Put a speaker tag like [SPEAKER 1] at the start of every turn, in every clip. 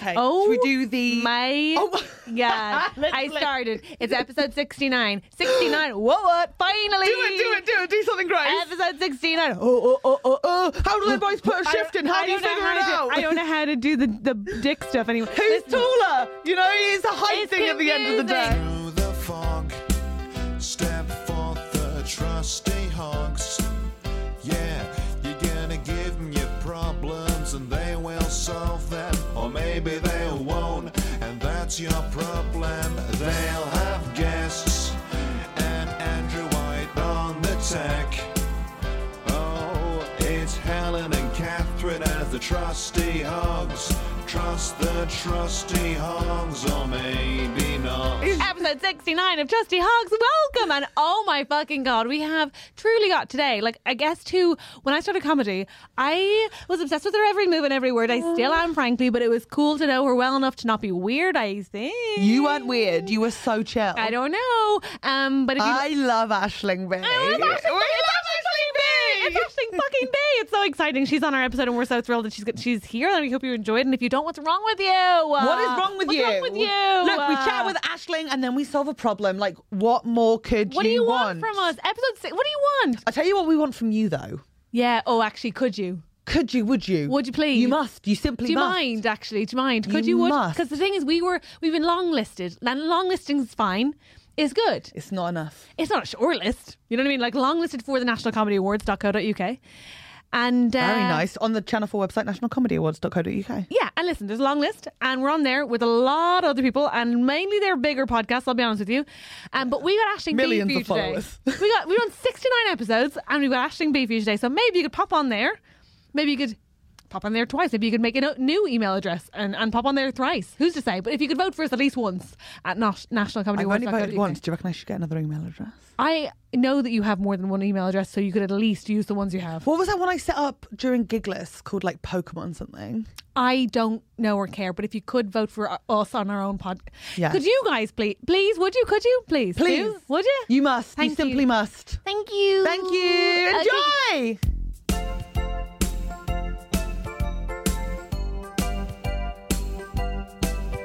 [SPEAKER 1] Okay.
[SPEAKER 2] Oh,
[SPEAKER 1] should we do the
[SPEAKER 2] my
[SPEAKER 1] Oh.
[SPEAKER 2] yeah.
[SPEAKER 1] Let's
[SPEAKER 2] I
[SPEAKER 1] play.
[SPEAKER 2] started. It's episode 69. 69. What? What? uh, Finally.
[SPEAKER 1] Do it, do it, do it, do something great.
[SPEAKER 2] Episode 69. Oh,
[SPEAKER 1] oh, oh, oh, oh, oh. How do the boys put a
[SPEAKER 2] I
[SPEAKER 1] shift in?
[SPEAKER 2] don't-
[SPEAKER 1] How
[SPEAKER 2] I
[SPEAKER 1] do you
[SPEAKER 2] don't know
[SPEAKER 1] figure
[SPEAKER 2] how
[SPEAKER 1] it
[SPEAKER 2] to do-
[SPEAKER 1] out?
[SPEAKER 2] I don't know how to do the, the dick stuff anyway.
[SPEAKER 1] Who's
[SPEAKER 2] Listen,
[SPEAKER 1] taller? You know, it's a height
[SPEAKER 2] It's
[SPEAKER 1] thing at the end of the day.
[SPEAKER 2] confusing.
[SPEAKER 3] Through the fog, step forth the trusty hogs. Yeah, you're gonna give 'em your problems and they will solve them, or maybe they won't, and that's your problem. They'll have guests and Andrew White on the tech. Oh, it's Helen and Catherine as the trusty hogs. Trust the trusty hogs, or maybe not.
[SPEAKER 2] Episode 69 of Trusty Hogs. Welcome. And oh my fucking God, we have truly got today, like, I guess, who, when I started comedy, I was obsessed with her every move and every word. I still
[SPEAKER 1] Oh.
[SPEAKER 2] am, frankly, but it was cool to know her well enough to not be weird, I think.
[SPEAKER 1] You weren't weird. You were so chill.
[SPEAKER 2] I don't know. Um, but if you.
[SPEAKER 1] I love Ashling Bay.
[SPEAKER 2] I love Ashling Bay. It's Ashling Bay. It's Ashling fucking Bay. It's so exciting. She's on our episode, and we're so thrilled that she's got, she's here. And we hope you enjoyed. And if you don't, what's wrong with you?
[SPEAKER 1] What is wrong with
[SPEAKER 2] what's
[SPEAKER 1] you?
[SPEAKER 2] What's wrong with you?
[SPEAKER 1] Look, we chat
[SPEAKER 2] Uh,
[SPEAKER 1] with Ashling and then we solve a problem. Like, what more could
[SPEAKER 2] What do
[SPEAKER 1] you,
[SPEAKER 2] you want? from us? Episode six. What do you want?
[SPEAKER 1] I tell you what we want from you, though.
[SPEAKER 2] Yeah. Oh, actually, could you?
[SPEAKER 1] Could you? Would you?
[SPEAKER 2] Would you please?
[SPEAKER 1] You must. You simply
[SPEAKER 2] Do you
[SPEAKER 1] must.
[SPEAKER 2] mind? Actually, do you mind? Could
[SPEAKER 1] You
[SPEAKER 2] you?
[SPEAKER 1] must.
[SPEAKER 2] Because the thing is, we were we've been long listed, and long listing is fine. It's good.
[SPEAKER 1] It's not enough.
[SPEAKER 2] It's not a short list. You know what I mean? Like long listed for the National Comedy Awards.co.uk. And uh,
[SPEAKER 1] Very nice. On the Channel 4 website, nationalcomedyawards.co.uk.
[SPEAKER 2] Yeah, and listen, there's a long list, and we're on there with a lot of other people, and mainly their bigger podcasts. I'll be honest with you, um, but we got Ashling
[SPEAKER 1] Millions
[SPEAKER 2] B for you
[SPEAKER 1] of
[SPEAKER 2] today.
[SPEAKER 1] followers.
[SPEAKER 2] We got we are on 69 episodes, and we got Ashling B for you today. So maybe you could pop on there, maybe you could pop on there twice, maybe you could make a new email address and, and pop on there thrice. Who's to say? But if you could vote for us at least once at Nash- National Comedy
[SPEAKER 1] I've
[SPEAKER 2] Awards,
[SPEAKER 1] only voted once. Do you reckon I should get another email address?
[SPEAKER 2] I know that you have more than one email address, so you could at least use the ones you have.
[SPEAKER 1] What was that one I set up during Gigless called like Pokemon something?
[SPEAKER 2] I don't know or care, but if you could vote for us on our own podcast,
[SPEAKER 1] Yeah.
[SPEAKER 2] could you guys please, please, would you, could you, please,
[SPEAKER 1] Please.
[SPEAKER 2] do? would you?
[SPEAKER 1] You must.
[SPEAKER 2] Thank
[SPEAKER 1] you simply must.
[SPEAKER 2] Thank you.
[SPEAKER 1] Thank you.
[SPEAKER 2] Okay.
[SPEAKER 1] Enjoy.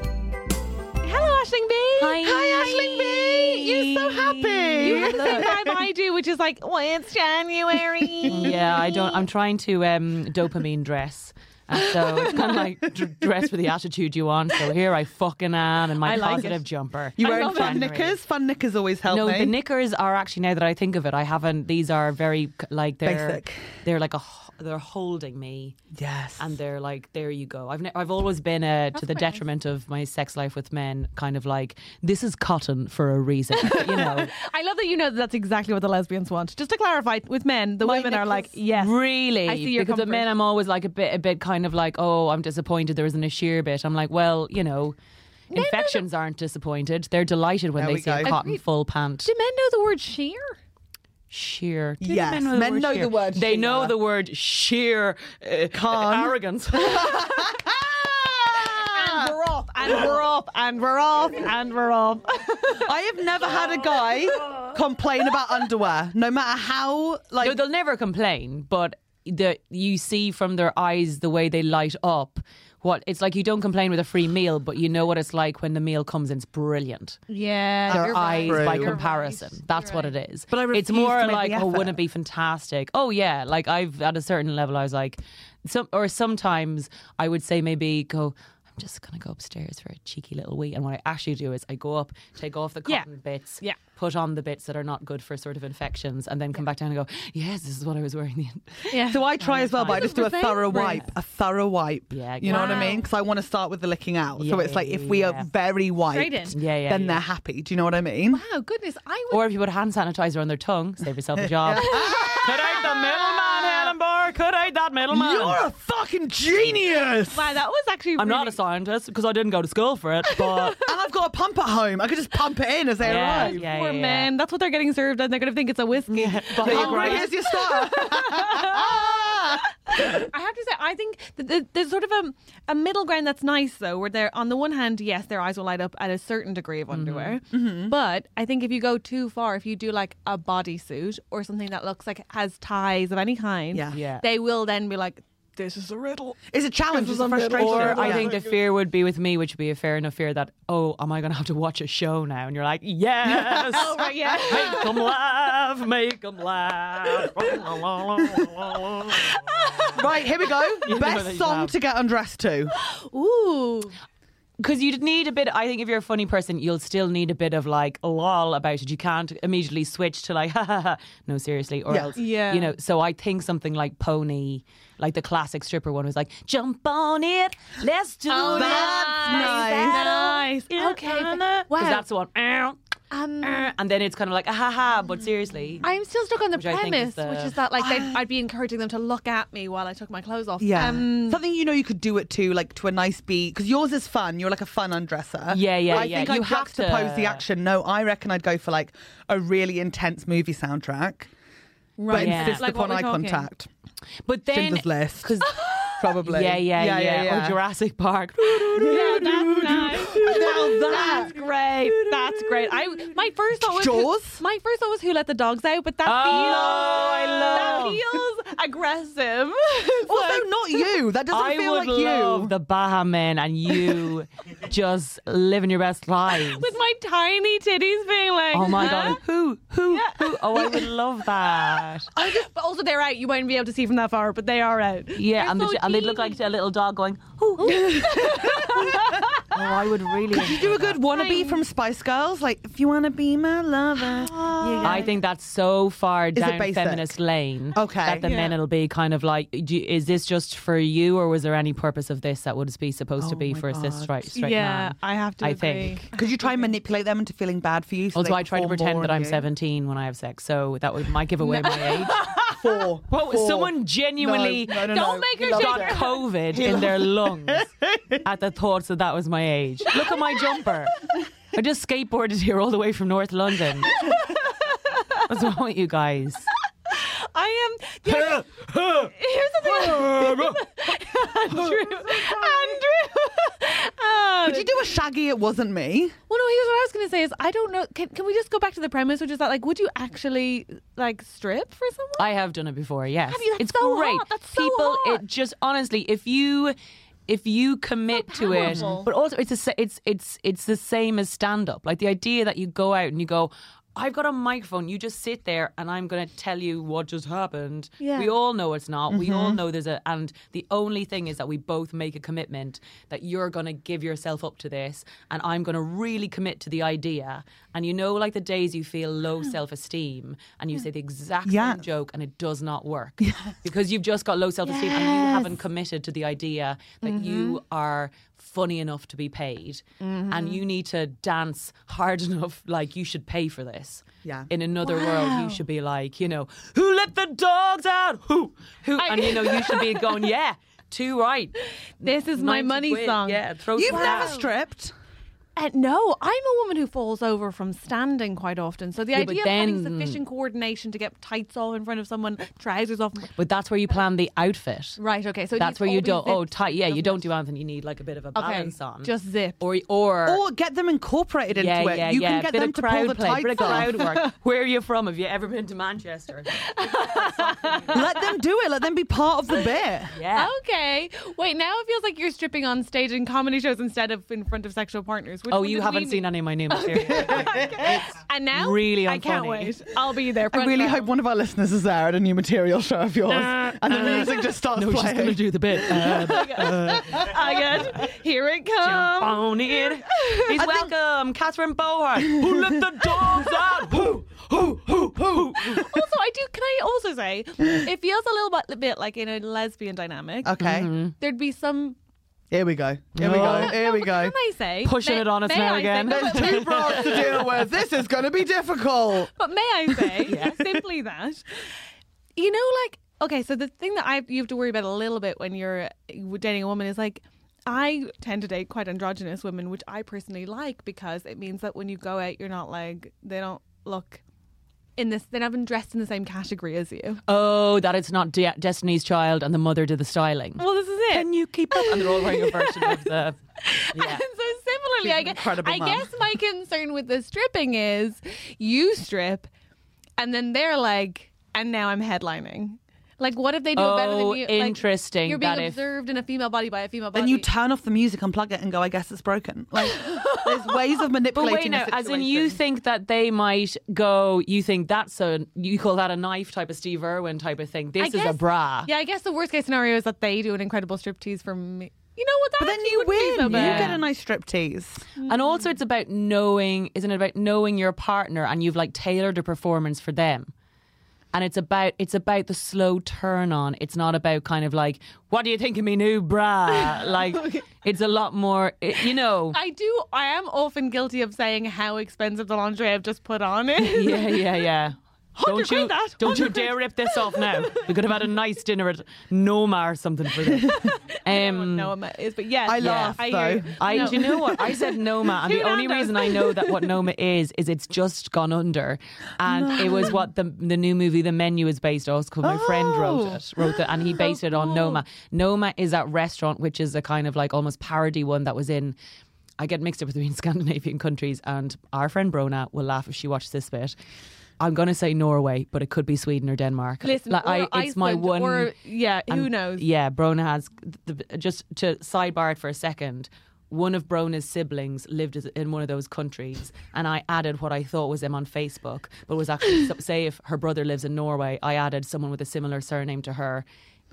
[SPEAKER 2] Hello, Ashling B.
[SPEAKER 4] Hi.
[SPEAKER 1] Hi, Ashling B. You're so happy.
[SPEAKER 2] You have the same vibe I do, which is like, well, it's January.
[SPEAKER 4] yeah, I don't. I'm trying to um, dopamine dress. And so it's kind of like dr- dress with the attitude you want. So here I fucking am in my
[SPEAKER 2] I like
[SPEAKER 4] positive
[SPEAKER 2] it.
[SPEAKER 4] jumper.
[SPEAKER 1] you
[SPEAKER 2] I
[SPEAKER 1] wearing
[SPEAKER 2] love
[SPEAKER 1] fun
[SPEAKER 2] it.
[SPEAKER 1] knickers? Fun knickers always help
[SPEAKER 4] No,
[SPEAKER 1] me.
[SPEAKER 4] the knickers are actually now that I think of it, I haven't. These are very c- like they're
[SPEAKER 1] Basic.
[SPEAKER 4] they're like a h- they're holding me,
[SPEAKER 1] yes.
[SPEAKER 4] and they're like there you go. I've ne- I've always been a, to the detriment of my sex life with men, kind of like this is cotton for a reason, you know.
[SPEAKER 2] I love that you know that that's exactly what the lesbians want. Just to clarify, with men, the women are like, yes.
[SPEAKER 4] Really?
[SPEAKER 2] I see your
[SPEAKER 4] because
[SPEAKER 2] comfort.
[SPEAKER 4] the men I'm always like a bit a bit kind of like, oh, I'm disappointed there isn't a sheer bit. I'm like, well, you know, infections aren't disappointed. They're delighted when
[SPEAKER 1] There
[SPEAKER 4] they
[SPEAKER 1] we
[SPEAKER 4] see
[SPEAKER 1] go.
[SPEAKER 4] a cotton
[SPEAKER 2] Agreed.
[SPEAKER 4] full pant.
[SPEAKER 2] Do men know the word sheer?
[SPEAKER 4] sheer. Do
[SPEAKER 5] Yes,
[SPEAKER 4] the
[SPEAKER 5] men know
[SPEAKER 4] sheer?
[SPEAKER 5] the word
[SPEAKER 4] They know
[SPEAKER 5] sheer.
[SPEAKER 4] the word sheer uh, arrogance.
[SPEAKER 5] Ah!
[SPEAKER 2] And we're off, and we're off, and we're off, and we're off.
[SPEAKER 5] I have never had a guy complain about underwear, no matter how like
[SPEAKER 4] No, they'll never complain, but the you see from their eyes the way they light up. What it's like you don't complain with a free meal, but you know what it's like when the meal comes and it's brilliant.
[SPEAKER 2] Yeah,
[SPEAKER 4] Their
[SPEAKER 2] you're right.
[SPEAKER 4] eyes by
[SPEAKER 2] You're right.
[SPEAKER 4] comparison. That's what it is.
[SPEAKER 5] But I refuse
[SPEAKER 4] it's more
[SPEAKER 5] to make
[SPEAKER 4] like,
[SPEAKER 5] the
[SPEAKER 4] oh,
[SPEAKER 5] effort.
[SPEAKER 4] wouldn't it be fantastic? Oh yeah. Like I've at a certain level I was like some or sometimes I would say maybe go I'm just gonna go upstairs for a cheeky little wee. And what I actually do is I go up, take off the
[SPEAKER 2] Yeah.
[SPEAKER 4] cotton bits,
[SPEAKER 2] Yeah.
[SPEAKER 4] put on the bits that are not good for sort of infections, and then come back down and go, yes, this is what I was wearing. the-
[SPEAKER 2] Yeah.
[SPEAKER 5] So I try as well, but I just do a
[SPEAKER 2] Same
[SPEAKER 5] thorough
[SPEAKER 2] breath.
[SPEAKER 5] wipe, a thorough wipe.
[SPEAKER 4] Yeah,
[SPEAKER 5] you know what I
[SPEAKER 4] wow.
[SPEAKER 5] mean? Because I want to start with the licking out. so
[SPEAKER 4] Yeah,
[SPEAKER 5] it's like if
[SPEAKER 4] yeah,
[SPEAKER 5] we
[SPEAKER 4] yeah.
[SPEAKER 5] are very wiped,
[SPEAKER 2] Straight in.
[SPEAKER 4] Yeah, yeah,
[SPEAKER 5] then
[SPEAKER 4] yeah.
[SPEAKER 5] they're happy. Do you know what I mean?
[SPEAKER 2] Wow, Oh, goodness, I would.
[SPEAKER 4] Or if you put hand sanitizer on their tongue, save yourself a job. cut out the middleman, Helen Barr. Cut out that middleman.
[SPEAKER 5] You're a fucking genius.
[SPEAKER 2] wow, that was actually.
[SPEAKER 4] I'm not a
[SPEAKER 2] really-
[SPEAKER 4] scientist because I didn't go to school for it, but
[SPEAKER 5] And I've got a pump at home. I could just pump it in as they
[SPEAKER 4] Yeah,
[SPEAKER 5] arrive.
[SPEAKER 4] yeah,
[SPEAKER 2] Poor
[SPEAKER 4] yeah, yeah.
[SPEAKER 2] men. That's what they're getting served, and they're going to think it's a whiskey.
[SPEAKER 4] But
[SPEAKER 5] Hungry,
[SPEAKER 4] right.
[SPEAKER 5] here's your starter.
[SPEAKER 2] I have to say, I think th- th- there's sort of a, a middle ground that's nice, though, where they're on the one hand, yes, their eyes will light up at a certain degree
[SPEAKER 4] Mm-hmm.
[SPEAKER 2] of underwear, but I think if you go too far, if you do like a bodysuit or something that looks like has ties of any kind,
[SPEAKER 5] Yeah.
[SPEAKER 4] Yeah.
[SPEAKER 2] they will then be like, "This is a riddle."
[SPEAKER 5] It's a challenge. It's a frustration.
[SPEAKER 4] Or I
[SPEAKER 5] Yeah.
[SPEAKER 4] think the fear would be with me, which would be a fair enough fear that, oh, am I going to have to watch a show now? And you're like, yes.
[SPEAKER 2] Oh, right, yeah.
[SPEAKER 4] Make them laugh, make them laugh.
[SPEAKER 5] Right, here we go.
[SPEAKER 4] know that
[SPEAKER 5] Best
[SPEAKER 4] you
[SPEAKER 5] song
[SPEAKER 4] have.
[SPEAKER 5] to get undressed to.
[SPEAKER 2] Ooh,
[SPEAKER 4] Because you'd need a bit, I think if you're a funny person, you'll still need a bit of like lol about it. You can't immediately switch to like, ha ha ha. No, seriously. Or
[SPEAKER 5] Yeah.
[SPEAKER 4] else,
[SPEAKER 2] Yeah.
[SPEAKER 4] you know, so I think something like Pony, like the classic stripper one was like, jump on it, let's do
[SPEAKER 2] Oh,
[SPEAKER 4] it.
[SPEAKER 2] that's nice. Nice. Okay,
[SPEAKER 4] Because
[SPEAKER 2] wow.
[SPEAKER 4] that's the one. "Ow,
[SPEAKER 2] um,
[SPEAKER 4] ow," And then it's kind of like, ah, ha ha, but seriously.
[SPEAKER 2] I'm still stuck on the
[SPEAKER 4] Which I think
[SPEAKER 2] premise,
[SPEAKER 4] is the-
[SPEAKER 2] which is that like they'd, I'd be encouraging them to look at me while I took my clothes off.
[SPEAKER 5] Yeah.
[SPEAKER 2] Um,
[SPEAKER 5] Something you know you could do it to, like to a nice beat, because yours is fun. You're like a fun undresser.
[SPEAKER 4] Yeah, yeah,
[SPEAKER 5] I
[SPEAKER 4] yeah.
[SPEAKER 5] think
[SPEAKER 4] You
[SPEAKER 5] I'd
[SPEAKER 4] have to-
[SPEAKER 5] juxtapose the action. No, I reckon I'd go for like a really intense movie soundtrack, but
[SPEAKER 2] right.
[SPEAKER 4] Yeah.
[SPEAKER 5] insist
[SPEAKER 2] Like what
[SPEAKER 5] upon
[SPEAKER 2] we're
[SPEAKER 5] eye
[SPEAKER 2] talking.
[SPEAKER 5] contact.
[SPEAKER 4] but then.
[SPEAKER 5] Schindler's List.
[SPEAKER 4] 'cause-
[SPEAKER 5] Probably.
[SPEAKER 4] yeah, yeah, yeah,
[SPEAKER 5] yeah. yeah.
[SPEAKER 4] Or Jurassic Park.
[SPEAKER 2] Yeah, that's nice.
[SPEAKER 5] Now that.
[SPEAKER 2] That's great. That's great. I my first thought was
[SPEAKER 5] Jaws?
[SPEAKER 2] my first thought was who let the dogs out, but that
[SPEAKER 4] Oh, I love-
[SPEAKER 2] feels that feels aggressive. It's
[SPEAKER 5] Also,
[SPEAKER 2] like-
[SPEAKER 5] not you. That doesn't
[SPEAKER 4] I
[SPEAKER 5] feel
[SPEAKER 4] would
[SPEAKER 5] like
[SPEAKER 4] love
[SPEAKER 5] you.
[SPEAKER 4] the Baha men and you just living your best lives.
[SPEAKER 2] with my tiny titties being like,
[SPEAKER 4] Oh my
[SPEAKER 2] huh?
[SPEAKER 4] god! Who? Who? Who? Oh, I would love that.
[SPEAKER 2] I just- but also they're out. You won't be able to see from that far, but they are out.
[SPEAKER 4] Yeah,
[SPEAKER 2] They're
[SPEAKER 4] and,
[SPEAKER 2] so
[SPEAKER 4] the, and they look
[SPEAKER 2] teeny.
[SPEAKER 4] like a little dog going. Ooh. ooh." oh, I would really.
[SPEAKER 5] Could you do a good wannabe from Spice Girls? Like, if you want to be my lover.
[SPEAKER 4] I think that's so far
[SPEAKER 5] it
[SPEAKER 4] down
[SPEAKER 5] basic?
[SPEAKER 4] feminist lane.
[SPEAKER 5] Okay.
[SPEAKER 4] That the men it'll be kind of like, do, you- is this just for you, or was there any purpose of this that would be supposed to
[SPEAKER 5] Oh
[SPEAKER 4] be
[SPEAKER 5] my
[SPEAKER 4] for a cis
[SPEAKER 5] God.
[SPEAKER 4] straight straight
[SPEAKER 2] Yeah,
[SPEAKER 4] man?
[SPEAKER 2] I have to.
[SPEAKER 4] I
[SPEAKER 2] agree.
[SPEAKER 4] think.
[SPEAKER 5] Could you try and manipulate them into feeling bad for you? So
[SPEAKER 4] Also,
[SPEAKER 5] they
[SPEAKER 4] I try to
[SPEAKER 5] perform
[SPEAKER 4] pretend
[SPEAKER 5] more
[SPEAKER 4] that
[SPEAKER 5] on
[SPEAKER 4] I'm
[SPEAKER 5] you?
[SPEAKER 4] 17 when I have sex, so that would, might give away my age.
[SPEAKER 5] Four.
[SPEAKER 4] Well,
[SPEAKER 5] Four.
[SPEAKER 4] someone genuinely
[SPEAKER 5] No, no, no,
[SPEAKER 2] Don't
[SPEAKER 5] no.
[SPEAKER 2] make her
[SPEAKER 5] Love
[SPEAKER 2] shake
[SPEAKER 4] got
[SPEAKER 2] her.
[SPEAKER 4] COVID in their lungs at the thoughts that that was my age. Look at my jumper. I just skateboarded here all the way from North London. What's wrong with you guys?
[SPEAKER 2] I am. you know, here's the thing. Andrew. Andrew. Oh,
[SPEAKER 5] Could you do a shaggy? It wasn't me.
[SPEAKER 2] Well, no. Here's what I was going to say: is I don't know. Can, can we just go back to the premise, which is that like, would you actually like strip for someone?
[SPEAKER 4] I have done it before. Yes,
[SPEAKER 2] Have you? That's
[SPEAKER 4] it's
[SPEAKER 2] so
[SPEAKER 4] great.
[SPEAKER 2] hot. That's so
[SPEAKER 4] People,
[SPEAKER 2] hot.
[SPEAKER 4] it just honestly, if you if you commit to it,
[SPEAKER 2] powerful.
[SPEAKER 4] but also it's a, sa- it's it's it's the same as stand up. Like the idea that you go out and you go. I've got a microphone. You just sit there, and I'm going to tell you what just happened.
[SPEAKER 2] Yeah.
[SPEAKER 4] We all know it's not. We
[SPEAKER 5] Mm-hmm.
[SPEAKER 4] all know there's a. And the only thing is that we both make a commitment that you're going to give yourself up to this, and I'm going to really commit to the idea. And you know, like the days you feel low self esteem, and you say the exact
[SPEAKER 5] Yeah.
[SPEAKER 4] same joke and it does not work because you've just got low self-esteem and you haven't committed to the idea that you
[SPEAKER 5] Mm-hmm.
[SPEAKER 4] are funny enough to be paid and you need to dance hard enough like you should pay for this
[SPEAKER 5] Yeah.
[SPEAKER 4] in another world you should be like you know who let the dogs out who who and you know you should be going yeah too right
[SPEAKER 2] This is my
[SPEAKER 4] 90
[SPEAKER 2] money
[SPEAKER 4] quid,
[SPEAKER 2] song.
[SPEAKER 4] yeah throw
[SPEAKER 5] You've
[SPEAKER 4] some
[SPEAKER 5] never
[SPEAKER 4] down.
[SPEAKER 5] stripped.
[SPEAKER 2] Uh, no, I'm a woman who falls over from standing quite often. So the
[SPEAKER 4] Yeah, but
[SPEAKER 2] idea of having
[SPEAKER 4] then-
[SPEAKER 2] sufficient coordination to get tights off in front of someone, trousers off.
[SPEAKER 4] But that's where you plan the outfit.
[SPEAKER 2] Right. Okay. So it
[SPEAKER 4] That's
[SPEAKER 2] needs
[SPEAKER 4] where you
[SPEAKER 2] all be
[SPEAKER 4] don't. Oh,
[SPEAKER 2] zipped,
[SPEAKER 4] tight. Yeah, you
[SPEAKER 2] doesn't
[SPEAKER 4] don't
[SPEAKER 2] it?
[SPEAKER 4] do anything. You need like a bit of a
[SPEAKER 2] Okay,
[SPEAKER 4] balance on.
[SPEAKER 2] just zip.
[SPEAKER 4] Or or.
[SPEAKER 1] Or Oh, get them incorporated into
[SPEAKER 4] yeah,
[SPEAKER 1] it.
[SPEAKER 4] yeah,
[SPEAKER 1] you
[SPEAKER 4] yeah.
[SPEAKER 1] can get
[SPEAKER 4] bit
[SPEAKER 1] them
[SPEAKER 4] of
[SPEAKER 1] to
[SPEAKER 4] crowd
[SPEAKER 1] pull the
[SPEAKER 4] play,
[SPEAKER 1] tights
[SPEAKER 4] bit of
[SPEAKER 1] off.
[SPEAKER 4] crowd work. Where are you from? Have you ever been to Manchester?
[SPEAKER 1] Let them do it. Let them be part of the bit.
[SPEAKER 4] Yeah.
[SPEAKER 2] Okay. Wait. Now it feels like you're stripping on stage in comedy shows instead of in front of sexual partners. Which
[SPEAKER 4] Oh,
[SPEAKER 2] one
[SPEAKER 4] you
[SPEAKER 2] did we
[SPEAKER 4] haven't
[SPEAKER 2] need?
[SPEAKER 4] seen any of my new material.
[SPEAKER 2] And now
[SPEAKER 4] really
[SPEAKER 2] I can't
[SPEAKER 4] unfunny.
[SPEAKER 2] wait. I'll be there.
[SPEAKER 1] I
[SPEAKER 2] front
[SPEAKER 1] really
[SPEAKER 2] row. Oh
[SPEAKER 1] hope one of our listeners is there at a new material show of yours, and the music just starts
[SPEAKER 4] no, she's
[SPEAKER 1] playing.
[SPEAKER 4] gonna do the bit. Uh,
[SPEAKER 2] Again, here it comes.
[SPEAKER 4] on it. Please welcome Catherine Bohart. Who let the dogs out? Who? Who? Who? Who?
[SPEAKER 2] also, I do. Can I also say it feels a little bit, bit like in a lesbian dynamic.
[SPEAKER 4] Uh.
[SPEAKER 1] okay,
[SPEAKER 4] Mm-hmm.
[SPEAKER 2] There'd be some.
[SPEAKER 1] here we go. Here we go. Here we
[SPEAKER 2] What
[SPEAKER 1] go.
[SPEAKER 2] Can I say
[SPEAKER 4] Pushing it on us
[SPEAKER 2] may
[SPEAKER 4] now
[SPEAKER 2] I say-
[SPEAKER 4] again.
[SPEAKER 2] no,
[SPEAKER 1] There's
[SPEAKER 2] but-
[SPEAKER 1] two bras to deal with. This is going to be difficult.
[SPEAKER 2] But may I say simply that you know, like okay, so the thing that I you have to worry about a little bit when you're dating a woman is like. I tend to date quite androgynous women, which I personally like because it means that when you go out, you're not like they don't look in this. They haven't dressed in the same category as you.
[SPEAKER 4] Oh, that it's not De- Destiny's Child and the mother did the styling.
[SPEAKER 2] Well, this is it.
[SPEAKER 4] Can you keep up? And they're all wearing a version of the. Yeah.
[SPEAKER 2] And so similarly, I,
[SPEAKER 1] an
[SPEAKER 2] guess,
[SPEAKER 1] incredible
[SPEAKER 2] I
[SPEAKER 1] mum.
[SPEAKER 2] guess my concern with the stripping is you strip and then they're like, and now I'm headlining. Like, what if they do it better
[SPEAKER 4] Oh,
[SPEAKER 2] than you? Like,
[SPEAKER 4] interesting,
[SPEAKER 2] you're being
[SPEAKER 4] that if-
[SPEAKER 2] observed in a female body by a female body.
[SPEAKER 1] Then you turn off the music, unplug it, and go. I guess it's broken. Like there's ways of
[SPEAKER 4] But
[SPEAKER 1] manipulating.
[SPEAKER 4] wait, no,
[SPEAKER 1] a
[SPEAKER 4] as in you
[SPEAKER 1] situation.
[SPEAKER 4] think that they might go, you think that's a, you call that a knife type of Steve Irwin type of thing. This
[SPEAKER 2] I
[SPEAKER 4] is a
[SPEAKER 2] guess-
[SPEAKER 4] bra.
[SPEAKER 2] Yeah, I guess the worst case scenario is that they do an incredible striptease from me. You know what? That
[SPEAKER 1] But then
[SPEAKER 2] actually
[SPEAKER 1] you
[SPEAKER 2] wouldn't be
[SPEAKER 1] win.
[SPEAKER 2] so
[SPEAKER 1] You
[SPEAKER 2] bad.
[SPEAKER 1] get a nice striptease.
[SPEAKER 4] And also, it's about knowing, isn't it about knowing your partner and you've like tailored a performance for them? And it's about it's about the slow turn on. It's not about kind of like, what do you think of me new bra? Like, it's a lot more, it, you know.
[SPEAKER 2] I do. I am often guilty of saying how expensive the lingerie I've just put on is.
[SPEAKER 4] yeah, yeah, yeah. Don't
[SPEAKER 2] quid
[SPEAKER 4] you
[SPEAKER 2] that,
[SPEAKER 4] don't you
[SPEAKER 2] 100
[SPEAKER 4] dare rip this off now. We could have had a nice dinner at Noma or something for this. Um,
[SPEAKER 2] no, I'm is, but yes,
[SPEAKER 1] I
[SPEAKER 2] yeah,
[SPEAKER 1] laughed,
[SPEAKER 2] I
[SPEAKER 1] though.
[SPEAKER 2] hear you.
[SPEAKER 4] I,
[SPEAKER 2] No.
[SPEAKER 4] do you know what I said? Noma, and
[SPEAKER 2] Two
[SPEAKER 4] the only
[SPEAKER 2] Nandos.
[SPEAKER 4] reason I know that what Noma is is it's just gone under, and it was what the the new movie The Menu is based on. Called my friend
[SPEAKER 2] Oh.
[SPEAKER 4] wrote it, wrote it, and he based it on Noma. Noma is that restaurant which is a kind of like almost parody one that was in. I get mixed up between Scandinavian countries, and our friend Brona will laugh if she watches this bit. I'm going to say Norway, but it could be Sweden or Denmark.
[SPEAKER 2] Listen,
[SPEAKER 4] Like,
[SPEAKER 2] or
[SPEAKER 4] I- it's my
[SPEAKER 2] Iceland,
[SPEAKER 4] one.
[SPEAKER 2] Or, yeah, who
[SPEAKER 4] And,
[SPEAKER 2] knows?
[SPEAKER 4] Yeah, Brona has. The, just to sidebar it for a second, one of Brona's siblings lived as- in one of those countries, and I added what I thought was him on Facebook, but was actually so- say if her brother lives in Norway, I added someone with a similar surname to her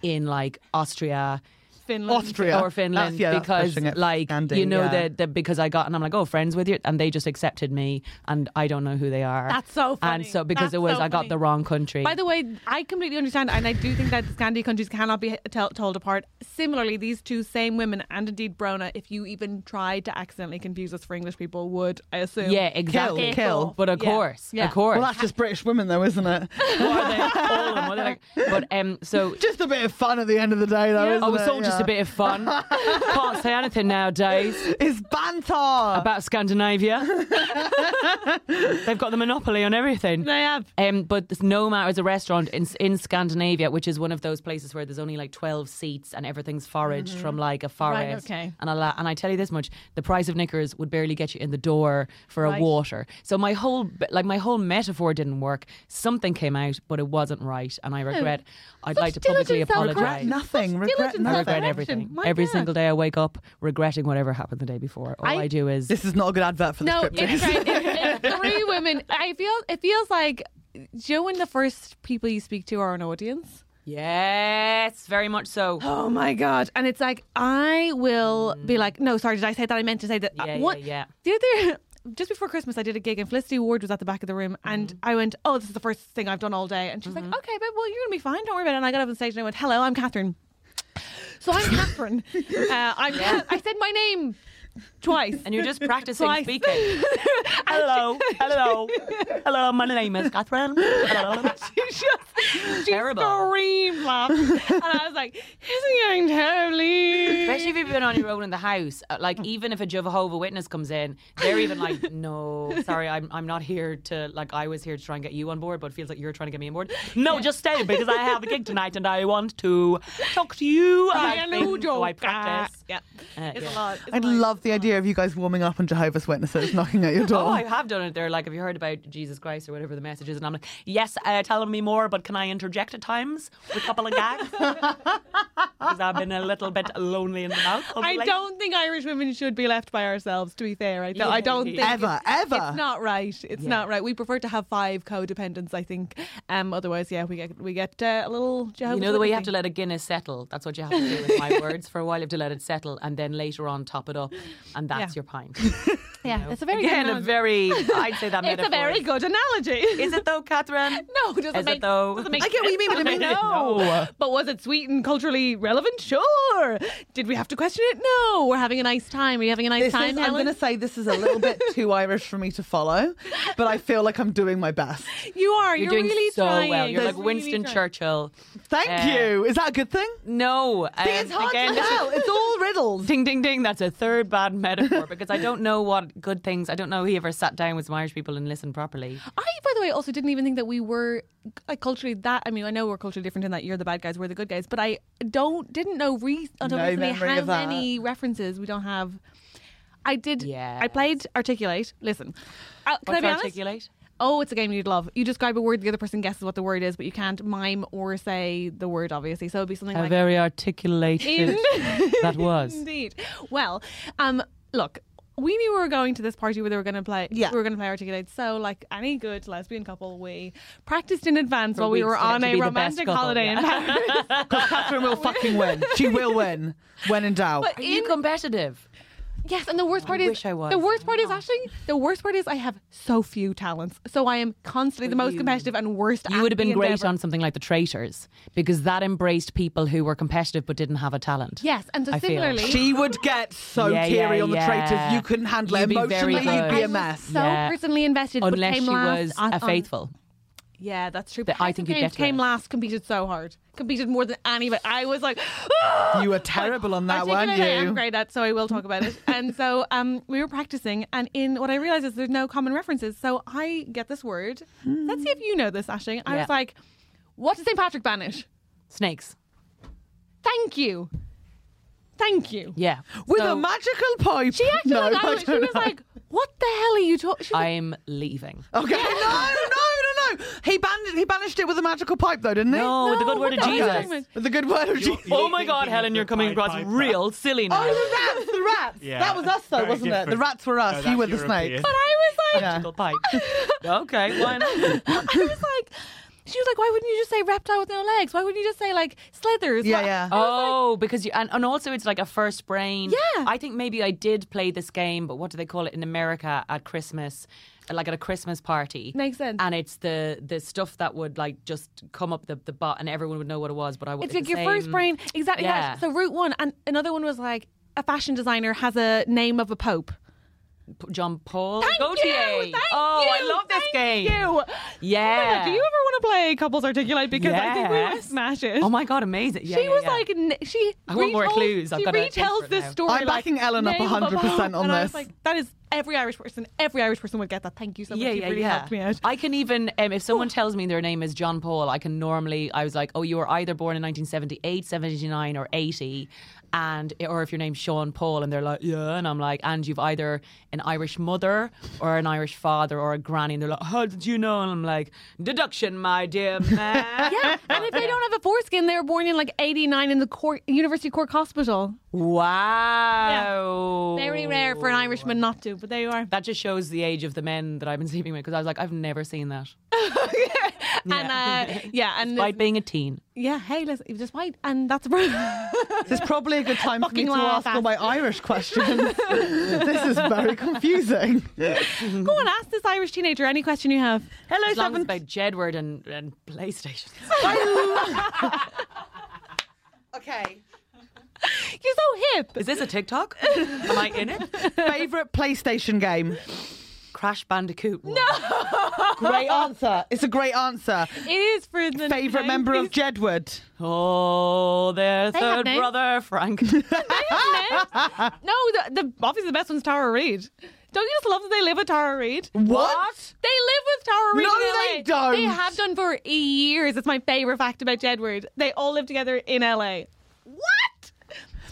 [SPEAKER 4] in like Austria.
[SPEAKER 2] Finland.
[SPEAKER 1] Austria
[SPEAKER 4] Or Finland
[SPEAKER 1] That's- yeah, that's
[SPEAKER 4] because,
[SPEAKER 1] pushing it.
[SPEAKER 4] like,
[SPEAKER 1] Scandi,
[SPEAKER 4] you know
[SPEAKER 1] yeah.
[SPEAKER 4] that that because I got and I'm like, oh, friends with you, and they just accepted me, and I don't know who they are.
[SPEAKER 2] That's so funny.
[SPEAKER 4] And so because
[SPEAKER 2] That's
[SPEAKER 4] it was,
[SPEAKER 2] so
[SPEAKER 4] I got
[SPEAKER 2] funny.
[SPEAKER 4] the wrong country.
[SPEAKER 2] By the way, I completely understand, and I do think that the Scandi countries cannot be tell told apart. Similarly, these two same women, and indeed Brona, if you even tried to accidentally confuse us for English people, would I assume?
[SPEAKER 4] yeah, exactly.
[SPEAKER 1] Kill, kill.
[SPEAKER 4] But of
[SPEAKER 2] Yeah.
[SPEAKER 4] course,
[SPEAKER 2] Yeah.
[SPEAKER 4] of course.
[SPEAKER 1] Well, that's just British women, though, isn't it?
[SPEAKER 4] What are they? All of them, what are they? But um, so
[SPEAKER 1] Just a bit of fun at the end of the day, though.
[SPEAKER 4] I
[SPEAKER 1] isn't
[SPEAKER 4] was
[SPEAKER 1] it?
[SPEAKER 4] all Oh, just a
[SPEAKER 1] Yeah.
[SPEAKER 4] bit of fun. Can't say anything nowadays
[SPEAKER 1] It's banter.
[SPEAKER 4] about Scandinavia. They've got the monopoly on everything.
[SPEAKER 2] They have.
[SPEAKER 4] Um, but this Noma is a restaurant in in Scandinavia, which is one of those places where there's only like twelve seats and everything's foraged from like a forest.
[SPEAKER 2] Mm-hmm. okay.
[SPEAKER 4] And I la- and I tell you this much: the price of knickers would barely get you in the door for a water. So my whole b- like my whole metaphor didn't work. Something came out, but it wasn't right, and I regret. I'd
[SPEAKER 2] Such
[SPEAKER 4] like to publicly
[SPEAKER 2] diligent self-correct-
[SPEAKER 4] apologise.
[SPEAKER 1] Regret nothing,
[SPEAKER 2] such
[SPEAKER 1] regret
[SPEAKER 2] diligent
[SPEAKER 1] nothing.
[SPEAKER 4] I regret
[SPEAKER 2] self-correction.
[SPEAKER 4] everything.
[SPEAKER 2] My
[SPEAKER 4] Every
[SPEAKER 2] God.
[SPEAKER 4] single day I wake up regretting whatever happened the day before. All I,
[SPEAKER 2] I-
[SPEAKER 4] do is
[SPEAKER 1] This is not a good advert for the
[SPEAKER 2] No,
[SPEAKER 1] script.
[SPEAKER 2] it's right. It's, it's three women. I feel it feels like Joe and the first people you speak to are an audience.
[SPEAKER 4] yes, very much so.
[SPEAKER 2] Oh my god! And it's like I will be like, no, sorry, did I say that? I meant to say that. Uh,
[SPEAKER 4] Mm. Yeah, yeah,
[SPEAKER 2] what-
[SPEAKER 4] yeah.
[SPEAKER 2] The other, just before Christmas, I did a gig, and Felicity Ward was at the back of the room,
[SPEAKER 4] Mm-hmm.
[SPEAKER 2] and I went, oh, this is the first thing I've done all day, and she's like, okay, but well, you're gonna be fine, don't worry about it. And I got up on stage and I went, hello, I'm Catherine. So I'm Catherine. uh, I'm. I said my name twice.
[SPEAKER 4] and you're just practicing
[SPEAKER 2] Twice.
[SPEAKER 4] speaking. hello, hello, hello. My name is Catherine. Hello.
[SPEAKER 2] she just she
[SPEAKER 4] Terrible.
[SPEAKER 2] screamed laughed. and I was like, "Isn't going terribly?"
[SPEAKER 4] Especially if you've you've been on your own in the house, uh, like even if a Jehovah Witness comes in, they're even like, no, sorry, I'm I'm not here to like I was here to try and get you on board, but it feels like you're trying to get me on board. No, just stay because I have a gig tonight and I want to talk to you. about
[SPEAKER 2] Hello,
[SPEAKER 4] things, so I
[SPEAKER 2] Joker.
[SPEAKER 4] practice.
[SPEAKER 2] Yeah.
[SPEAKER 4] Uh,
[SPEAKER 2] It's
[SPEAKER 4] yeah.
[SPEAKER 2] a lot.
[SPEAKER 1] I love the idea of you guys warming up on Jehovah's Witnesses knocking at your door.
[SPEAKER 4] Oh, I have done it. They're like, have you heard about Jesus Christ or whatever the message is? And I'm like, yes, uh, tell me more, but can I interject at times with a couple of gags? Because I've been a little bit lonely in the mouth.
[SPEAKER 2] I
[SPEAKER 4] lately.
[SPEAKER 2] don't think Irish women should be left by ourselves. To be fair, I, don't- I don't think
[SPEAKER 1] Ever, ever.
[SPEAKER 2] It's not right. It's not right. We prefer to have five codependents. I think. Um, otherwise, yeah, we get we get uh, a little.
[SPEAKER 4] You
[SPEAKER 2] Jehovah's
[SPEAKER 4] know the way you have to
[SPEAKER 2] Witness
[SPEAKER 4] let a Guinness settle. That's what you have to do with my words. For a while, you have to let it settle, and then later on, top it up, and that's
[SPEAKER 2] Yeah.
[SPEAKER 4] your pint.
[SPEAKER 2] thing. Yeah, it's a very
[SPEAKER 4] Again,
[SPEAKER 2] good.
[SPEAKER 4] a
[SPEAKER 2] analogy.
[SPEAKER 4] very I'd say that
[SPEAKER 2] it's
[SPEAKER 4] metaphor.
[SPEAKER 2] a very good analogy.
[SPEAKER 4] Is it though, Catherine?
[SPEAKER 2] No, it doesn't
[SPEAKER 4] Is
[SPEAKER 2] make
[SPEAKER 4] it though?
[SPEAKER 2] doesn't make
[SPEAKER 1] I get what you mean, but I
[SPEAKER 2] sense.
[SPEAKER 1] mean-
[SPEAKER 2] no.
[SPEAKER 1] No.
[SPEAKER 2] But was it sweet and culturally relevant? Sure. Did we have to question it? No. We're having a nice time. Are you having a nice
[SPEAKER 1] This
[SPEAKER 2] time,
[SPEAKER 1] is, I'm going
[SPEAKER 2] Helen?
[SPEAKER 1] to say this is a little bit too Irish for me to follow, but I feel like I'm doing my best.
[SPEAKER 2] You are. You're,
[SPEAKER 4] You're, doing
[SPEAKER 2] really
[SPEAKER 4] so
[SPEAKER 2] trying.
[SPEAKER 4] well. You're like
[SPEAKER 2] really
[SPEAKER 4] Winston
[SPEAKER 2] trying.
[SPEAKER 4] Churchill.
[SPEAKER 1] Thank
[SPEAKER 4] Uh,
[SPEAKER 1] you. Is that a good thing?
[SPEAKER 4] No, um,
[SPEAKER 1] it's hard
[SPEAKER 4] again,
[SPEAKER 1] to
[SPEAKER 4] this is-
[SPEAKER 1] tell. It's all riddles.
[SPEAKER 4] Ding ding ding! That's a third bad metaphor because I don't know what good things. I don't know he ever sat down with some Irish people and listened properly.
[SPEAKER 2] I, by the way, also didn't even think that we were like culturally that. I mean, I know we're culturally different in that you're the bad guys, we're the good guys. But I don't didn't know re- until
[SPEAKER 1] No
[SPEAKER 2] recently
[SPEAKER 1] memory
[SPEAKER 2] how
[SPEAKER 1] of that.
[SPEAKER 2] many references we don't have. I did.
[SPEAKER 4] Yes.
[SPEAKER 2] I played articulate. Listen, uh, can I
[SPEAKER 4] What's
[SPEAKER 2] be honest?
[SPEAKER 4] articulate?
[SPEAKER 2] Oh, it's a game you'd love. You describe a word, the other person guesses what the word is, but you can't mime or say the word, obviously. So it'd be something like
[SPEAKER 4] very articulated that was.
[SPEAKER 2] Indeed. Well, um, look, we knew we were going to this party where they were going to play.
[SPEAKER 1] Yeah.
[SPEAKER 2] we were going to play Articulate. So, like any good lesbian couple, we practiced in advance while we
[SPEAKER 4] weeks
[SPEAKER 2] were
[SPEAKER 4] for them
[SPEAKER 2] on
[SPEAKER 4] to
[SPEAKER 2] a
[SPEAKER 4] be the best
[SPEAKER 2] romantic
[SPEAKER 4] couple,
[SPEAKER 2] holiday in Paris.
[SPEAKER 1] Because Catherine will fucking win. She will win when in doubt.
[SPEAKER 2] But
[SPEAKER 4] Are you
[SPEAKER 2] in-
[SPEAKER 4] competitive?
[SPEAKER 2] yes, and the worst part is
[SPEAKER 4] wish I was.
[SPEAKER 2] the worst part is actually the worst part is I have so few talents, so I am constantly the most competitive and worst.
[SPEAKER 4] You
[SPEAKER 2] at
[SPEAKER 4] would have been
[SPEAKER 2] the
[SPEAKER 4] great
[SPEAKER 2] endeavor.
[SPEAKER 4] on something like The Traitors because that embraced people who were competitive but didn't have a talent.
[SPEAKER 2] Yes, and so
[SPEAKER 4] I feel.
[SPEAKER 2] similarly,
[SPEAKER 1] she would get so
[SPEAKER 4] Yeah, yeah,
[SPEAKER 1] teary on the
[SPEAKER 4] yeah.
[SPEAKER 1] traitors. You couldn't handle
[SPEAKER 4] You'd
[SPEAKER 1] it
[SPEAKER 4] be very
[SPEAKER 1] emotionally. You'd
[SPEAKER 4] good.
[SPEAKER 1] be
[SPEAKER 2] I
[SPEAKER 1] a
[SPEAKER 2] was
[SPEAKER 1] mess.
[SPEAKER 2] So
[SPEAKER 4] Yeah.
[SPEAKER 2] personally invested, but
[SPEAKER 4] Unless
[SPEAKER 2] came
[SPEAKER 4] she
[SPEAKER 2] last
[SPEAKER 4] was
[SPEAKER 2] on-
[SPEAKER 4] a
[SPEAKER 2] on-
[SPEAKER 4] faithful.
[SPEAKER 2] Yeah, that's true.
[SPEAKER 4] That
[SPEAKER 2] But
[SPEAKER 4] I think you'd
[SPEAKER 2] James
[SPEAKER 4] get to
[SPEAKER 2] came
[SPEAKER 4] it.
[SPEAKER 2] last, competed so hard, competed more than anybody. I was like,
[SPEAKER 1] You were terrible on that,
[SPEAKER 2] Articulate
[SPEAKER 1] weren't
[SPEAKER 2] I am
[SPEAKER 1] you?
[SPEAKER 2] great at, so I will talk about it. and so um, we were practicing, and in what I realized is there's no common references. So I get this word. Let's see if you know this, Ashing. I
[SPEAKER 4] Hmm. Yeah.
[SPEAKER 2] was like, what does St. Patrick banish?
[SPEAKER 4] Snakes.
[SPEAKER 2] Thank you. Thank you.
[SPEAKER 4] Yeah.
[SPEAKER 1] With
[SPEAKER 4] So
[SPEAKER 1] a magical pipe.
[SPEAKER 2] She acted
[SPEAKER 1] no,
[SPEAKER 2] like I was,
[SPEAKER 1] I
[SPEAKER 2] she was like, what the hell are you talking?
[SPEAKER 4] I'm leaving.
[SPEAKER 2] Oh,
[SPEAKER 1] Okay. No, no, no, no. He banished, he banished it with a magical pipe, though, didn't he?
[SPEAKER 4] No, Oh, with the good
[SPEAKER 2] what
[SPEAKER 4] word of
[SPEAKER 2] the hell are you
[SPEAKER 4] Jesus.
[SPEAKER 2] talking about?
[SPEAKER 1] With the good word of Jesus.
[SPEAKER 4] Oh my God, Helen, you're coming across real silly now.
[SPEAKER 1] Oh, the rats, the rats.
[SPEAKER 6] Yeah.
[SPEAKER 1] That was us, though,
[SPEAKER 6] Very
[SPEAKER 1] wasn't it? The
[SPEAKER 6] different.
[SPEAKER 1] rats were us.
[SPEAKER 6] No,
[SPEAKER 1] you were
[SPEAKER 6] that's
[SPEAKER 1] the snake.
[SPEAKER 6] European.
[SPEAKER 2] But I was like,
[SPEAKER 1] Yeah.
[SPEAKER 4] Magical pipe. okay, why not?
[SPEAKER 2] I was like, she was like, why wouldn't you just say reptile with no legs? Why wouldn't you just say like slithers?
[SPEAKER 1] Yeah,
[SPEAKER 2] Why-
[SPEAKER 1] yeah.
[SPEAKER 4] Oh, because you and, and also it's like a first brain.
[SPEAKER 2] Yeah.
[SPEAKER 4] I think maybe I did play this game, but what do they call it in America at Christmas? Like at a Christmas party.
[SPEAKER 2] Makes sense.
[SPEAKER 4] And it's the the stuff that would like just come up the, the bot and everyone would know what it was, but I
[SPEAKER 2] It's
[SPEAKER 4] wasn't.
[SPEAKER 2] like your first brain. Exactly. that.
[SPEAKER 4] Oh, Yeah.
[SPEAKER 2] So route one, and another one was like a fashion designer has a name of a pope.
[SPEAKER 4] John Paul
[SPEAKER 2] Thank you.
[SPEAKER 4] Gaultier.
[SPEAKER 2] Thank
[SPEAKER 4] oh,
[SPEAKER 2] you,
[SPEAKER 4] I love this
[SPEAKER 2] thank
[SPEAKER 4] game.
[SPEAKER 2] You. Oh
[SPEAKER 4] Yeah.
[SPEAKER 2] Do you ever want to play couples articulate? Because I think we would
[SPEAKER 4] Yes.
[SPEAKER 2] smash it.
[SPEAKER 4] Oh my god, amazing. Yeah,
[SPEAKER 2] she
[SPEAKER 4] yeah,
[SPEAKER 2] was
[SPEAKER 4] yeah.
[SPEAKER 2] like, n- she.
[SPEAKER 4] I want more
[SPEAKER 2] retold-
[SPEAKER 4] clues. I've
[SPEAKER 2] she
[SPEAKER 4] got a taste for
[SPEAKER 2] retells
[SPEAKER 4] it
[SPEAKER 2] this
[SPEAKER 4] now.
[SPEAKER 2] story.
[SPEAKER 1] I'm
[SPEAKER 2] like,
[SPEAKER 1] backing Ellen up
[SPEAKER 2] name of a
[SPEAKER 1] 100%
[SPEAKER 2] pope.
[SPEAKER 1] on
[SPEAKER 2] and I was
[SPEAKER 1] this.
[SPEAKER 2] like, that is every Irish person. Every Irish person would get that. Thank you so much.
[SPEAKER 4] yeah,
[SPEAKER 2] You've
[SPEAKER 4] yeah,
[SPEAKER 2] really
[SPEAKER 4] yeah.
[SPEAKER 2] helped me out.
[SPEAKER 4] I can even um, if someone tells me their name is John Paul, I can normally I was like, oh, you were either born in 1978, 79, or 80, and or if your name's Sean Paul, and they're like, yeah, and I'm like, and you've either an Irish mother or an Irish father or a granny, and they're like, how did you know? And I'm like, deduction, my dear man.
[SPEAKER 2] yeah, and if they don't have a foreskin, they were born in like '89 in the Cork, University Cork Hospital.
[SPEAKER 4] Wow.
[SPEAKER 2] Very rare for an Irishman not to, but they are.
[SPEAKER 4] That just shows the age of the men that I've been sleeping with because I was like, I've never seen that.
[SPEAKER 2] And uh, yeah, and
[SPEAKER 4] Despite being a teen.
[SPEAKER 2] yeah, hey, listen, despite and that's right.
[SPEAKER 1] This is probably a good time for me
[SPEAKER 2] Fucking
[SPEAKER 1] to
[SPEAKER 2] laugh
[SPEAKER 1] ask all my Irish questions. this is very confusing.
[SPEAKER 2] Go on, ask this Irish teenager any question you have.
[SPEAKER 1] Hello,
[SPEAKER 4] As long as
[SPEAKER 1] seven.
[SPEAKER 4] it's about Jedward and, and PlayStation.
[SPEAKER 1] Okay.
[SPEAKER 2] You're so hip.
[SPEAKER 4] Is this a TikTok? Am I in it?
[SPEAKER 1] Favorite PlayStation game?
[SPEAKER 4] Crash Bandicoot. No,
[SPEAKER 5] Great answer. It's a great answer.
[SPEAKER 2] It is for the
[SPEAKER 5] Favorite member of
[SPEAKER 2] 90s.
[SPEAKER 5] Jedward.
[SPEAKER 4] oh, their
[SPEAKER 2] They had
[SPEAKER 4] third
[SPEAKER 2] names.
[SPEAKER 4] brother Frank.
[SPEAKER 2] No, the, the obviously the best one's Tara Reid. Don't you just love that they live with Tara Reid?
[SPEAKER 5] What?
[SPEAKER 2] They live with Tara Reid.
[SPEAKER 5] No,
[SPEAKER 2] in LA.
[SPEAKER 5] they don't.
[SPEAKER 2] They have done for years. It's my favorite fact about Jedward. They all live together in LA. What?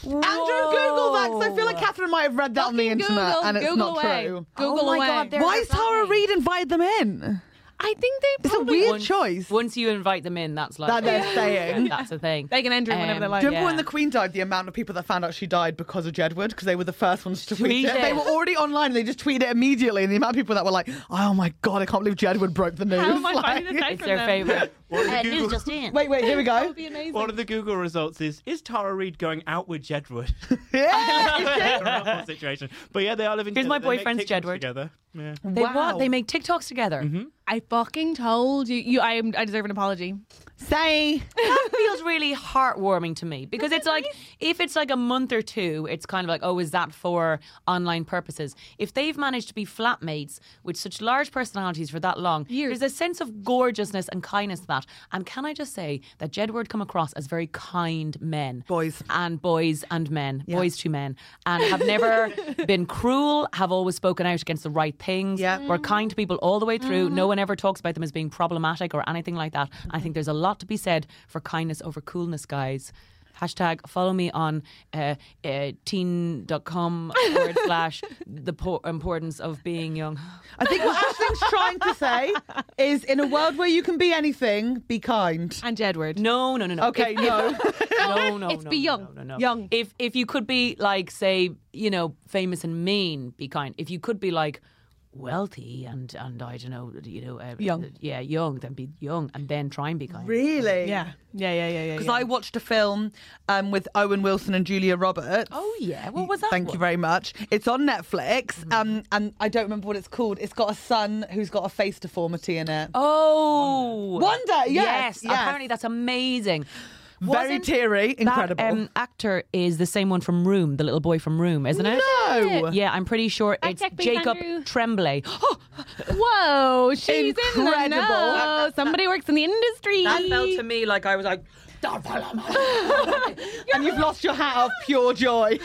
[SPEAKER 5] Andrew, Google that 'cause I feel like Catherine might have read that on the
[SPEAKER 2] Fucking
[SPEAKER 5] internet
[SPEAKER 2] Google,
[SPEAKER 5] and it's
[SPEAKER 2] Google
[SPEAKER 5] not
[SPEAKER 2] away.
[SPEAKER 5] true.
[SPEAKER 2] Google
[SPEAKER 7] Oh my
[SPEAKER 2] away.
[SPEAKER 7] God, they're-
[SPEAKER 5] Why is Tara
[SPEAKER 7] lovely.
[SPEAKER 5] Reid invited them in?
[SPEAKER 2] I think they
[SPEAKER 5] It's a
[SPEAKER 2] probably
[SPEAKER 5] weird
[SPEAKER 4] Once-
[SPEAKER 5] choice.
[SPEAKER 4] Once you invite them in, that's like
[SPEAKER 5] That they're staying.
[SPEAKER 4] That's the thing. Um,
[SPEAKER 2] They can enter in whenever they like.
[SPEAKER 5] Do you remember when
[SPEAKER 4] yeah.
[SPEAKER 5] the Queen died? The amount of people that found out she died because of Jedward, because they were the first ones to tweet,
[SPEAKER 4] Tweet
[SPEAKER 5] it.
[SPEAKER 4] it.
[SPEAKER 5] They were already online and they just tweeted it immediately. And the amount of people that were like, "Oh my god, I can't believe Jedward broke the news."
[SPEAKER 2] How am I
[SPEAKER 5] Like-
[SPEAKER 2] finding this out
[SPEAKER 4] It's
[SPEAKER 2] from
[SPEAKER 4] their
[SPEAKER 2] them?
[SPEAKER 4] favorite.
[SPEAKER 6] One of, the
[SPEAKER 7] news
[SPEAKER 6] Google,
[SPEAKER 7] just in.
[SPEAKER 5] Wait, wait, here we
[SPEAKER 2] That
[SPEAKER 5] go.
[SPEAKER 2] would be amazing.
[SPEAKER 6] one of the Google results is Is Tara Reid going out with Jedward?
[SPEAKER 5] Yeah.
[SPEAKER 6] Awful situation. But yeah, they are living
[SPEAKER 4] Here's
[SPEAKER 6] together.
[SPEAKER 4] my
[SPEAKER 6] They make
[SPEAKER 4] boyfriend's
[SPEAKER 6] TikToks
[SPEAKER 4] Jedward.
[SPEAKER 6] Together. Yeah.
[SPEAKER 4] They
[SPEAKER 5] Wow.
[SPEAKER 4] what? They make TikToks together.
[SPEAKER 2] I fucking told you. You, I am. I deserve an apology.
[SPEAKER 5] Say,
[SPEAKER 4] That feels really heartwarming to me because it's like if it's like a month or two, it's kind of like, oh, is that for online purposes? If they've managed to be flatmates with such large personalities for that long,
[SPEAKER 2] Years.
[SPEAKER 4] there's a sense of gorgeousness and kindness to that. And can I just say that Jedward come across as very kind men,
[SPEAKER 5] Boys.
[SPEAKER 4] and boys and men, boys to men, and have never been cruel. Have always spoken out against the right things.
[SPEAKER 5] Yeah.
[SPEAKER 4] were
[SPEAKER 2] Mm.
[SPEAKER 4] kind to people all the way through. No one ever talks about them as being problematic or anything like that. I think there's a lot to be said for kindness over coolness, guys. Hashtag follow me on uh, uh, teen.com forward slash the po- importance of being young.
[SPEAKER 5] I think what Ashling's trying to say is, in a world where you can be anything, be kind.
[SPEAKER 2] And Jedward.
[SPEAKER 4] No, no, no, no.
[SPEAKER 5] Okay,
[SPEAKER 4] If-
[SPEAKER 5] no.
[SPEAKER 4] no, no,
[SPEAKER 2] It's
[SPEAKER 4] no,
[SPEAKER 2] be
[SPEAKER 4] no,
[SPEAKER 2] young.
[SPEAKER 4] no, no, no.
[SPEAKER 2] Young.
[SPEAKER 4] If if you could be like, say, you know, famous and mean, be kind. If you could be like wealthy and and I don't know, you know, uh,
[SPEAKER 2] Young.
[SPEAKER 4] yeah, young, then be young and then try and be kind.
[SPEAKER 5] Really?
[SPEAKER 2] Yeah. Yeah. Yeah. Yeah. Yeah.
[SPEAKER 5] Because
[SPEAKER 2] yeah.
[SPEAKER 5] I watched a film um, with Owen Wilson and Julia Roberts.
[SPEAKER 4] Oh yeah, what was that?
[SPEAKER 5] Thank you
[SPEAKER 4] one?
[SPEAKER 5] very much. It's on Netflix, um, and I don't remember what it's called. It's got a son who's got a face deformity in it.
[SPEAKER 4] Oh,
[SPEAKER 5] Wonder. Wonder, yes, yes.
[SPEAKER 4] Apparently, that's amazing.
[SPEAKER 5] Very
[SPEAKER 4] Wasn't
[SPEAKER 5] teary,
[SPEAKER 4] that,
[SPEAKER 5] incredible.
[SPEAKER 4] um, actor is the same one from Room, the little boy from Room, isn't it?
[SPEAKER 5] no,
[SPEAKER 4] Yeah, I'm pretty sure
[SPEAKER 2] Fact
[SPEAKER 4] it's
[SPEAKER 2] check, please,
[SPEAKER 4] Jacob
[SPEAKER 2] Andrew.
[SPEAKER 4] Tremblay. Oh,
[SPEAKER 2] Whoa, she's in the
[SPEAKER 5] Incredible.
[SPEAKER 2] know. Somebody works in the industry.
[SPEAKER 4] that felt to me like I was like,
[SPEAKER 5] and you've lost your hat of pure joy.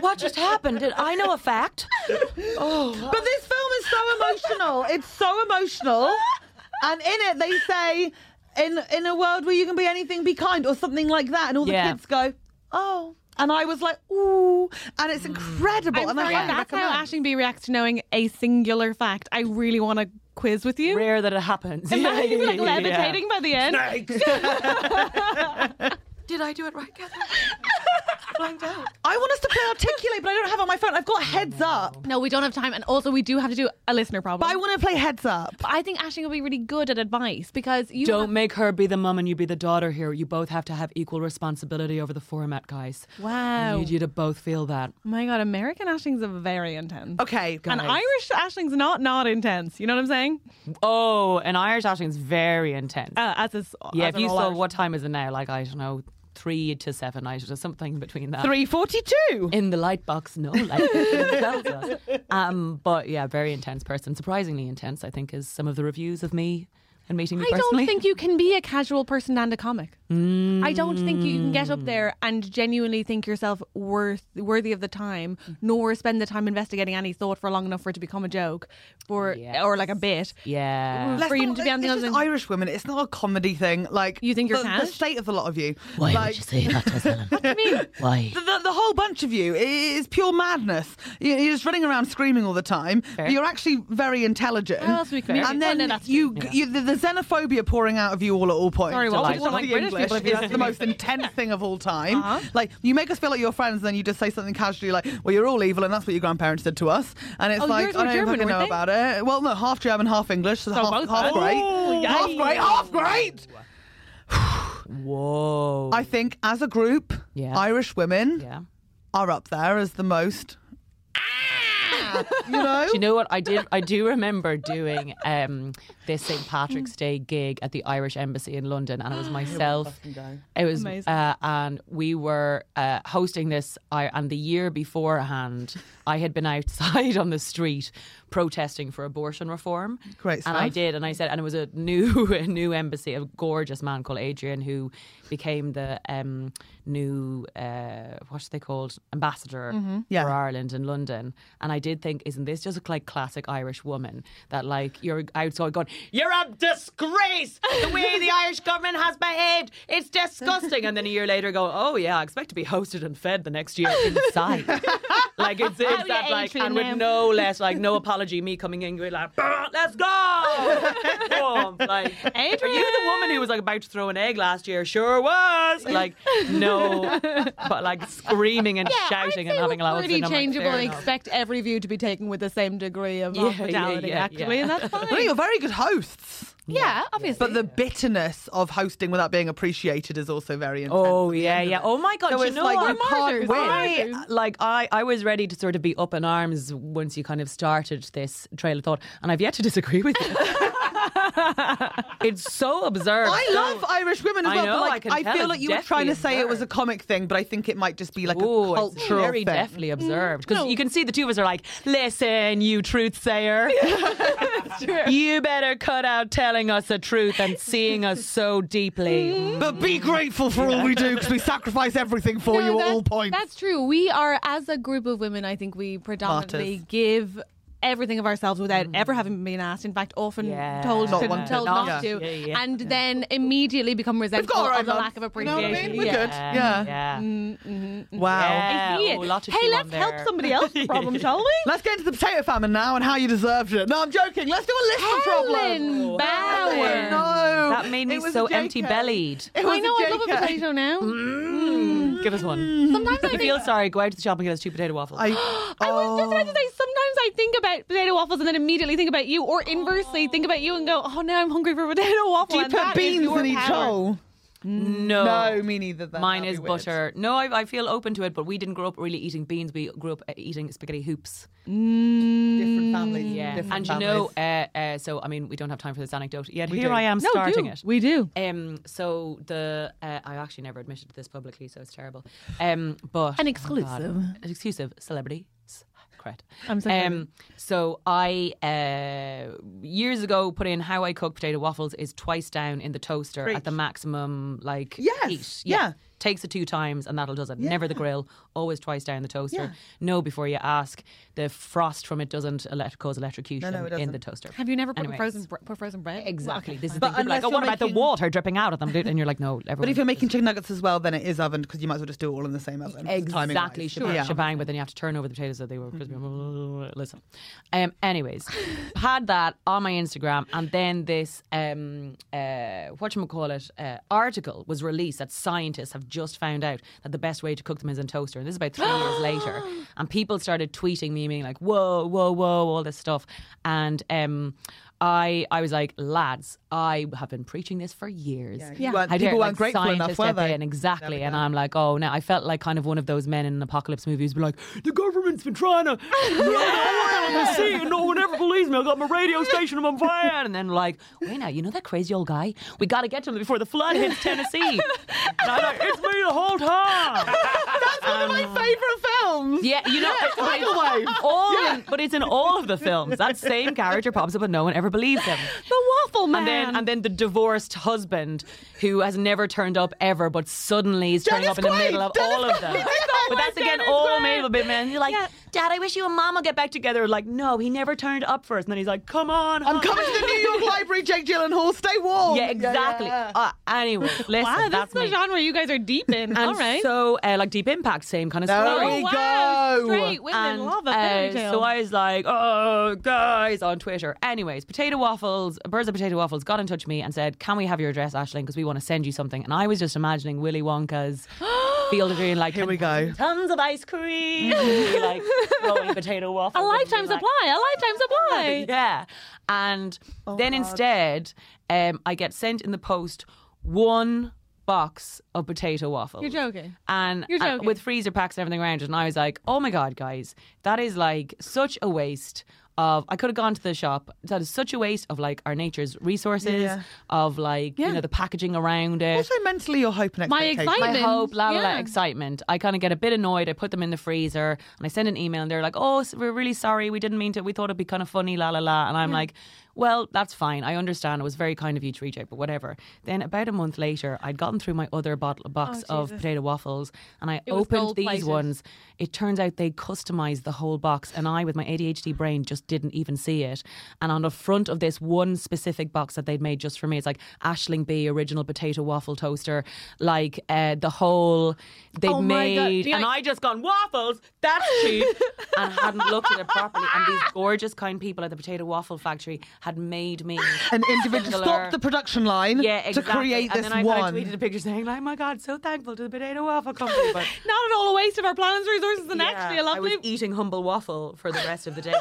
[SPEAKER 4] what just happened? Did I know a fact?
[SPEAKER 5] But this film is so emotional. It's so emotional. And in it, they say, in in a world where you can be anything, be kind, or something like that. And all the
[SPEAKER 4] Yeah.
[SPEAKER 5] kids go, oh. And I was like, ooh. And it's incredible.
[SPEAKER 2] I'm
[SPEAKER 5] and
[SPEAKER 2] sorry,
[SPEAKER 5] I highly
[SPEAKER 2] that's
[SPEAKER 5] recommend.
[SPEAKER 2] how Ashingby reacts to knowing a singular fact. I really want to quiz with you.
[SPEAKER 4] Rare that it happens.
[SPEAKER 2] Imagine you're, like levitating by the end.
[SPEAKER 4] Did I do it right, Catherine? Blind out.
[SPEAKER 5] I want us to play Articulate, but I don't have it on my phone. I've got Heads Up.
[SPEAKER 2] No, we don't have time, and also we do have to do a listener problem.
[SPEAKER 5] But I want to play Heads Up.
[SPEAKER 2] But I think Ashing will be really good at advice because you
[SPEAKER 4] Don't make her be the mum and you be the daughter here. You both have to have equal responsibility over the format, guys. I
[SPEAKER 2] Wow.
[SPEAKER 4] need you to both feel that.
[SPEAKER 2] Oh my god, American Ashling's are very intense.
[SPEAKER 5] Okay, guys.
[SPEAKER 2] And Irish Ashling's not not intense. You know what I'm saying?
[SPEAKER 4] Oh, an Irish acting is very intense.
[SPEAKER 2] Uh, as is
[SPEAKER 4] yeah,
[SPEAKER 2] as
[SPEAKER 4] if you
[SPEAKER 2] are all
[SPEAKER 4] saw
[SPEAKER 2] Irish.
[SPEAKER 4] what time is it now, like I don't know, three to seven, I should something between that.
[SPEAKER 5] 342.
[SPEAKER 4] in the light box, no light. tells us. um, but yeah, very intense person. Surprisingly intense, I think, is some of the reviews of me and meeting me
[SPEAKER 2] I don't
[SPEAKER 4] personally.
[SPEAKER 2] think you can be a casual person and a comic. I don't think you can
[SPEAKER 4] Mm.
[SPEAKER 2] get up there and genuinely think yourself worth worthy of the time,
[SPEAKER 4] Mm.
[SPEAKER 2] nor spend the time investigating any thought for long enough for it to become a joke, for or like a bit.
[SPEAKER 4] Yeah.
[SPEAKER 2] For you to be on the
[SPEAKER 5] it's
[SPEAKER 2] other
[SPEAKER 5] just
[SPEAKER 2] end.
[SPEAKER 5] Irish women. It's not a comedy thing. Like
[SPEAKER 2] You think you're
[SPEAKER 5] the, the
[SPEAKER 2] cash?
[SPEAKER 5] state of a lot of you.
[SPEAKER 8] Why
[SPEAKER 5] like,
[SPEAKER 8] would you say that to them? what do you mean? Why?
[SPEAKER 5] The, the, the whole bunch of you i- is pure madness. You- You're just running around screaming all the time. But you're actually very intelligent.
[SPEAKER 2] How else we can be?
[SPEAKER 5] and then
[SPEAKER 2] Oh, no, that's
[SPEAKER 5] you, you the, the xenophobia pouring out of you all at all points.
[SPEAKER 2] Sorry, what
[SPEAKER 5] Towards
[SPEAKER 4] was it like
[SPEAKER 5] the
[SPEAKER 2] British
[SPEAKER 5] English
[SPEAKER 2] people if you
[SPEAKER 5] is the most intense thing of all time.
[SPEAKER 2] Uh-huh.
[SPEAKER 5] Like you make us feel like your friends, and then you just say something casually like, "Well, you're all evil," and that's what your grandparents did to us. And it's
[SPEAKER 2] Oh,
[SPEAKER 5] like
[SPEAKER 2] yours
[SPEAKER 5] I
[SPEAKER 2] were
[SPEAKER 5] don't
[SPEAKER 2] German,
[SPEAKER 5] fucking know
[SPEAKER 2] weren't
[SPEAKER 5] about it. Well, no, half German, half English, so, half,
[SPEAKER 2] both
[SPEAKER 5] half
[SPEAKER 2] of us.
[SPEAKER 5] great,
[SPEAKER 2] Ooh,
[SPEAKER 5] half
[SPEAKER 2] yikes.
[SPEAKER 5] great, half great.
[SPEAKER 4] Whoa.
[SPEAKER 5] I think as a group,
[SPEAKER 4] Yeah.
[SPEAKER 5] Irish women
[SPEAKER 4] yeah.
[SPEAKER 5] are up there as the most
[SPEAKER 1] yeah, you know.
[SPEAKER 4] Do you know what I did? I do remember doing um, this St Patrick's Day gig at the Irish Embassy in London, and it was myself. It was, uh, and we were uh, hosting this. I, and the year beforehand, I had been outside on the street protesting for abortion reform.
[SPEAKER 1] Great
[SPEAKER 4] And I
[SPEAKER 1] stuff.
[SPEAKER 4] did, and I said, and it was a new, a new embassy, a gorgeous man called Adrian who became the um, new, uh, what's they called, ambassador
[SPEAKER 1] Yeah.
[SPEAKER 4] for Ireland in London, and I did think, isn't this just like classic Irish woman that like you're outside going, you're a disgrace the way the Irish government has behaved, it's disgusting, and then a year later go, oh yeah, I expect to be hosted and fed the next year inside, like it's, it's
[SPEAKER 2] yeah,
[SPEAKER 4] that like
[SPEAKER 2] Adrian
[SPEAKER 4] and
[SPEAKER 2] now.
[SPEAKER 4] with no less like no apology, me coming in going like, "Bah, let's go, Boom, like are you the woman who was like about to throw an egg last year? Sure was, like no, but like screaming and shouting
[SPEAKER 2] I'd
[SPEAKER 4] and
[SPEAKER 2] say
[SPEAKER 4] having
[SPEAKER 2] we're
[SPEAKER 4] a loud
[SPEAKER 2] pretty changeable and
[SPEAKER 4] Like,
[SPEAKER 2] expect every view to be taken with the same degree of
[SPEAKER 4] Yeah, yeah,
[SPEAKER 2] hospitality,
[SPEAKER 4] yeah,
[SPEAKER 2] actually,
[SPEAKER 4] yeah.
[SPEAKER 2] and that's fine.
[SPEAKER 1] I think you're very good hosts,
[SPEAKER 2] yeah, obviously.
[SPEAKER 1] but the bitterness of hosting without being appreciated is also very intense.
[SPEAKER 4] oh yeah, yeah. Oh my god,
[SPEAKER 1] So
[SPEAKER 4] do you
[SPEAKER 1] it's
[SPEAKER 4] know
[SPEAKER 1] like
[SPEAKER 4] what?
[SPEAKER 1] you can't win.
[SPEAKER 4] I, like I, I was ready to sort of be up in arms once you kind of started this trail of thought, and I've yet to disagree with you. it's so absurd.
[SPEAKER 1] I love Irish women as
[SPEAKER 4] I
[SPEAKER 1] well.
[SPEAKER 4] know,
[SPEAKER 1] but
[SPEAKER 4] I
[SPEAKER 1] like,
[SPEAKER 4] can
[SPEAKER 1] I,
[SPEAKER 4] tell
[SPEAKER 1] feel
[SPEAKER 4] it's
[SPEAKER 1] like you were
[SPEAKER 4] definitely
[SPEAKER 1] trying to say it was a
[SPEAKER 4] observed.
[SPEAKER 1] comic thing, but I think it might just be like
[SPEAKER 4] Ooh,
[SPEAKER 1] a
[SPEAKER 4] it's
[SPEAKER 1] cultural
[SPEAKER 4] very
[SPEAKER 1] thing. Mm.
[SPEAKER 4] deftly observed because you can see the two of us are like, "Listen, you truth sayer, you better cut out telling us the truth and seeing us so
[SPEAKER 1] Mm-hmm.
[SPEAKER 4] deeply." Mm.
[SPEAKER 1] But be grateful for all we do because we sacrifice everything for
[SPEAKER 2] No,
[SPEAKER 1] you at
[SPEAKER 2] that's-
[SPEAKER 1] all points.
[SPEAKER 2] That's true. We are, as a group of women, I think we predominantly
[SPEAKER 1] Martyrs.
[SPEAKER 2] give everything of ourselves without ever having been asked. In fact, often
[SPEAKER 4] Mm. Yeah.
[SPEAKER 2] told
[SPEAKER 4] Not
[SPEAKER 2] to,
[SPEAKER 1] wanted,
[SPEAKER 2] told
[SPEAKER 1] not-
[SPEAKER 2] not
[SPEAKER 4] yeah.
[SPEAKER 2] to,
[SPEAKER 4] Yeah, yeah,
[SPEAKER 2] and then immediately become resentful
[SPEAKER 1] our own
[SPEAKER 2] of the
[SPEAKER 1] love.
[SPEAKER 2] lack of
[SPEAKER 1] You know what I mean?
[SPEAKER 2] appreciation.
[SPEAKER 1] We're good. Yeah. Mm-hmm,
[SPEAKER 4] yeah.
[SPEAKER 1] wow.
[SPEAKER 4] Yeah.
[SPEAKER 2] I see it.
[SPEAKER 4] Oh, lot to
[SPEAKER 2] hey,
[SPEAKER 4] chew
[SPEAKER 2] let's
[SPEAKER 4] on
[SPEAKER 2] help
[SPEAKER 4] there.
[SPEAKER 2] somebody else's problem, shall we?
[SPEAKER 1] Let's get into the potato famine now and how you deserved it. No, I'm joking. Let's do a list of problems.
[SPEAKER 2] Helen Bauer.
[SPEAKER 1] No,
[SPEAKER 4] That made me
[SPEAKER 1] It was
[SPEAKER 4] so
[SPEAKER 1] a JK.
[SPEAKER 4] empty-bellied.
[SPEAKER 1] It was
[SPEAKER 2] I know.
[SPEAKER 1] a Mm.
[SPEAKER 2] I love a
[SPEAKER 1] JK.
[SPEAKER 2] potato now.
[SPEAKER 4] Mm. Give us one.
[SPEAKER 2] Sometimes I
[SPEAKER 4] I
[SPEAKER 2] think
[SPEAKER 4] feel sorry. Go out to the shop and get us two potato waffles.
[SPEAKER 1] Mm. I, Oh.
[SPEAKER 2] I was just
[SPEAKER 4] Oh.
[SPEAKER 2] about to say, sometimes I think about potato waffles and then immediately think about you, or inversely think about you and go, oh, now I'm hungry for a potato waffle.
[SPEAKER 1] do you
[SPEAKER 2] and that
[SPEAKER 1] put
[SPEAKER 2] is
[SPEAKER 1] beans
[SPEAKER 2] your
[SPEAKER 1] in each
[SPEAKER 2] power.
[SPEAKER 1] hole?
[SPEAKER 4] no.
[SPEAKER 1] No, me neither. Then.
[SPEAKER 4] Mine
[SPEAKER 1] That'd
[SPEAKER 4] is
[SPEAKER 1] be weird.
[SPEAKER 4] butter. No, I, I feel open to it, but we didn't grow up really eating beans. We grew up uh, eating spaghetti hoops.
[SPEAKER 1] Different families. Different
[SPEAKER 4] and
[SPEAKER 1] families.
[SPEAKER 4] you know, uh, uh, so I mean, we don't have time for this anecdote yet. Here
[SPEAKER 1] do.
[SPEAKER 4] I am
[SPEAKER 2] No,
[SPEAKER 4] starting
[SPEAKER 2] do.
[SPEAKER 4] it.
[SPEAKER 2] We do.
[SPEAKER 4] Um, so the uh, I actually never admitted to this publicly, so it's terrible. Um, but
[SPEAKER 2] An
[SPEAKER 4] oh, God.
[SPEAKER 2] exclusive.
[SPEAKER 4] An exclusive celebrity. S- Cred.
[SPEAKER 2] I'm so sorry.
[SPEAKER 4] um, so I uh, years ago put in how I cook potato waffles is twice down in the toaster at the maximum like
[SPEAKER 1] Yes,
[SPEAKER 4] heat.
[SPEAKER 1] yeah.
[SPEAKER 4] Takes it two times and that'll does it. Never the grill, always twice down the toaster.
[SPEAKER 1] Yeah.
[SPEAKER 4] No before you ask. The frost from it doesn't elect- cause electrocution
[SPEAKER 1] no, it
[SPEAKER 4] in
[SPEAKER 1] doesn't.
[SPEAKER 4] the toaster.
[SPEAKER 2] Have you never put
[SPEAKER 4] Anyways.
[SPEAKER 2] frozen bre- put frozen bread?
[SPEAKER 4] Exactly. This is
[SPEAKER 1] But
[SPEAKER 4] the thing. People are
[SPEAKER 1] unless
[SPEAKER 4] like, oh,
[SPEAKER 1] you're
[SPEAKER 4] what about the
[SPEAKER 1] making-
[SPEAKER 4] water dripping out of them? And you're like, no.
[SPEAKER 1] But
[SPEAKER 4] everyone
[SPEAKER 1] if you're making
[SPEAKER 4] does
[SPEAKER 1] chicken
[SPEAKER 4] it.
[SPEAKER 1] nuggets as well, then it is oven because you might as well just do it all in the same oven. timing-wise.
[SPEAKER 4] exactly shebang, shebang, but then you have to turn over the potatoes so they were crispy.
[SPEAKER 1] Mm-hmm.
[SPEAKER 4] Listen. Um, anyways, had that on my Instagram, and then this um, uh, what you call it uh, article was released that scientists have just found out that the best way to cook them is in toaster, and this is about three years later, and people started tweeting me, meaning like, whoa, whoa, whoa, all this stuff, and. Um, I, I was like, lads, I have been preaching this for years.
[SPEAKER 1] you Yeah. weren't-
[SPEAKER 4] How dare,
[SPEAKER 1] people weren't
[SPEAKER 4] like,
[SPEAKER 1] grateful enough,
[SPEAKER 4] scientists
[SPEAKER 1] were
[SPEAKER 4] step
[SPEAKER 1] they?
[SPEAKER 4] in, Exactly. And I'm like, oh, now I felt like kind of one of those men in an apocalypse movie who's been like, the government's been trying to blow the oil in the sea and no one ever believes me. I've got my radio station, I'm on fire. And then, like, wait now, you know that crazy old guy? We got to get to him before the flood hits Tennessee. And I'm like, it's me the whole time.
[SPEAKER 1] That's one of my favourite films.
[SPEAKER 4] Yeah, you know, it's, but it's all in, but it's in all of the films. That same character pops up, but no one ever believes him.
[SPEAKER 2] The waffle man.
[SPEAKER 4] And then, and then the divorced husband who has never turned up ever, but suddenly is turning
[SPEAKER 1] Dennis
[SPEAKER 4] up in the
[SPEAKER 1] Quaid!
[SPEAKER 4] middle of
[SPEAKER 1] Dennis
[SPEAKER 4] all of them.
[SPEAKER 1] Quaid! Oh
[SPEAKER 4] but
[SPEAKER 1] my
[SPEAKER 4] that's again
[SPEAKER 1] Dennis
[SPEAKER 4] all
[SPEAKER 1] Quaid!
[SPEAKER 4] made of a bit, man. You're like, Dad, I wish you and Mom will get back together. Like, no, he never turned up for us. And then he's like, Come on,
[SPEAKER 1] I'm
[SPEAKER 4] hon."
[SPEAKER 1] coming to the New York Library, Jake Gyllenhaal. Stay warm.
[SPEAKER 4] Yeah, exactly. Uh, anyway, listen,
[SPEAKER 2] wow, this
[SPEAKER 4] that's
[SPEAKER 2] is the
[SPEAKER 4] me.
[SPEAKER 2] genre you guys are deep in.
[SPEAKER 4] And
[SPEAKER 2] All right. Oh,
[SPEAKER 4] so, uh, like Deep Impact, same kind of
[SPEAKER 1] There
[SPEAKER 4] story.
[SPEAKER 1] we
[SPEAKER 2] wow,
[SPEAKER 1] go.
[SPEAKER 2] Straight women
[SPEAKER 4] And,
[SPEAKER 2] love a
[SPEAKER 4] uh,
[SPEAKER 2] fairy tale.
[SPEAKER 4] so I was like, oh, guys, on Twitter. Anyways, Potato Waffles, Birds of Potato Waffles got in touch with me and said, can we have your address, Ashling, because we want to send you something. And I was just imagining Willy Wonka's field of dream, like,
[SPEAKER 1] Here we go.
[SPEAKER 4] tons of ice cream, like, rolling potato
[SPEAKER 2] a
[SPEAKER 4] waffles.
[SPEAKER 2] lifetime
[SPEAKER 4] and like-
[SPEAKER 2] supply. A lifetime supply.
[SPEAKER 4] yeah.
[SPEAKER 2] Oh,
[SPEAKER 4] And then instead, um, I get sent in the post one box of potato waffles.
[SPEAKER 2] You're joking.
[SPEAKER 4] And,
[SPEAKER 2] You're
[SPEAKER 4] and
[SPEAKER 2] joking.
[SPEAKER 4] with freezer packs and everything around it. And I was like, oh my God, guys, that is like such a waste of. I could have gone to the shop. That is such a waste of like our nature's resources,
[SPEAKER 5] Yeah.
[SPEAKER 4] of like, you
[SPEAKER 2] Yeah.
[SPEAKER 4] know, the packaging around it.
[SPEAKER 5] Also, mentally, your hope and
[SPEAKER 2] My
[SPEAKER 5] expectation.
[SPEAKER 2] excitement.
[SPEAKER 4] I hope, la la la,
[SPEAKER 2] Yeah.
[SPEAKER 4] excitement. I kind of get a bit annoyed. I put them in the freezer and I send an email and they're like, oh, s- we're really sorry. We didn't mean to. We thought it'd be kind of funny, la la la. And I'm like, well, that's fine. I understand. It was very kind of you to reach out, but whatever. Then about a month later, I'd gotten through my other bottle, box of potato waffles and I
[SPEAKER 2] Oh, was
[SPEAKER 4] opened these
[SPEAKER 2] gold-plated.
[SPEAKER 4] ones. It turns out they customized the whole box and I, with my ADHD brain, just didn't even see it. And on the front of this one specific box that they'd made just for me, it's like Ashling B original potato waffle toaster, like uh, the whole they'd
[SPEAKER 2] Oh my
[SPEAKER 4] made.
[SPEAKER 2] God, do you
[SPEAKER 4] And
[SPEAKER 2] know-
[SPEAKER 4] I just gone, waffles, that's cheap. and hadn't looked at it properly. And these gorgeous, kind people at the potato waffle factory had made me
[SPEAKER 5] An individual.
[SPEAKER 4] singular-
[SPEAKER 5] Stop the production line
[SPEAKER 4] yeah, exactly.
[SPEAKER 5] to create
[SPEAKER 4] and
[SPEAKER 5] this
[SPEAKER 4] then I
[SPEAKER 5] one.
[SPEAKER 4] kind of tweeted a picture saying, like, "Oh my God, so thankful to the potato waffle company." But
[SPEAKER 2] Not at all a waste of our planet's resources and actually a
[SPEAKER 4] I was
[SPEAKER 2] lovely.
[SPEAKER 4] eating humble waffle for the rest of the day.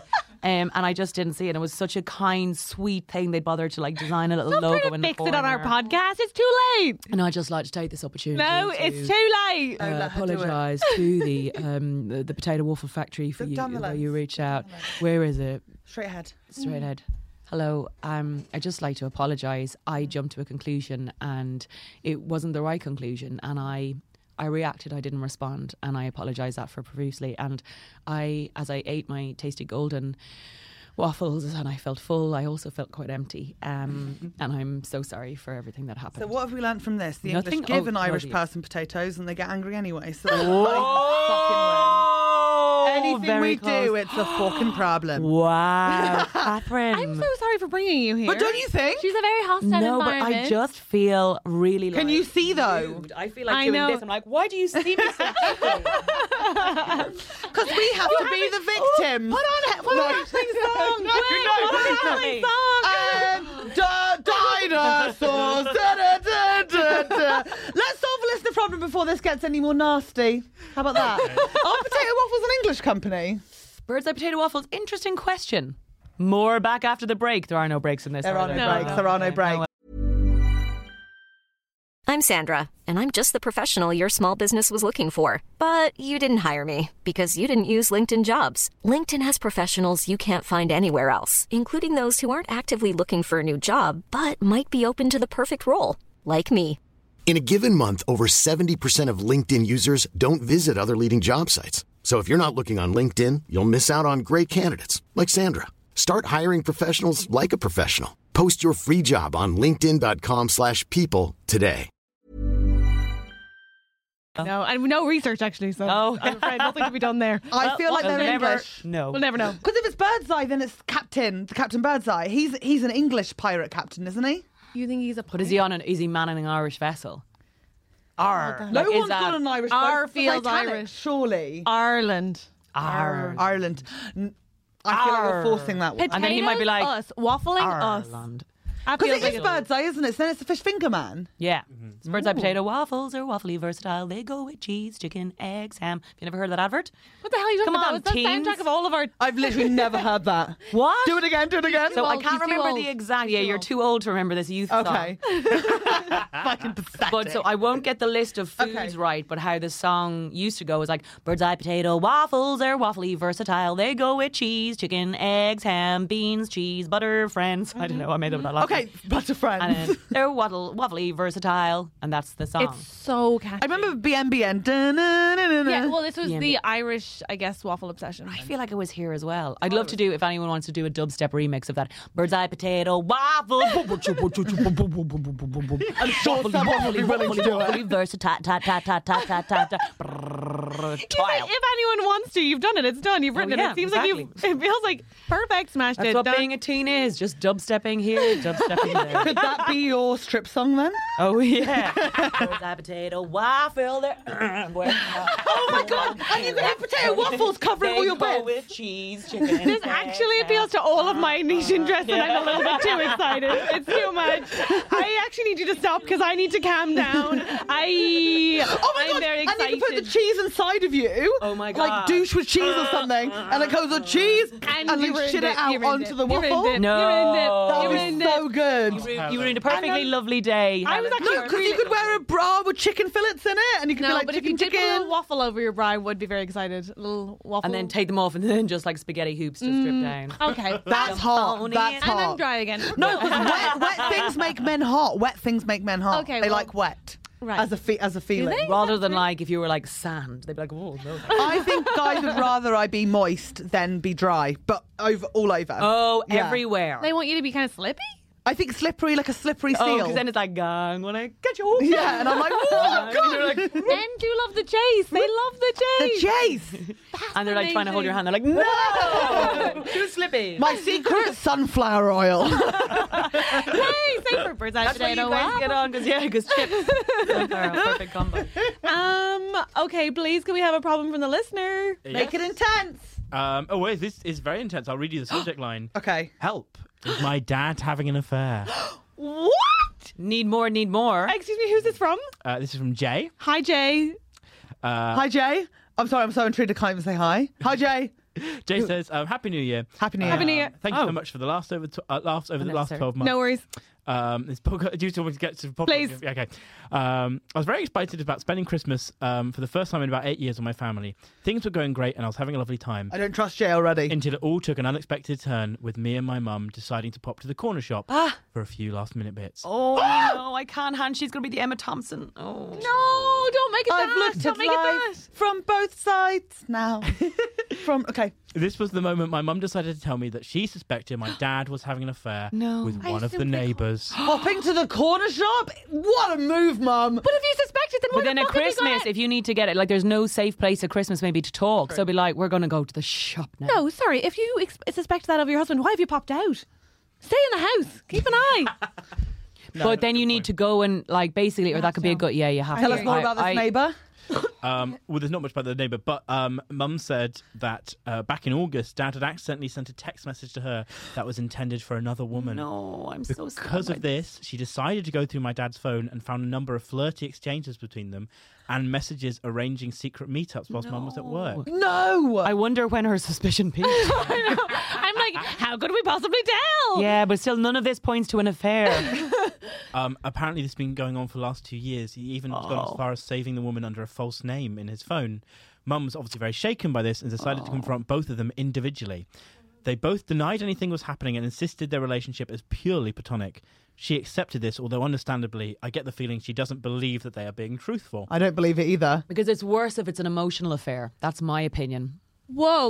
[SPEAKER 4] Um, and I just didn't see it. It was such a kind, sweet thing. They bothered to like design a little
[SPEAKER 2] Don't try
[SPEAKER 4] logo
[SPEAKER 2] to
[SPEAKER 4] in the
[SPEAKER 2] fix it on our
[SPEAKER 4] corner.
[SPEAKER 2] podcast. It's too late.
[SPEAKER 4] And I just like to take this opportunity.
[SPEAKER 2] No,
[SPEAKER 4] to,
[SPEAKER 2] it's too late.
[SPEAKER 4] Uh, apologise to the, um, the the potato waffle factory for
[SPEAKER 5] The
[SPEAKER 4] you where
[SPEAKER 5] Dunlops.
[SPEAKER 4] you reached out. Where is it?
[SPEAKER 5] Straight ahead.
[SPEAKER 4] Straight ahead. Hello. Um, I just like to apologise. I jumped to a conclusion and it wasn't the right conclusion, and I. I reacted. I didn't respond, and I apologise that for previously. And I, as I ate my tasty golden waffles, and I felt full. I also felt quite empty, um, and I'm so sorry for everything that happened.
[SPEAKER 5] So what have we learned from this? The
[SPEAKER 4] Nothing.
[SPEAKER 5] English give
[SPEAKER 4] Oh,
[SPEAKER 5] an Irish
[SPEAKER 4] bloody-
[SPEAKER 5] person potatoes and they get angry anyway. So they fucking
[SPEAKER 2] Oh,
[SPEAKER 5] win. Anything
[SPEAKER 4] very
[SPEAKER 5] we do,
[SPEAKER 4] close.
[SPEAKER 5] it's a fucking problem.
[SPEAKER 4] Wow, Catherine.
[SPEAKER 2] I'm so sorry for bringing you here.
[SPEAKER 5] Mm. But don't you think?
[SPEAKER 2] She's a very hostile
[SPEAKER 4] no, but
[SPEAKER 2] environment.
[SPEAKER 4] I just feel really.
[SPEAKER 5] Can
[SPEAKER 4] like,
[SPEAKER 5] you see, though?
[SPEAKER 4] rude. I feel like
[SPEAKER 2] I
[SPEAKER 4] doing
[SPEAKER 2] know.
[SPEAKER 4] this. I'm like, why do you see me? So
[SPEAKER 5] Because we have to be the victims.
[SPEAKER 2] Put on it. Oh, Put on
[SPEAKER 5] No.
[SPEAKER 2] Ashley's song.
[SPEAKER 5] No,
[SPEAKER 2] Wait,
[SPEAKER 5] no,
[SPEAKER 2] put on
[SPEAKER 5] it's not
[SPEAKER 2] Ashley's
[SPEAKER 4] me.
[SPEAKER 2] song.
[SPEAKER 5] Um, da- dinosaurs. da, da, da, da, da. Let's solve a listener problem before this gets any more nasty. How about that? Are Potato Waffles an English company?
[SPEAKER 4] Bird's eye potato waffles. Interesting question. More back after the break. There are no breaks in this.
[SPEAKER 5] There are no, breaks. There are no breaks.
[SPEAKER 9] I'm Sandra, and I'm just the professional your small business was looking for. But you didn't hire me because you didn't use LinkedIn jobs. LinkedIn has professionals you can't find anywhere else, including those who aren't actively looking for a new job but might be open to the perfect role, like me.
[SPEAKER 10] In a given month, over 70% of LinkedIn users don't visit other leading job sites. So if you're not looking on LinkedIn, you'll miss out on great candidates like Sandra. Start hiring professionals like a professional. Post your free job on linkedin.com/people slash people today.
[SPEAKER 2] No, and no research actually. So
[SPEAKER 4] Oh.
[SPEAKER 2] I'm afraid nothing can be done there.
[SPEAKER 5] I feel like
[SPEAKER 4] we'll
[SPEAKER 5] they're
[SPEAKER 4] never
[SPEAKER 5] English.
[SPEAKER 4] know.
[SPEAKER 2] We'll never know.
[SPEAKER 5] Because if it's Birdseye, then it's Captain, the Captain Birdseye. He's he's an English pirate captain, isn't he?
[SPEAKER 2] You think he's a
[SPEAKER 4] But is he on an? Is he manning an Irish vessel?
[SPEAKER 2] Oh,
[SPEAKER 4] Ar.
[SPEAKER 5] No
[SPEAKER 4] Like, is
[SPEAKER 5] one's
[SPEAKER 4] that-
[SPEAKER 5] got an Irish.
[SPEAKER 2] our
[SPEAKER 5] boat.
[SPEAKER 2] feels
[SPEAKER 5] Titanic,
[SPEAKER 2] Irish.
[SPEAKER 5] surely.
[SPEAKER 2] Ireland?
[SPEAKER 4] Ar.
[SPEAKER 5] Ireland. N- I feel like
[SPEAKER 4] Arr.
[SPEAKER 5] you're forcing that one.
[SPEAKER 4] And then he might be like,
[SPEAKER 2] us waffling us.
[SPEAKER 4] Ireland.
[SPEAKER 2] I feel
[SPEAKER 5] Because
[SPEAKER 2] like
[SPEAKER 5] it is Birdseye, isn't it? So then it's the fish finger man.
[SPEAKER 4] Yeah. It's
[SPEAKER 5] Mm-hmm.
[SPEAKER 4] bird's eye potato waffles are waffly versatile. They go with cheese, chicken, eggs, ham. Have you never heard of that advert?
[SPEAKER 2] What the hell are you talking
[SPEAKER 4] Come
[SPEAKER 2] about?
[SPEAKER 4] on,
[SPEAKER 2] It's the
[SPEAKER 4] teens.
[SPEAKER 2] soundtrack of all of our.
[SPEAKER 5] I've literally never heard that.
[SPEAKER 4] What?
[SPEAKER 5] Do it again. Do it again.
[SPEAKER 4] So I
[SPEAKER 2] old.
[SPEAKER 4] can't
[SPEAKER 2] He's too
[SPEAKER 4] remember
[SPEAKER 2] old.
[SPEAKER 4] the exact. Yeah, you're too old to remember this youth song.
[SPEAKER 5] okay. Fucking pathetic.
[SPEAKER 4] But so I won't get the list of foods
[SPEAKER 5] Okay.
[SPEAKER 4] right, but how the song used to go was like bird's eye potato waffles are waffly versatile. They go with cheese, chicken, eggs, ham, beans, cheese, butter, friends. I don't know. I made up that last
[SPEAKER 5] okay,
[SPEAKER 4] one.
[SPEAKER 5] butter
[SPEAKER 4] And
[SPEAKER 5] friends.
[SPEAKER 4] then they're waddle, waffly versatile, and that's the song.
[SPEAKER 2] It's so catchy.
[SPEAKER 5] I remember BNBN. Da-na-na-na-na.
[SPEAKER 2] Yeah, well, this was
[SPEAKER 4] Yeah,
[SPEAKER 2] the Irish, I guess, waffle obsession.
[SPEAKER 4] I feel like I was here as well. I'd love to do if anyone wants to do a dubstep remix of that bird's eye potato waffle. I'm sure
[SPEAKER 5] someone will be willing to do it.
[SPEAKER 4] Versatile, ta ta ta ta ta ta ta.
[SPEAKER 2] If,
[SPEAKER 4] Brrrr,
[SPEAKER 2] if anyone wants to, you've done it. It's done. You've written
[SPEAKER 4] Oh, yeah,
[SPEAKER 2] it. It seems like
[SPEAKER 4] exactly.
[SPEAKER 2] you. It feels like perfect. Smashed
[SPEAKER 4] That's
[SPEAKER 2] it.
[SPEAKER 4] what
[SPEAKER 2] done.
[SPEAKER 4] being a teen is. Just dubstepping here, dubstepping there.
[SPEAKER 5] Could that be your strip song then?
[SPEAKER 4] oh yeah. Bird's eye potato waffle. There. oh
[SPEAKER 5] my God, and you can have potato waffles covering all your bits.
[SPEAKER 4] with cheese, chicken. and
[SPEAKER 2] This actually appeals to all of my niche interests, and I'm a little bit too excited. It's too much. I actually need you to stop because I need to calm down. I.
[SPEAKER 5] Oh my
[SPEAKER 2] I'm
[SPEAKER 5] god!
[SPEAKER 2] very
[SPEAKER 5] and
[SPEAKER 2] excited.
[SPEAKER 5] you can put the cheese and inside of you.
[SPEAKER 4] Oh my
[SPEAKER 5] Like
[SPEAKER 4] God.
[SPEAKER 5] douche with cheese or something, and it goes on cheese and,
[SPEAKER 2] And
[SPEAKER 5] and
[SPEAKER 2] you
[SPEAKER 5] you
[SPEAKER 2] ruined
[SPEAKER 5] shit it,
[SPEAKER 2] it, you
[SPEAKER 5] out
[SPEAKER 2] ruined
[SPEAKER 5] onto
[SPEAKER 2] it,
[SPEAKER 5] the
[SPEAKER 2] you ruined
[SPEAKER 5] waffle.
[SPEAKER 2] it.
[SPEAKER 4] No.
[SPEAKER 5] That
[SPEAKER 2] You ruined
[SPEAKER 5] was
[SPEAKER 2] it.
[SPEAKER 5] so good.
[SPEAKER 6] Helen.
[SPEAKER 4] You ruined a perfectly lovely day.
[SPEAKER 2] I was
[SPEAKER 4] Helen.
[SPEAKER 2] actually
[SPEAKER 5] No, because you could wear a bra with chicken fillets in it, and you could
[SPEAKER 2] No,
[SPEAKER 5] be like
[SPEAKER 2] but if
[SPEAKER 5] chicken
[SPEAKER 2] you did put a
[SPEAKER 5] chicken.
[SPEAKER 2] little waffle over your bra, I would be very excited. A little waffle.
[SPEAKER 4] and then take them off and then just like spaghetti hoops to
[SPEAKER 5] Mm.
[SPEAKER 4] strip down.
[SPEAKER 2] Okay.
[SPEAKER 5] That's hot.
[SPEAKER 4] Only
[SPEAKER 5] That's
[SPEAKER 2] And I'm
[SPEAKER 5] hot.
[SPEAKER 2] dry again.
[SPEAKER 5] No, 'cause wet, wet things make men hot. Wet things make men hot.
[SPEAKER 2] Okay,
[SPEAKER 5] they
[SPEAKER 2] well-
[SPEAKER 5] like wet
[SPEAKER 2] Right.
[SPEAKER 5] as a fe- as a feeling.
[SPEAKER 2] they?
[SPEAKER 4] Rather than like if you were like sand, they'd be like, oh no.
[SPEAKER 5] I think guys would rather I be moist than be dry, but over all over.
[SPEAKER 4] Oh,
[SPEAKER 5] Yeah.
[SPEAKER 4] everywhere.
[SPEAKER 2] They want you to be kind of slippy?
[SPEAKER 5] I think slippery, like a slippery
[SPEAKER 4] Oh,
[SPEAKER 5] seal.
[SPEAKER 4] because then it's like, I'm gonna get you.
[SPEAKER 5] yeah, and I'm like, oh god,
[SPEAKER 4] You're like-
[SPEAKER 2] Men do love the chase. They love the
[SPEAKER 5] the
[SPEAKER 2] chase.
[SPEAKER 5] chase.
[SPEAKER 4] and they're like trying to hold your hand. They're like, no, too slippy.
[SPEAKER 5] My secret sunflower oil.
[SPEAKER 2] Hey, say for birds eye
[SPEAKER 4] That's why you
[SPEAKER 2] potato.
[SPEAKER 4] guys
[SPEAKER 2] waffle.
[SPEAKER 4] get on because yeah, because chips. perfect combo.
[SPEAKER 2] Um. Okay, please, can we have a problem from the listener?
[SPEAKER 5] Make it intense.
[SPEAKER 6] Um, oh, wait, this is very intense. I'll read you the subject line.
[SPEAKER 5] Okay.
[SPEAKER 6] Help. Is my dad having an affair?
[SPEAKER 2] What?
[SPEAKER 4] Need more, need more.
[SPEAKER 2] Excuse me, who's this from?
[SPEAKER 6] Uh, this is from Jay.
[SPEAKER 2] Hi, Jay.
[SPEAKER 4] Uh.
[SPEAKER 5] hi Jay. I'm sorry, I'm so intrigued. I can't even say hi. Hi Jay.
[SPEAKER 6] Jay says, um, Happy New Year.
[SPEAKER 5] Happy New Year.
[SPEAKER 2] Happy New Year.
[SPEAKER 6] Um, Thank you so much for the last over tw- uh, last over the last
[SPEAKER 4] Oh. Unnecessary.
[SPEAKER 6] twelve months.
[SPEAKER 2] No worries.
[SPEAKER 6] Um, this podcast, do you still want to get to the podcast?
[SPEAKER 2] Please.
[SPEAKER 6] Okay. Um, I was very excited about spending Christmas um, for the first time in about eight years with my family. Things were going great, and I was having a lovely time
[SPEAKER 5] I don't trust Jay already.
[SPEAKER 6] until it all took an unexpected turn with me and my mum deciding to pop to the corner shop for a few last minute bits.
[SPEAKER 4] Ah. Oh no, I can't hand. She's gonna be the Emma Thompson. Oh
[SPEAKER 2] No, don't make it
[SPEAKER 5] I've
[SPEAKER 2] that.
[SPEAKER 5] looked
[SPEAKER 2] don't
[SPEAKER 5] at
[SPEAKER 2] make it
[SPEAKER 5] life
[SPEAKER 2] that.
[SPEAKER 5] from both sides now. from okay.
[SPEAKER 6] This was the moment my mum decided to tell me that she suspected my dad was having an affair
[SPEAKER 4] No.
[SPEAKER 6] with
[SPEAKER 2] I
[SPEAKER 6] one of the
[SPEAKER 2] simply-
[SPEAKER 6] neighbours.
[SPEAKER 5] Hopping to the corner shop. What a move, mum.
[SPEAKER 2] But if you suspect it, then why
[SPEAKER 4] But then
[SPEAKER 2] the
[SPEAKER 4] at
[SPEAKER 2] fuck have you gone
[SPEAKER 4] Christmas,
[SPEAKER 2] out?
[SPEAKER 4] if you need to get it, like there's no safe place at Christmas maybe to talk. So be like, we're gonna go to the shop now.
[SPEAKER 2] No, sorry. If you ex- suspect that of your husband, why have you popped out? Stay in the house. Keep an eye.
[SPEAKER 4] but then you need to go and like basically, or that could be a good. Yeah, you have.
[SPEAKER 5] Tell
[SPEAKER 4] to.
[SPEAKER 5] us more
[SPEAKER 4] I-
[SPEAKER 5] about this
[SPEAKER 4] I-
[SPEAKER 5] neighbour.
[SPEAKER 6] Um, well, there's not much about the neighbour, but um, Mum said that uh, back in August, Dad had accidentally sent a text message to her that was intended for another woman.
[SPEAKER 4] No, I'm so sad.
[SPEAKER 6] Because of this, she decided to go through my dad's phone and found a number of flirty exchanges between them and messages arranging secret meetups whilst mum was at work.
[SPEAKER 5] No.
[SPEAKER 4] I wonder when her suspicion peaked.
[SPEAKER 2] I know. I'm like, how could we possibly tell?
[SPEAKER 4] yeah, but still, none of this points to an affair.
[SPEAKER 6] Um, apparently, this has been going on for the last two years. He even gone as far as saving the woman under a false name in his phone. Mum's obviously very shaken by this and decided to confront both of them individually. They both denied anything was happening and insisted their relationship is purely platonic. She accepted this, although understandably, I get the feeling she doesn't believe that they are being truthful.
[SPEAKER 5] I don't believe it either.
[SPEAKER 4] because it's worse if it's an emotional affair. That's my opinion.
[SPEAKER 2] Whoa,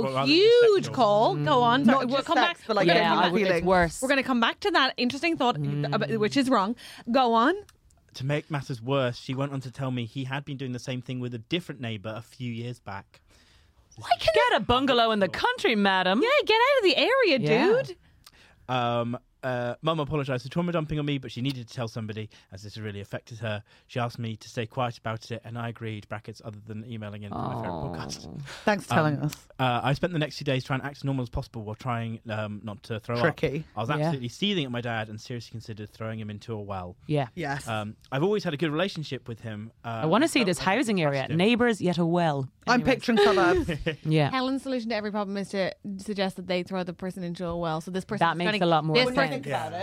[SPEAKER 6] Well, rather than just
[SPEAKER 2] huge
[SPEAKER 6] sexual.
[SPEAKER 2] call. Go on. Sorry, we'll
[SPEAKER 5] just
[SPEAKER 2] come
[SPEAKER 5] sex,
[SPEAKER 2] back.
[SPEAKER 5] but, like,
[SPEAKER 2] We're
[SPEAKER 5] Yeah,
[SPEAKER 2] gonna come
[SPEAKER 5] I
[SPEAKER 2] back.
[SPEAKER 5] would-
[SPEAKER 4] it's
[SPEAKER 5] feeling.
[SPEAKER 4] worse.
[SPEAKER 2] We're going to come back to that interesting thought, about- which is wrong. Go on.
[SPEAKER 6] To make matters worse, she went on to tell me he had been doing the same thing with a different neighbour a few years back.
[SPEAKER 4] Get a bungalow in the country, madam.
[SPEAKER 2] Yeah, get out of the area,
[SPEAKER 4] Yeah.
[SPEAKER 2] dude.
[SPEAKER 6] Um, uh, Mum apologised for trauma dumping on me, but she needed to tell somebody as this really affected her. She asked me to stay quiet about it, and I agreed. Brackets other than emailing in my favourite podcast.
[SPEAKER 5] Thanks for telling us.
[SPEAKER 6] Uh, I spent the next few days trying to act as normal as possible while trying um, not to throw
[SPEAKER 5] Tricky.
[SPEAKER 6] up. I was
[SPEAKER 4] Yeah.
[SPEAKER 6] absolutely seething at my dad and seriously considered throwing him into a well.
[SPEAKER 4] Yeah.
[SPEAKER 5] Yes.
[SPEAKER 6] Um, I've always had a good relationship with him. Uh,
[SPEAKER 4] I want to see this housing area. Neighbours, yet a well.
[SPEAKER 5] I'm picturing suburbs.
[SPEAKER 4] Yeah.
[SPEAKER 2] Helen's solution to every problem is to suggest that they throw the person into a well. So this person
[SPEAKER 4] That makes a lot more
[SPEAKER 2] this
[SPEAKER 4] sense.
[SPEAKER 2] person,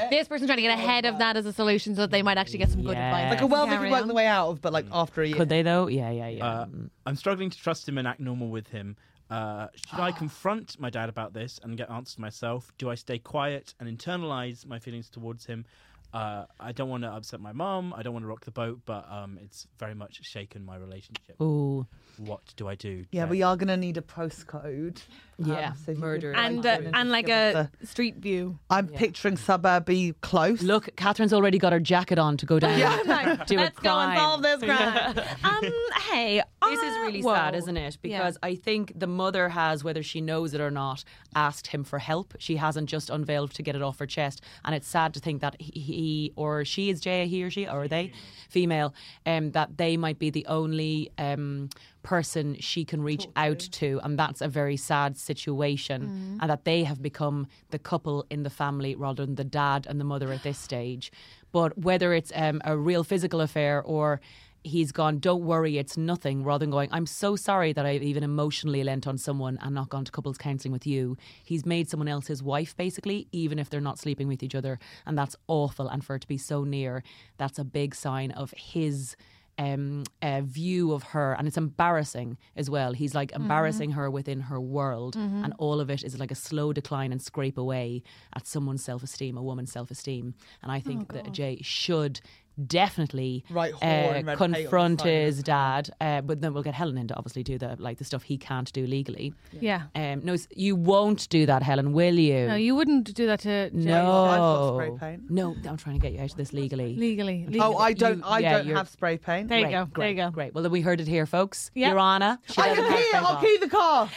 [SPEAKER 2] this person's trying to get ahead of that as a solution, so that they might actually get some good
[SPEAKER 4] Yeah.
[SPEAKER 2] advice.
[SPEAKER 5] Like
[SPEAKER 4] Like
[SPEAKER 5] a well they
[SPEAKER 2] Carry
[SPEAKER 5] could work
[SPEAKER 2] on.
[SPEAKER 5] their way out of, but like after a year.
[SPEAKER 4] Could they though? Yeah, yeah, yeah.
[SPEAKER 6] Uh, I'm struggling to trust him and act normal with him. Uh, should I confront my dad about this and get answers myself? Do I stay quiet and internalize my feelings towards him? Uh, I don't want to upset my mom. I don't want to rock the boat, but um, it's very much shaken my relationship.
[SPEAKER 4] Ooh.
[SPEAKER 6] What do I do?
[SPEAKER 5] Yeah,
[SPEAKER 6] Dad?
[SPEAKER 5] we are going to need a postcode. Um,
[SPEAKER 4] Yeah.
[SPEAKER 5] so if you
[SPEAKER 4] Murder.
[SPEAKER 5] could-
[SPEAKER 2] and uh, and like a street view.
[SPEAKER 5] I'm picturing suburby close.
[SPEAKER 4] Look, Catherine's already got her jacket on to go down.
[SPEAKER 2] Yeah, I'm like,
[SPEAKER 4] Do a
[SPEAKER 2] let's go and
[SPEAKER 4] crime.
[SPEAKER 2] solve this crime. um, hey,
[SPEAKER 4] This is really sad, isn't it? Because I think the mother has, whether she knows it or not, asked him for help. She hasn't just unveiled to get it off her chest, and it's sad to think that he, he or she is Jay, he or she, or they, female, um, that they might be the only um, person she can reach out to, Mm-hmm. and that's a very sad situation, and that they have become the couple in the family rather than the dad and the mother at this stage. But whether it's um, a real physical affair or he's gone, don't worry, it's nothing, rather than going, I'm so sorry that I've even emotionally lent on someone and not gone to couples counseling with you. He's made someone else his wife, basically, even if they're not sleeping with each other. And that's awful. And for it to be so near, that's a big sign of his. Um, uh, view of her, and it's embarrassing as well. He's like embarrassing her within her world, and all of it is like a slow decline and scrape away at someone's self esteem, a woman's self esteem. And I think that Jay should definitely
[SPEAKER 5] Right, whore and red paint on the
[SPEAKER 4] confront
[SPEAKER 5] side of
[SPEAKER 4] his dad. Uh, but then we'll get Helen into obviously do the like the stuff he can't do legally.
[SPEAKER 2] Yeah.
[SPEAKER 4] Um, no, s- you won't do that, Helen, will you?
[SPEAKER 2] No, you wouldn't do that to Jay.
[SPEAKER 4] No.
[SPEAKER 5] I've got spray paint.
[SPEAKER 4] No, I'm trying to get you out of this legally.
[SPEAKER 2] legally. legally.
[SPEAKER 5] Oh, I don't.
[SPEAKER 4] You-
[SPEAKER 5] I
[SPEAKER 4] yeah,
[SPEAKER 5] don't
[SPEAKER 4] you're-
[SPEAKER 5] have spray paint.
[SPEAKER 2] there you
[SPEAKER 4] Great,
[SPEAKER 2] go.
[SPEAKER 4] Great,
[SPEAKER 2] there you go.
[SPEAKER 4] Great. Well, then we heard it here, folks.
[SPEAKER 2] Yeah.
[SPEAKER 4] Your Honor. she
[SPEAKER 5] I
[SPEAKER 4] doesn't
[SPEAKER 5] can
[SPEAKER 4] have
[SPEAKER 5] key it.
[SPEAKER 4] spray
[SPEAKER 5] I'll
[SPEAKER 4] paint.
[SPEAKER 5] key the car.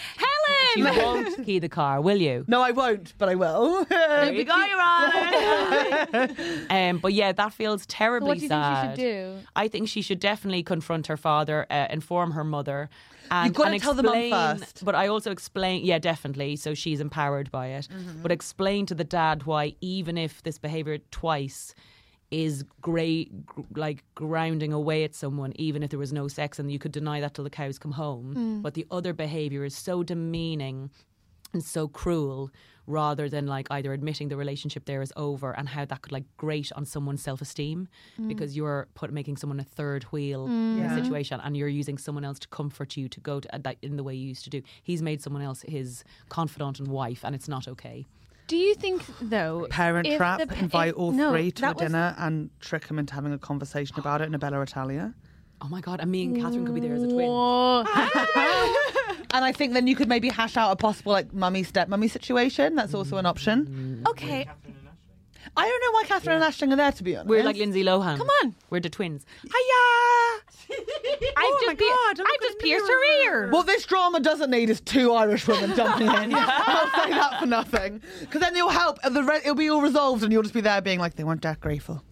[SPEAKER 4] You
[SPEAKER 2] Helen.
[SPEAKER 4] won't key the car, will you?
[SPEAKER 5] No, I won't, but I will.
[SPEAKER 4] we go, Your Honor. um, but yeah, that feels terribly
[SPEAKER 2] what do you think she
[SPEAKER 4] sad.
[SPEAKER 2] should do?
[SPEAKER 4] I think she should definitely confront her father, uh, inform her mother. And,
[SPEAKER 5] You've gotta
[SPEAKER 4] and
[SPEAKER 5] tell the mum
[SPEAKER 4] explain-
[SPEAKER 5] first.
[SPEAKER 4] But I also explain, yeah, definitely. So she's empowered by it.
[SPEAKER 5] Mm-hmm.
[SPEAKER 4] But explain to the dad why, even if this behavior twice is great, like grounding away at someone, even if there was no sex, and you could deny that till the cows come home.
[SPEAKER 5] Mm.
[SPEAKER 4] But the other behavior is so demeaning and so cruel rather than like either admitting the relationship there is over and how that could like grate on someone's self-esteem
[SPEAKER 2] Mm.
[SPEAKER 4] because you're put making someone a third wheel in a situation and you're using someone else to comfort you to go to that in the way you used to do he's made someone else his confidant and wife and it's not okay
[SPEAKER 2] Do you think though
[SPEAKER 5] Parent
[SPEAKER 2] if
[SPEAKER 5] trap,
[SPEAKER 2] the pa-
[SPEAKER 5] invite
[SPEAKER 2] if-
[SPEAKER 5] all
[SPEAKER 2] no,
[SPEAKER 5] three to a
[SPEAKER 2] that was-
[SPEAKER 5] dinner and trick them into having a conversation about it in a Bella Italia.
[SPEAKER 4] oh my god and me and catherine could be there as a twin
[SPEAKER 2] Oh,
[SPEAKER 5] And I think then you could maybe hash out a possible like mummy step mummy situation. That's also an option.
[SPEAKER 2] okay.
[SPEAKER 5] I don't know why Catherine and Ashton are there to be honest.
[SPEAKER 4] we're like lindsay lohan come
[SPEAKER 2] on.
[SPEAKER 4] we're the twins
[SPEAKER 5] Hiya!
[SPEAKER 2] I've just, pe-
[SPEAKER 5] look
[SPEAKER 2] I've
[SPEAKER 5] at
[SPEAKER 2] just pierced her ear.
[SPEAKER 5] What this drama doesn't need is two Irish women jumping in. I'll say that for nothing. Because then it'll help. and The re- it'll be all resolved, and you'll just be there being like, they weren't that grateful.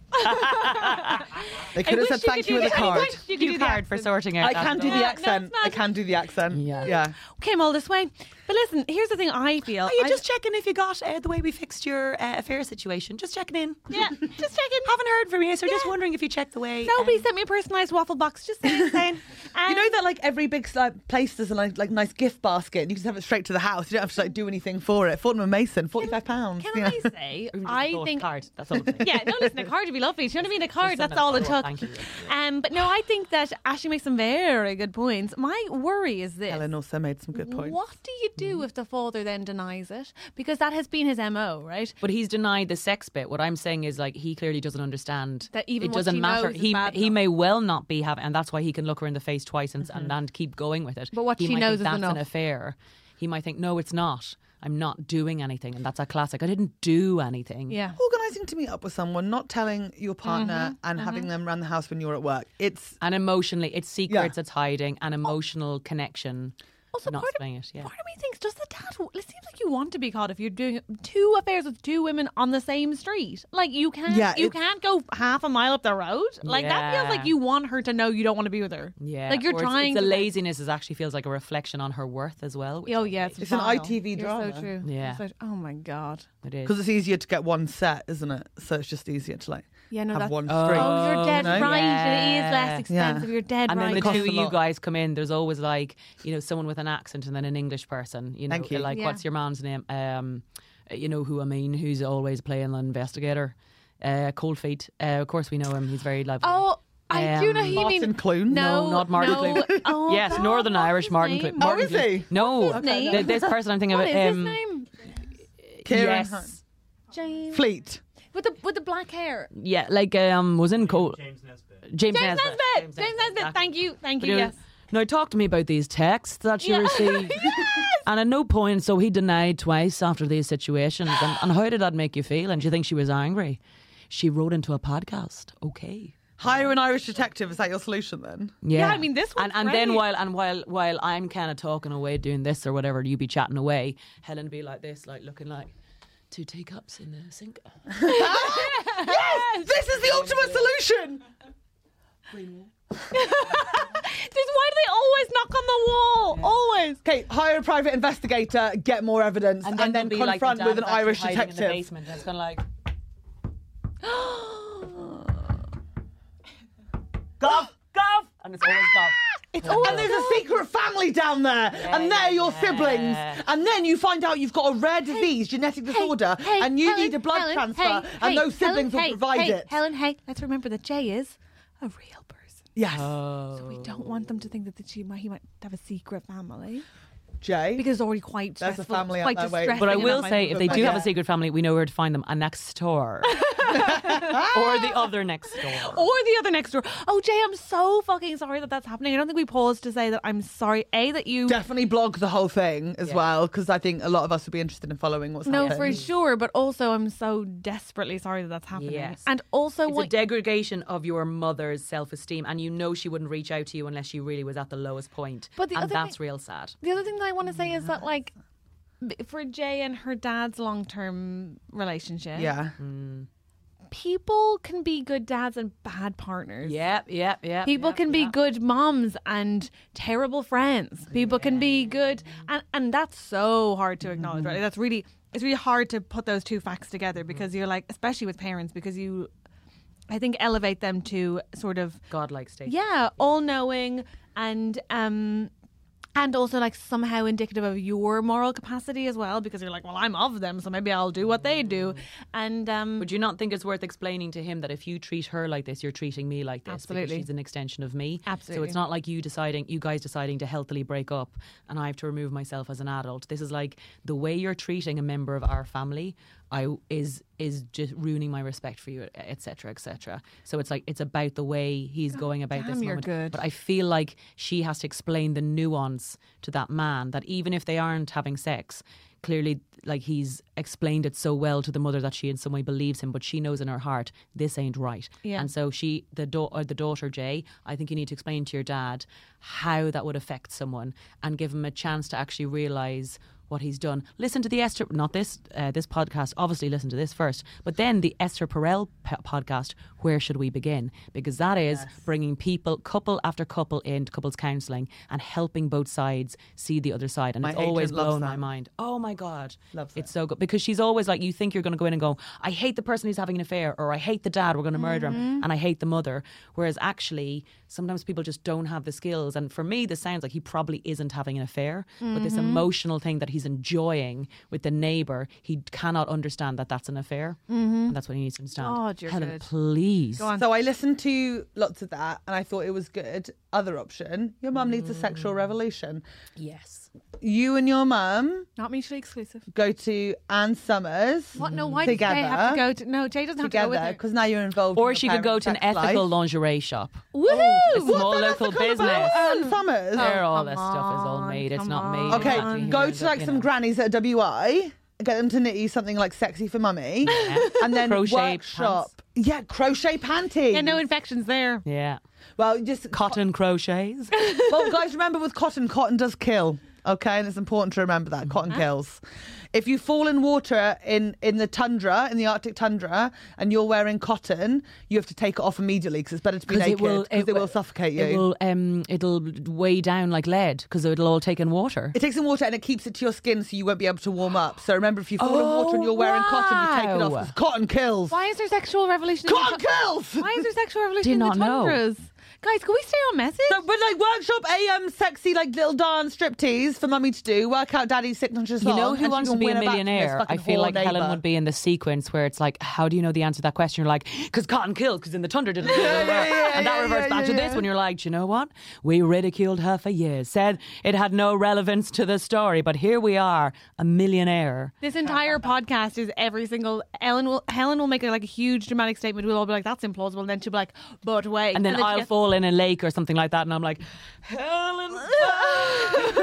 [SPEAKER 5] they could have
[SPEAKER 2] wish
[SPEAKER 5] said
[SPEAKER 2] you
[SPEAKER 5] thank
[SPEAKER 2] could
[SPEAKER 5] you
[SPEAKER 2] do
[SPEAKER 5] with a
[SPEAKER 2] that. I
[SPEAKER 5] card.
[SPEAKER 2] wish you could do
[SPEAKER 4] you
[SPEAKER 2] the
[SPEAKER 4] card for
[SPEAKER 2] accent.
[SPEAKER 4] sorting out
[SPEAKER 5] I
[SPEAKER 4] that
[SPEAKER 5] can do
[SPEAKER 4] stuff.
[SPEAKER 5] the
[SPEAKER 2] No,
[SPEAKER 5] accent.
[SPEAKER 2] it's not.
[SPEAKER 5] I can do the accent.
[SPEAKER 4] Yeah.
[SPEAKER 5] Yeah.
[SPEAKER 2] Came all this way, but listen. Here's the thing. I feel.
[SPEAKER 4] Are Oh, you
[SPEAKER 2] I-
[SPEAKER 4] just checking if you got uh, the way we fixed your uh, affair situation? Just checking in.
[SPEAKER 2] Yeah, just checking.
[SPEAKER 4] Haven't heard from you, so just
[SPEAKER 2] Yeah.
[SPEAKER 4] wondering if you checked the way.
[SPEAKER 2] Nobody
[SPEAKER 4] um,
[SPEAKER 2] sent me a personalised waffle box. Just saying. saying.
[SPEAKER 5] You
[SPEAKER 2] Um,
[SPEAKER 5] know that like every big like, place there's a like, like nice gift basket and you can just have it straight to the house. You don't have to like do anything for it. Fortnum and Mason, forty five pounds.
[SPEAKER 2] Can
[SPEAKER 5] yeah.
[SPEAKER 2] I say?
[SPEAKER 4] Or just
[SPEAKER 2] I
[SPEAKER 4] thought
[SPEAKER 2] think.
[SPEAKER 4] card. That's all. I'm saying.
[SPEAKER 2] Yeah, no, listen, a card would be lovely. Do you know what I mean? A card,
[SPEAKER 4] send
[SPEAKER 2] that's
[SPEAKER 4] it
[SPEAKER 2] all it
[SPEAKER 4] through.
[SPEAKER 2] took.
[SPEAKER 4] Thank you.
[SPEAKER 2] Um, but no, I think that Ashley makes some very good points. My worry is this.
[SPEAKER 5] Helen also made some good points.
[SPEAKER 2] What do you do if the father then denies it? Because that has been his MO, right?
[SPEAKER 4] But he's denied the sex bit. What I'm saying is, like, he clearly doesn't understand
[SPEAKER 2] That even
[SPEAKER 4] it
[SPEAKER 2] what
[SPEAKER 4] doesn't
[SPEAKER 2] he
[SPEAKER 4] matter.
[SPEAKER 2] knows is
[SPEAKER 4] he
[SPEAKER 2] bad
[SPEAKER 4] he
[SPEAKER 2] enough. Mm-hmm.
[SPEAKER 4] may well not be having, and that's why he can look her in the face twice and and, and keep going with it.
[SPEAKER 2] But what
[SPEAKER 4] he
[SPEAKER 2] she
[SPEAKER 4] might
[SPEAKER 2] knows
[SPEAKER 4] think
[SPEAKER 2] is
[SPEAKER 4] that's
[SPEAKER 2] enough.
[SPEAKER 4] an affair. He might think, no, it's not. I'm not doing anything, and that's a classic. I didn't do anything.
[SPEAKER 2] Yeah.
[SPEAKER 5] Organising to meet up with someone, not telling your partner and having them around the house when you're at work. It's
[SPEAKER 4] And emotionally, it's secrets, it's hiding, and emotional connection.
[SPEAKER 2] Also,
[SPEAKER 4] not
[SPEAKER 2] part of,
[SPEAKER 4] saying it. Yeah.
[SPEAKER 2] part of me thinks, does the dad? It seems like you want to be caught if you're doing two affairs with two women on the same street. Like you can't,
[SPEAKER 5] Yeah,
[SPEAKER 2] you
[SPEAKER 5] it's-
[SPEAKER 2] can't go half a mile up the road. Like that feels
[SPEAKER 4] Yeah.
[SPEAKER 2] like you want her to know you don't want to be with her.
[SPEAKER 4] Yeah,
[SPEAKER 2] like you're
[SPEAKER 4] or it's-
[SPEAKER 2] trying.
[SPEAKER 4] It's,
[SPEAKER 2] to
[SPEAKER 4] the laziness is actually feels like a reflection on her worth as well. which
[SPEAKER 2] Oh
[SPEAKER 4] is
[SPEAKER 2] yeah,
[SPEAKER 4] like-
[SPEAKER 2] it's,
[SPEAKER 5] It's an
[SPEAKER 2] vile.
[SPEAKER 5] ITV
[SPEAKER 2] You're
[SPEAKER 5] drama.
[SPEAKER 2] So true. You're
[SPEAKER 4] Yeah.
[SPEAKER 2] so- oh my god.
[SPEAKER 4] it is.
[SPEAKER 5] because it's easier to get one set, isn't it? So it's just easier to like
[SPEAKER 2] Yeah, no,
[SPEAKER 5] have
[SPEAKER 2] that's-
[SPEAKER 5] one
[SPEAKER 4] Oh.
[SPEAKER 5] straight.
[SPEAKER 2] Oh, you're dead
[SPEAKER 5] no?
[SPEAKER 2] right. It
[SPEAKER 4] Yeah.
[SPEAKER 2] is less expensive.
[SPEAKER 5] Yeah.
[SPEAKER 2] You're dead
[SPEAKER 4] And
[SPEAKER 2] right.
[SPEAKER 4] then the
[SPEAKER 5] Costs
[SPEAKER 4] two
[SPEAKER 5] a
[SPEAKER 4] of you
[SPEAKER 5] lot.
[SPEAKER 4] guys come in. There's always like you know someone with an accent and then an English person. You know,
[SPEAKER 5] Thank you.
[SPEAKER 4] like
[SPEAKER 2] Yeah.
[SPEAKER 4] what's your man's name? Um, you know who I mean? Who's always playing the investigator? Uh, Cold Feet. Uh, of course we know him. He's very lively.
[SPEAKER 2] Oh, I do know
[SPEAKER 4] Um,
[SPEAKER 2] who you
[SPEAKER 5] Martin
[SPEAKER 2] mean.
[SPEAKER 5] Clune?
[SPEAKER 2] No,
[SPEAKER 4] No, not Martin
[SPEAKER 2] no.
[SPEAKER 4] Clune.
[SPEAKER 2] Oh,
[SPEAKER 4] yes,
[SPEAKER 2] God,
[SPEAKER 4] Northern
[SPEAKER 2] what's
[SPEAKER 4] Irish
[SPEAKER 2] his
[SPEAKER 4] Martin.
[SPEAKER 2] name?
[SPEAKER 4] Clu- Martin
[SPEAKER 5] Oh, is he?
[SPEAKER 4] Clune. No,
[SPEAKER 2] What's his name?
[SPEAKER 4] th- this person I'm thinking
[SPEAKER 2] What is
[SPEAKER 4] of.
[SPEAKER 2] his
[SPEAKER 4] um,
[SPEAKER 2] name?
[SPEAKER 5] Kieran
[SPEAKER 4] yes.
[SPEAKER 5] Hunt.
[SPEAKER 2] James.
[SPEAKER 5] Fleet.
[SPEAKER 2] With the with the black hair.
[SPEAKER 4] Yeah, like um, was in Cold
[SPEAKER 6] James Nesbitt.
[SPEAKER 4] James,
[SPEAKER 2] James
[SPEAKER 4] Nesbitt.
[SPEAKER 2] Nesbitt. James Nesbitt.
[SPEAKER 4] exactly.
[SPEAKER 2] Thank you. Thank
[SPEAKER 4] But
[SPEAKER 2] you.
[SPEAKER 4] you're-
[SPEAKER 2] Yes.
[SPEAKER 4] Now talk to me about these texts that you
[SPEAKER 2] Yeah.
[SPEAKER 4] received. And at no point, so he denied twice after these situations. And, and how did that make you feel? And do you think she was angry? She wrote into a podcast. Okay.
[SPEAKER 5] Hire an Irish detective. Is that your solution then?
[SPEAKER 4] Yeah.
[SPEAKER 2] I mean, this one's
[SPEAKER 4] and and then
[SPEAKER 2] great.
[SPEAKER 4] while and while while I'm kind of talking away, doing this or whatever, you be chatting away. Helen be like this, like looking like two teacups in the sink.
[SPEAKER 5] Yes, this is the ultimate solution.
[SPEAKER 2] Just why do they always knock on the wall? Always.
[SPEAKER 5] Okay, hire a private investigator, get more evidence, and then,
[SPEAKER 4] there'll be, like, the
[SPEAKER 5] confront
[SPEAKER 4] dad
[SPEAKER 5] with an
[SPEAKER 4] that's
[SPEAKER 5] Irish
[SPEAKER 4] hiding In the
[SPEAKER 5] detective.
[SPEAKER 4] basement. That's kind of like.
[SPEAKER 5] Gov, gov,
[SPEAKER 4] and it's always Bob.
[SPEAKER 5] It's all and there's a secret family down there, and they're your siblings. And then you find out you've got a rare disease, genetic disorder,
[SPEAKER 2] Hey,
[SPEAKER 5] and you
[SPEAKER 2] Helen,
[SPEAKER 5] need a blood
[SPEAKER 2] Helen,
[SPEAKER 5] transfer,
[SPEAKER 2] hey,
[SPEAKER 5] and
[SPEAKER 2] hey,
[SPEAKER 5] those
[SPEAKER 2] Helen,
[SPEAKER 5] siblings
[SPEAKER 2] hey,
[SPEAKER 5] will provide
[SPEAKER 2] hey,
[SPEAKER 5] it.
[SPEAKER 2] Helen, hey, let's remember that Jay is a real person.
[SPEAKER 5] Yes,
[SPEAKER 2] So we don't want them to think that she might, he might have a secret family
[SPEAKER 5] Jay.
[SPEAKER 2] because it's already quite
[SPEAKER 5] There's a
[SPEAKER 2] stressful.
[SPEAKER 5] family out
[SPEAKER 2] quite
[SPEAKER 5] there waiting.
[SPEAKER 2] distressing
[SPEAKER 4] But I
[SPEAKER 2] enough.
[SPEAKER 4] will say, if they do have
[SPEAKER 5] Yeah.
[SPEAKER 4] a secret family, we know where to find them a next door. or the other next door.
[SPEAKER 2] or the other next door. Oh, Jay, I'm so fucking sorry that that's happening. I don't think we paused to say that I'm sorry. A that you
[SPEAKER 5] definitely blog the whole thing as well because I think a lot of us would be interested in following what's
[SPEAKER 2] no for
[SPEAKER 5] happening.
[SPEAKER 2] sure, but also I'm so desperately sorry that that's happening.
[SPEAKER 4] Yes.
[SPEAKER 2] And also,
[SPEAKER 4] It's a
[SPEAKER 2] what-
[SPEAKER 4] degradation of your mother's self esteem, and you know she wouldn't reach out to you unless she really was at the lowest point.
[SPEAKER 2] But the
[SPEAKER 4] and
[SPEAKER 2] other
[SPEAKER 4] that's
[SPEAKER 2] thing-
[SPEAKER 4] real sad.
[SPEAKER 2] the other thing that I want to say is that like b- for Jay and her dad's long term relationship,
[SPEAKER 5] Yeah,
[SPEAKER 2] people can be good dads and bad partners.
[SPEAKER 4] Yep, yep, yep.
[SPEAKER 2] People
[SPEAKER 4] yep,
[SPEAKER 2] can be
[SPEAKER 4] yep.
[SPEAKER 2] good moms and terrible friends. People can be good, and and that's so hard to acknowledge,
[SPEAKER 5] Mm-hmm.
[SPEAKER 2] right? That's really it's really hard to put those two facts together because you're like, especially with parents, because you, I think, elevate them to sort of
[SPEAKER 4] Godlike state.
[SPEAKER 2] yeah, all knowing and um and also like somehow indicative of your moral capacity as well because you're like, well, I'm of them, so maybe I'll do what they do,
[SPEAKER 5] Mm-hmm.
[SPEAKER 2] and um.
[SPEAKER 4] Would you not think it's worth explaining to him that if you treat her like this, you're treating me like this?
[SPEAKER 2] Absolutely.
[SPEAKER 4] Because she's an extension of me. So
[SPEAKER 2] Absolutely.
[SPEAKER 4] it's not like you deciding, you guys deciding to healthily break up and I have to remove myself as an adult. This is like the way you're treating a member of our family I is is just ruining my respect for you, et cetera, et cetera. So it's like, it's about the way he's going about this
[SPEAKER 2] damn, you're
[SPEAKER 4] moment.
[SPEAKER 2] good.
[SPEAKER 4] But I feel like she has to explain the nuance to that man that even if they aren't having sex, clearly, like he's explained it so well to the mother that she in some way believes him, but she knows in her heart this ain't right.
[SPEAKER 2] Yeah.
[SPEAKER 4] And so she, the da- or the daughter Jay, I think you need to explain to your dad how that would affect someone and give him a chance to actually realize what he's done. Listen to the Esther, not this uh, this podcast. Obviously, listen to this first, but then the Esther Perel p- podcast. Where should we begin? Because that is bringing people, couple after couple, in to couples counselling and helping both sides see the other side. And
[SPEAKER 5] My
[SPEAKER 4] it's always
[SPEAKER 5] agent loves
[SPEAKER 4] blown my
[SPEAKER 5] that.
[SPEAKER 4] mind. Oh my god,
[SPEAKER 5] Loves
[SPEAKER 4] it's so good because she's always like, you think you're going to go in and go, I hate the person who's having an affair, or I hate the dad, we're going to murder him, and I hate the mother. Whereas actually, sometimes people just don't have the skills. And for me, this sounds like he probably isn't having an affair, but this emotional thing that he's enjoying with the neighbor, he cannot understand that that's an affair, and that's what he needs to understand.
[SPEAKER 2] God, you're
[SPEAKER 4] Helen,
[SPEAKER 2] good.
[SPEAKER 4] please.
[SPEAKER 5] So I listened to lots of that, and I thought it was good. Other option: your mum needs a sexual revolution.
[SPEAKER 4] Yes.
[SPEAKER 5] You and your mum
[SPEAKER 2] Not mutually exclusive.
[SPEAKER 5] go to Anne Summers.
[SPEAKER 2] What? No, why does Jay have to
[SPEAKER 5] Mm-hmm. Together.
[SPEAKER 2] go to? No, Jay doesn't have to go with
[SPEAKER 5] Together,
[SPEAKER 2] her.
[SPEAKER 5] because now you're involved.
[SPEAKER 4] Or
[SPEAKER 5] in
[SPEAKER 4] she
[SPEAKER 5] your
[SPEAKER 4] could go
[SPEAKER 5] parents'
[SPEAKER 4] to an
[SPEAKER 5] sex
[SPEAKER 4] ethical
[SPEAKER 5] life.
[SPEAKER 4] lingerie shop.
[SPEAKER 2] Woo!
[SPEAKER 4] Small local business. Oh.
[SPEAKER 5] Anne Summers.
[SPEAKER 4] There, all
[SPEAKER 2] Oh, come
[SPEAKER 4] this stuff is all
[SPEAKER 2] on,
[SPEAKER 4] made. It's
[SPEAKER 2] come
[SPEAKER 4] not made.
[SPEAKER 2] on.
[SPEAKER 5] Okay,
[SPEAKER 4] exactly here,
[SPEAKER 5] go
[SPEAKER 4] but,
[SPEAKER 5] to like
[SPEAKER 4] you
[SPEAKER 5] some
[SPEAKER 4] know.
[SPEAKER 5] grannies at WI. Get them to knit you something like sexy for mummy, and then
[SPEAKER 4] Crochet
[SPEAKER 5] workshop. Yeah, crochet panties.
[SPEAKER 2] Yeah, no infections there.
[SPEAKER 4] Yeah.
[SPEAKER 5] Well, just
[SPEAKER 4] Cotton crochets.
[SPEAKER 5] well, guys, remember with cotton, cotton does kill. Okay, and it's important to remember that cotton
[SPEAKER 4] Uh-huh.
[SPEAKER 5] kills. If you fall in water in in the tundra, in the Arctic tundra, and you're wearing cotton, you have to take it off immediately because it's better to be naked because it, will suffocate you.
[SPEAKER 4] It
[SPEAKER 5] It,
[SPEAKER 4] will, um, it'll weigh down like lead because it'll all take in water.
[SPEAKER 5] takes in water and it keeps it to your skin, so you won't be able to warm up. So remember, if you fall in water and you're wearing cotton, you take it off.
[SPEAKER 4] Oh, wow.
[SPEAKER 5] 'cause Cotton kills.
[SPEAKER 2] Why is there sexual revolution? in
[SPEAKER 5] Cotton
[SPEAKER 2] the tu-
[SPEAKER 5] kills!
[SPEAKER 2] Why is there sexual
[SPEAKER 4] Do
[SPEAKER 2] revolution in the
[SPEAKER 4] not know.
[SPEAKER 2] tundras? Guys, can we stay on message?
[SPEAKER 5] So, but like workshop AM sexy like little dance striptease for mummy to do. Work out daddy's signature song.
[SPEAKER 4] You know
[SPEAKER 5] and
[SPEAKER 4] who
[SPEAKER 5] she
[SPEAKER 4] wants to
[SPEAKER 5] can
[SPEAKER 4] be
[SPEAKER 5] win
[SPEAKER 4] a
[SPEAKER 5] her back from this
[SPEAKER 4] millionaire? I
[SPEAKER 5] fucking
[SPEAKER 4] feel
[SPEAKER 5] whore
[SPEAKER 4] like
[SPEAKER 5] neighbour.
[SPEAKER 4] Helen would be in the sequence where it's like, how do you know the answer to that question? You're like, because cotton killed, because in the thunder did it. and that reverts back to this when you're like, do you know what? We ridiculed her for years, said it had no relevance to the story, but here we are, a millionaire.
[SPEAKER 2] This entire podcast is every single Ellen will Helen will make like a huge dramatic statement. We'll all be like, "That's implausible," and then she'll be like, "But wait,"
[SPEAKER 4] And then
[SPEAKER 2] she
[SPEAKER 4] I'll
[SPEAKER 2] gets-
[SPEAKER 4] fall in a lake or something like that, and I'm like, Helen.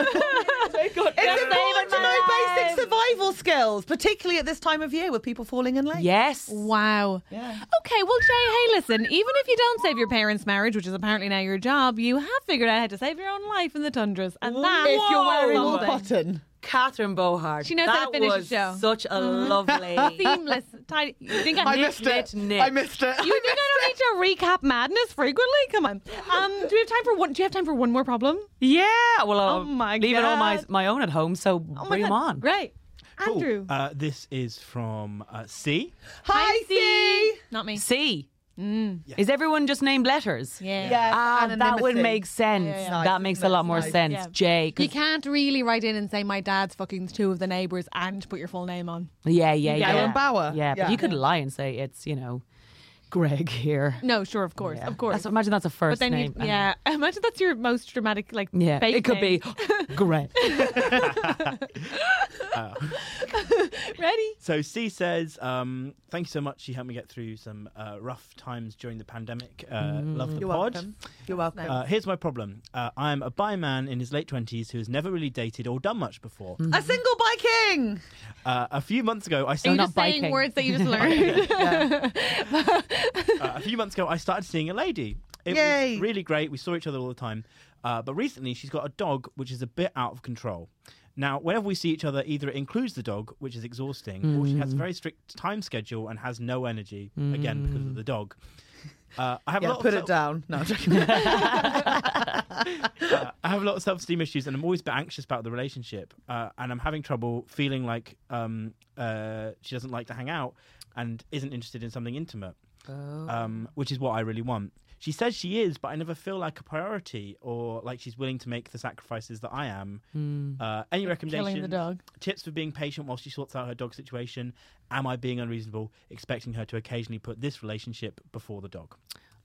[SPEAKER 5] It's
[SPEAKER 2] Just
[SPEAKER 5] important to
[SPEAKER 2] saving
[SPEAKER 5] know
[SPEAKER 2] my
[SPEAKER 5] basic survival skills, particularly at this time of year with people falling in lake.
[SPEAKER 4] yes.
[SPEAKER 2] Wow. Okay, well, Jay, hey, listen, even if you don't save your parents' marriage, which is apparently now your job, you have figured out how to save your own life in the tundras. And that
[SPEAKER 5] If you're
[SPEAKER 4] Oh,
[SPEAKER 5] wearing
[SPEAKER 2] Whoa.
[SPEAKER 5] all cotton.
[SPEAKER 4] Catherine Bohart.
[SPEAKER 2] She knows how to
[SPEAKER 4] that
[SPEAKER 2] finish a
[SPEAKER 4] was
[SPEAKER 2] show. Mm-hmm.
[SPEAKER 4] Such a lovely.
[SPEAKER 2] seamless, tidy. You think I,
[SPEAKER 4] missed it. knit.
[SPEAKER 5] I missed it.
[SPEAKER 2] You think I don't need to recap madness frequently? Come on. Um, do we have time for one? Do you have time for one more problem?
[SPEAKER 4] yeah. Well, I'll
[SPEAKER 2] Oh my
[SPEAKER 4] leaving all my
[SPEAKER 2] God.
[SPEAKER 4] my own at home, so
[SPEAKER 2] Oh my
[SPEAKER 4] bring them
[SPEAKER 2] God.
[SPEAKER 4] on. Uh,
[SPEAKER 2] Great.
[SPEAKER 6] Cool.
[SPEAKER 2] Andrew.
[SPEAKER 6] Uh, this is from uh, C.
[SPEAKER 5] Hi, C.
[SPEAKER 2] Not me.
[SPEAKER 4] See, Is everyone just named letters?
[SPEAKER 2] Mm. Yeah.
[SPEAKER 4] Ah, that would make sense. That makes a lot more sense.
[SPEAKER 2] Yeah.
[SPEAKER 4] J. 'cause-
[SPEAKER 2] You can't really write in and say my dad's fucking two of the neighbours and put your full name on.
[SPEAKER 4] yeah, yeah, yeah.
[SPEAKER 5] Alan Bauer.
[SPEAKER 4] Yeah, but
[SPEAKER 5] Yeah.
[SPEAKER 4] you could lie and say it's, you know, Greg here.
[SPEAKER 2] No, sure, of course, of course.
[SPEAKER 4] That's, imagine that's a first
[SPEAKER 2] but then
[SPEAKER 4] name.
[SPEAKER 2] you, yeah, imagine that's your most dramatic, like,
[SPEAKER 4] Yeah,
[SPEAKER 2] fake
[SPEAKER 4] it could
[SPEAKER 2] name.
[SPEAKER 4] be Greg.
[SPEAKER 2] ready.
[SPEAKER 6] So C says, um, "Thank you so much. You helped me get through some uh, rough times during the pandemic. Uh, Love the
[SPEAKER 5] You're
[SPEAKER 6] pod.
[SPEAKER 5] welcome. You're welcome.
[SPEAKER 6] Uh, here's my problem. Uh, I am a bi man in his late twenties who has never really dated or done much before.
[SPEAKER 5] a single biking.
[SPEAKER 6] Uh, a few months ago, I
[SPEAKER 2] Are you
[SPEAKER 6] started.
[SPEAKER 4] not
[SPEAKER 2] just saying
[SPEAKER 4] biking.
[SPEAKER 2] words that you just learned?
[SPEAKER 6] uh, a few months ago, I started seeing a lady. It
[SPEAKER 5] Yay.
[SPEAKER 6] was really great. We saw each other all the time. Uh, but recently, she's got a dog which is a bit out of control. Now, whenever we see each other, either it includes the dog, which is exhausting, or she
[SPEAKER 5] Mm.
[SPEAKER 6] has a very strict time schedule and has no energy, again, because of the dog. Uh, I have a
[SPEAKER 5] Mm. Yeah,
[SPEAKER 6] lot
[SPEAKER 5] put
[SPEAKER 6] of self-
[SPEAKER 5] it down. No, I'm joking.
[SPEAKER 6] uh, I have a lot of self esteem issues, and I'm always a bit anxious about the relationship. Uh, and I'm having trouble feeling like um, uh, she doesn't like to hang out and isn't interested in something intimate, um, which is what I really want. She says she is, but I never feel like a priority or like she's willing to make the sacrifices that I am. Uh, any recommendations?
[SPEAKER 2] dog.
[SPEAKER 6] Tips for being patient while she sorts out her dog situation. Am I being unreasonable, expecting her to occasionally put this relationship before the dog?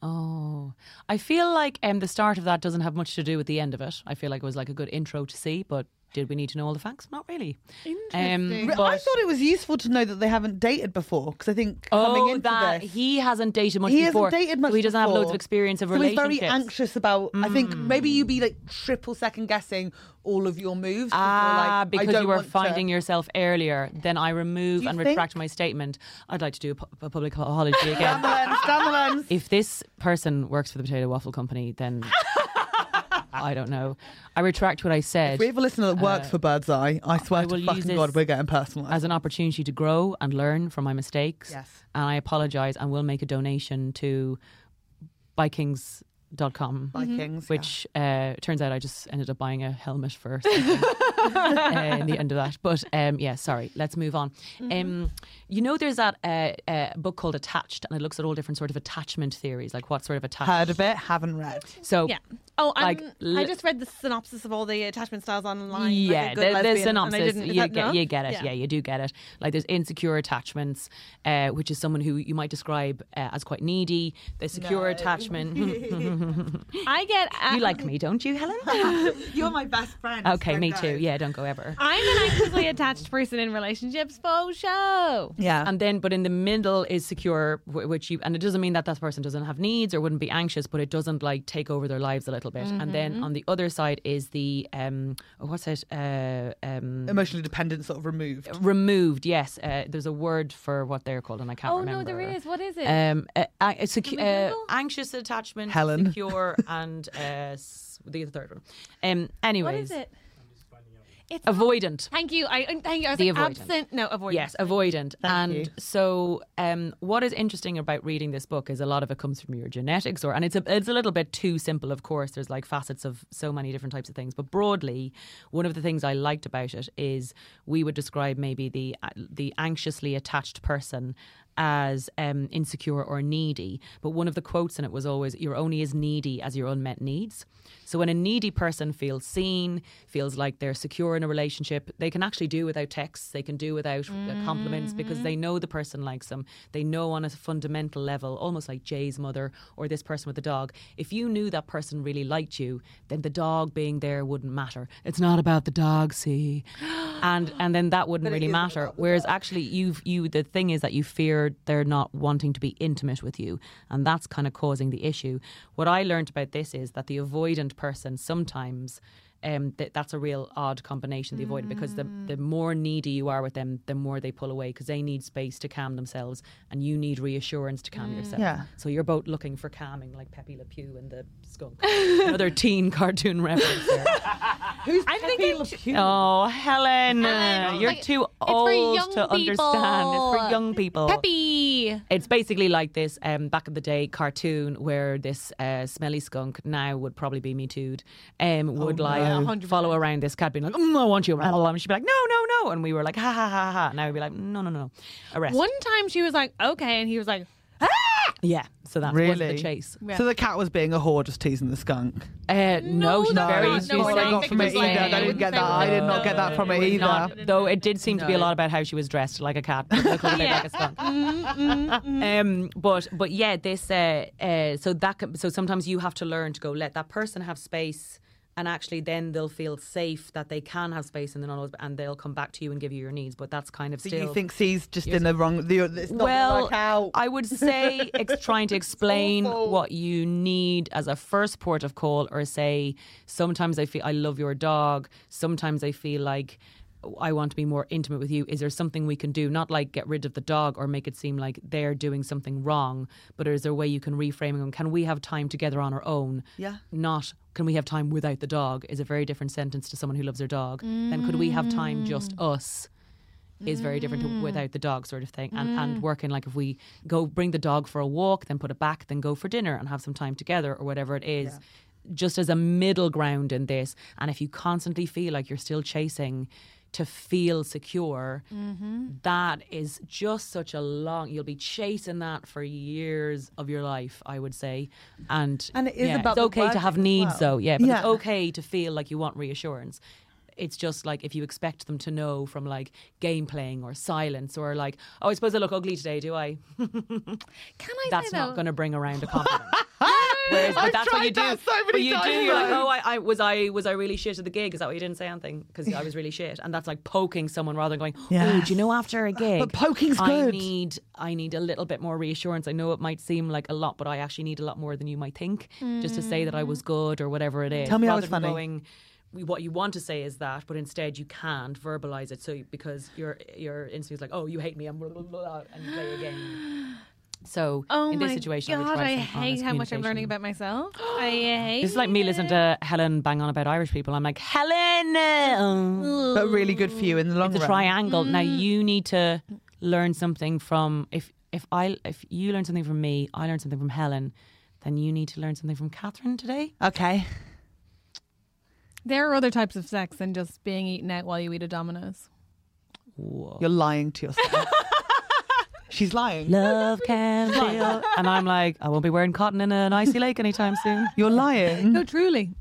[SPEAKER 4] Oh, I feel like um, the start of that doesn't have much to do with the end of it. I feel like it was like a good intro to see, but did we need to know all the facts? Not really. Um, Interesting.
[SPEAKER 5] Re- I thought it was useful to know that they haven't dated before because I think coming
[SPEAKER 4] Oh,
[SPEAKER 5] into
[SPEAKER 4] that
[SPEAKER 5] this,
[SPEAKER 4] he hasn't dated much
[SPEAKER 5] he
[SPEAKER 4] before.
[SPEAKER 5] hasn't dated much.
[SPEAKER 4] so he doesn't have loads
[SPEAKER 5] before.
[SPEAKER 4] of experience of
[SPEAKER 5] so
[SPEAKER 4] relationships. Hmm.
[SPEAKER 5] He's very anxious about. I think maybe you'd be like triple second guessing all of your moves. 'cause you're
[SPEAKER 4] Ah,
[SPEAKER 5] like, I
[SPEAKER 4] because
[SPEAKER 5] don't
[SPEAKER 4] you were
[SPEAKER 5] want to-
[SPEAKER 4] finding yourself earlier. Then I remove
[SPEAKER 5] you
[SPEAKER 4] and
[SPEAKER 5] think-
[SPEAKER 4] retract my statement. I'd like to do a, pu- a public apology
[SPEAKER 5] Down the
[SPEAKER 4] again.
[SPEAKER 5] lens, down the lens.
[SPEAKER 4] if this person works for the Potato Waffle Company, then I don't know. I retract what I said.
[SPEAKER 5] If we have a listener that works for Bird's Eye, I swear
[SPEAKER 4] I Uh, will
[SPEAKER 5] to
[SPEAKER 4] use
[SPEAKER 5] fucking
[SPEAKER 4] this
[SPEAKER 5] God, we're getting personalised.
[SPEAKER 4] as an opportunity to grow and learn from my mistakes.
[SPEAKER 5] Yes.
[SPEAKER 4] And I apologize and will make a donation to bikings.com.
[SPEAKER 5] Vikings,
[SPEAKER 4] Mm-hmm. Which uh, turns out I just ended up buying a helmet for something, uh, in the end of that. But um, yeah, sorry. Let's move on. Um, you know, there's that uh, uh, book called Attached, and it looks at all different sort of attachment theories, like what sort of attachment.
[SPEAKER 5] yeah. heard of it, haven't read.
[SPEAKER 4] So
[SPEAKER 2] Yeah. Oh, I'm,
[SPEAKER 4] Like, li-
[SPEAKER 2] I just read the synopsis of all the attachment styles online. like a
[SPEAKER 4] Yeah,
[SPEAKER 2] good
[SPEAKER 4] the, the
[SPEAKER 2] lesbian, and I
[SPEAKER 4] synopsis.
[SPEAKER 2] didn't- is
[SPEAKER 4] you,
[SPEAKER 2] that
[SPEAKER 4] get,
[SPEAKER 2] enough?
[SPEAKER 4] you get it. Yeah.
[SPEAKER 2] Yeah.
[SPEAKER 4] you do get it. Like there's insecure attachments, uh, which is someone who you might describe uh, as quite needy. The secure attachment.
[SPEAKER 2] I get.
[SPEAKER 4] you like me, don't you, Helen?
[SPEAKER 5] You're my best friend.
[SPEAKER 4] okay, me too. Yeah, don't go ever.
[SPEAKER 2] I'm an actively attached person in relationships, for Oh, show.
[SPEAKER 5] Yeah.
[SPEAKER 4] And then, but in the middle is secure, wh- which you, and it doesn't mean that that person doesn't have needs or wouldn't be anxious, but it doesn't like take over their lives a little bit. And
[SPEAKER 2] Mm-hmm.
[SPEAKER 4] then on the other side is the, um, oh, what's it? Uh, um,
[SPEAKER 5] Emotionally dependent, sort of removed.
[SPEAKER 4] removed. Yes, uh, there's a word for what they're called, and I can't
[SPEAKER 2] Oh
[SPEAKER 4] remember.
[SPEAKER 2] no, there is. What is it?
[SPEAKER 4] Um, uh, uh, secu-
[SPEAKER 2] we
[SPEAKER 4] uh,
[SPEAKER 2] Google?
[SPEAKER 4] anxious attachment,
[SPEAKER 5] Helen.
[SPEAKER 4] secure, and uh, s- the third one. Um, anyways,
[SPEAKER 2] what is it? It's
[SPEAKER 4] avoidant.
[SPEAKER 2] Thank you. I um, thank you. I was
[SPEAKER 4] The
[SPEAKER 2] like,
[SPEAKER 4] avoidant.
[SPEAKER 2] absent. No, avoidant.
[SPEAKER 4] Yes, avoidant. and
[SPEAKER 5] you.
[SPEAKER 4] so, um, what is interesting about reading this book is a lot of it comes from your genetics, or and it's a it's a little bit too simple. Of course, there's like facets of so many different types of things, but broadly, one of the things I liked about it is we would describe maybe the uh, the anxiously attached person as um, insecure or needy. But one of the quotes in it was always, "You're only as needy as your unmet needs." So when a needy person feels seen, feels like they're secure in a relationship, they can actually do without texts, they can do without uh compliments because they know the person likes them. They know on a fundamental level, almost like Jay's mother or this person with the dog. If you knew that person really liked you, then the dog being there wouldn't matter. It's not about the dog, see, and and then that wouldn't really matter. Whereas actually, you've you the thing is that you fear they're not wanting to be intimate with you, and that's kind of causing the issue. What I learned about this is that the avoidant person sometimes. Um, th- that's a real odd combination, the avoidant, because the, the more needy you are with them, the more they pull away because they need space to calm themselves and you need reassurance to calm yourself.
[SPEAKER 5] Yeah.
[SPEAKER 4] So you're both looking for calming, like Pepe Le Pew and the skunk. Another teen cartoon reference there.
[SPEAKER 5] Who's
[SPEAKER 2] I think
[SPEAKER 5] Pepe
[SPEAKER 2] I
[SPEAKER 5] Le
[SPEAKER 2] ch-
[SPEAKER 5] Pew?
[SPEAKER 4] Oh, Helen, uh,
[SPEAKER 2] Helen,
[SPEAKER 4] you're
[SPEAKER 2] like,
[SPEAKER 4] too
[SPEAKER 2] it's for
[SPEAKER 4] old
[SPEAKER 2] young
[SPEAKER 4] to understand. It's
[SPEAKER 2] people.
[SPEAKER 4] for young people.
[SPEAKER 2] Peppy.
[SPEAKER 4] It's basically like this um, back in the day cartoon where this uh, smelly skunk now would probably be me tooed um,
[SPEAKER 2] Oh,
[SPEAKER 4] would like follow around this cat being like, mm, I want you, and she'd be like, no, no, no, and we were like, ha ha ha ha, ha. and I would be like, no, no, no, no. arrest.
[SPEAKER 2] One time she was like, okay, and he was like,
[SPEAKER 4] Yeah, so that was
[SPEAKER 5] Really?
[SPEAKER 4] the chase.
[SPEAKER 2] Yeah.
[SPEAKER 5] So the cat was being a whore, just teasing the skunk.
[SPEAKER 4] Uh, no,
[SPEAKER 2] No,
[SPEAKER 4] she's
[SPEAKER 2] no,
[SPEAKER 4] very.
[SPEAKER 2] no,
[SPEAKER 4] she's
[SPEAKER 2] no,
[SPEAKER 5] what
[SPEAKER 4] very
[SPEAKER 5] I got from it
[SPEAKER 4] good
[SPEAKER 5] either. I
[SPEAKER 4] lady.
[SPEAKER 5] didn't get that. I did not get that from it
[SPEAKER 4] Would
[SPEAKER 5] either.
[SPEAKER 4] not- though it did seem to be a lot about how she was dressed like a cat, but looked a bit
[SPEAKER 2] Yeah.
[SPEAKER 4] like a skunk.
[SPEAKER 5] Mm,
[SPEAKER 4] Um, but but yeah, this. Uh, uh, so that can, so sometimes you have to learn to go let that person have space. And actually, then they'll feel safe that they can have space, and they're not always, and they'll come back to you and give you your needs. But that's kind of
[SPEAKER 5] Do
[SPEAKER 4] still.
[SPEAKER 5] you think she's just in the wrong? The, it's not
[SPEAKER 4] well,
[SPEAKER 5] work out.
[SPEAKER 4] I would say ex- trying to explain what you need as a first port of call, or say sometimes I feel I love your dog. Sometimes I feel like I want to be more intimate with you. Is there something we can do? Not like get rid of the dog or make it seem like they're doing something wrong, but is there a way you can reframe them? Can we have time together on our own?
[SPEAKER 5] Yeah.
[SPEAKER 4] Not can we have time without the dog is a very different sentence to someone who loves their dog. Then could we have
[SPEAKER 5] Mm.
[SPEAKER 4] time just us? is very different to without the dog sort of thing and, and working like if we go bring the dog for a walk then put it back then go for dinner and have some time together or whatever it is just as a middle ground in this and if you constantly feel like you're still chasing to feel secure that is just such a long you'll be chasing that for years of your life i would say and,
[SPEAKER 5] And it is
[SPEAKER 4] yeah,
[SPEAKER 5] about
[SPEAKER 4] it's
[SPEAKER 5] the
[SPEAKER 4] okay
[SPEAKER 5] work
[SPEAKER 4] to have
[SPEAKER 5] as
[SPEAKER 4] needs
[SPEAKER 5] well.
[SPEAKER 4] though yeah but it's
[SPEAKER 5] Yeah.
[SPEAKER 4] okay to feel like you want reassurance it's just like if you expect them to know from like game playing or silence or like, oh, I suppose I look ugly today, do I?
[SPEAKER 2] Can I
[SPEAKER 4] That's
[SPEAKER 2] say
[SPEAKER 4] not
[SPEAKER 2] though-
[SPEAKER 4] going to bring around a compliment.
[SPEAKER 2] No.
[SPEAKER 4] Ah! Whereas, but
[SPEAKER 5] I've
[SPEAKER 4] that's what
[SPEAKER 5] tried
[SPEAKER 4] you do.
[SPEAKER 5] that so
[SPEAKER 4] but
[SPEAKER 5] many
[SPEAKER 4] you do.
[SPEAKER 5] times,
[SPEAKER 4] You're like,
[SPEAKER 5] though.
[SPEAKER 4] oh, I, I was I was I really shit at the gig. Is that what you didn't say anything? Because I was really shit, and that's like poking someone rather than going. Yeah.
[SPEAKER 5] Yes.
[SPEAKER 4] do you know after a gig?
[SPEAKER 5] But poking's
[SPEAKER 4] I
[SPEAKER 5] good.
[SPEAKER 4] need I need a little bit more reassurance. I know it might seem like a lot, but I actually need a lot more than you might think. Just to say that I was good or whatever it is.
[SPEAKER 5] Mm. Tell me I
[SPEAKER 4] rather
[SPEAKER 5] was
[SPEAKER 4] than
[SPEAKER 5] funny.
[SPEAKER 4] Going, we- what you want to say is that, but instead you can't verbalize it. So you- because your your instinct is like, oh, you hate me, and blah blah blah, and you play a game. So
[SPEAKER 2] Oh
[SPEAKER 4] in
[SPEAKER 2] my
[SPEAKER 4] this situation, I, would
[SPEAKER 2] God,
[SPEAKER 4] try
[SPEAKER 2] I
[SPEAKER 4] some
[SPEAKER 2] hate
[SPEAKER 4] honest
[SPEAKER 2] how much I'm learning
[SPEAKER 4] communication.
[SPEAKER 2] about myself. I hate.
[SPEAKER 4] It's like me listening to Helen bang on about Irish people. I'm like, Helen, uh,
[SPEAKER 5] but really good for you in the long
[SPEAKER 4] it's a
[SPEAKER 5] run.
[SPEAKER 4] triangle. Now
[SPEAKER 5] Mm.
[SPEAKER 4] you need to learn something from if if I if you learn something from me, I learn something from Helen. Then you need to learn something from Catherine today.
[SPEAKER 5] Okay.
[SPEAKER 2] There are other types of sex than just being eaten out while you eat a Domino's.
[SPEAKER 5] You're lying to yourself. She's lying.
[SPEAKER 4] Love can feel, and I'm like, I won't be wearing cotton in an icy lake anytime soon.
[SPEAKER 5] You're lying.
[SPEAKER 2] No, truly.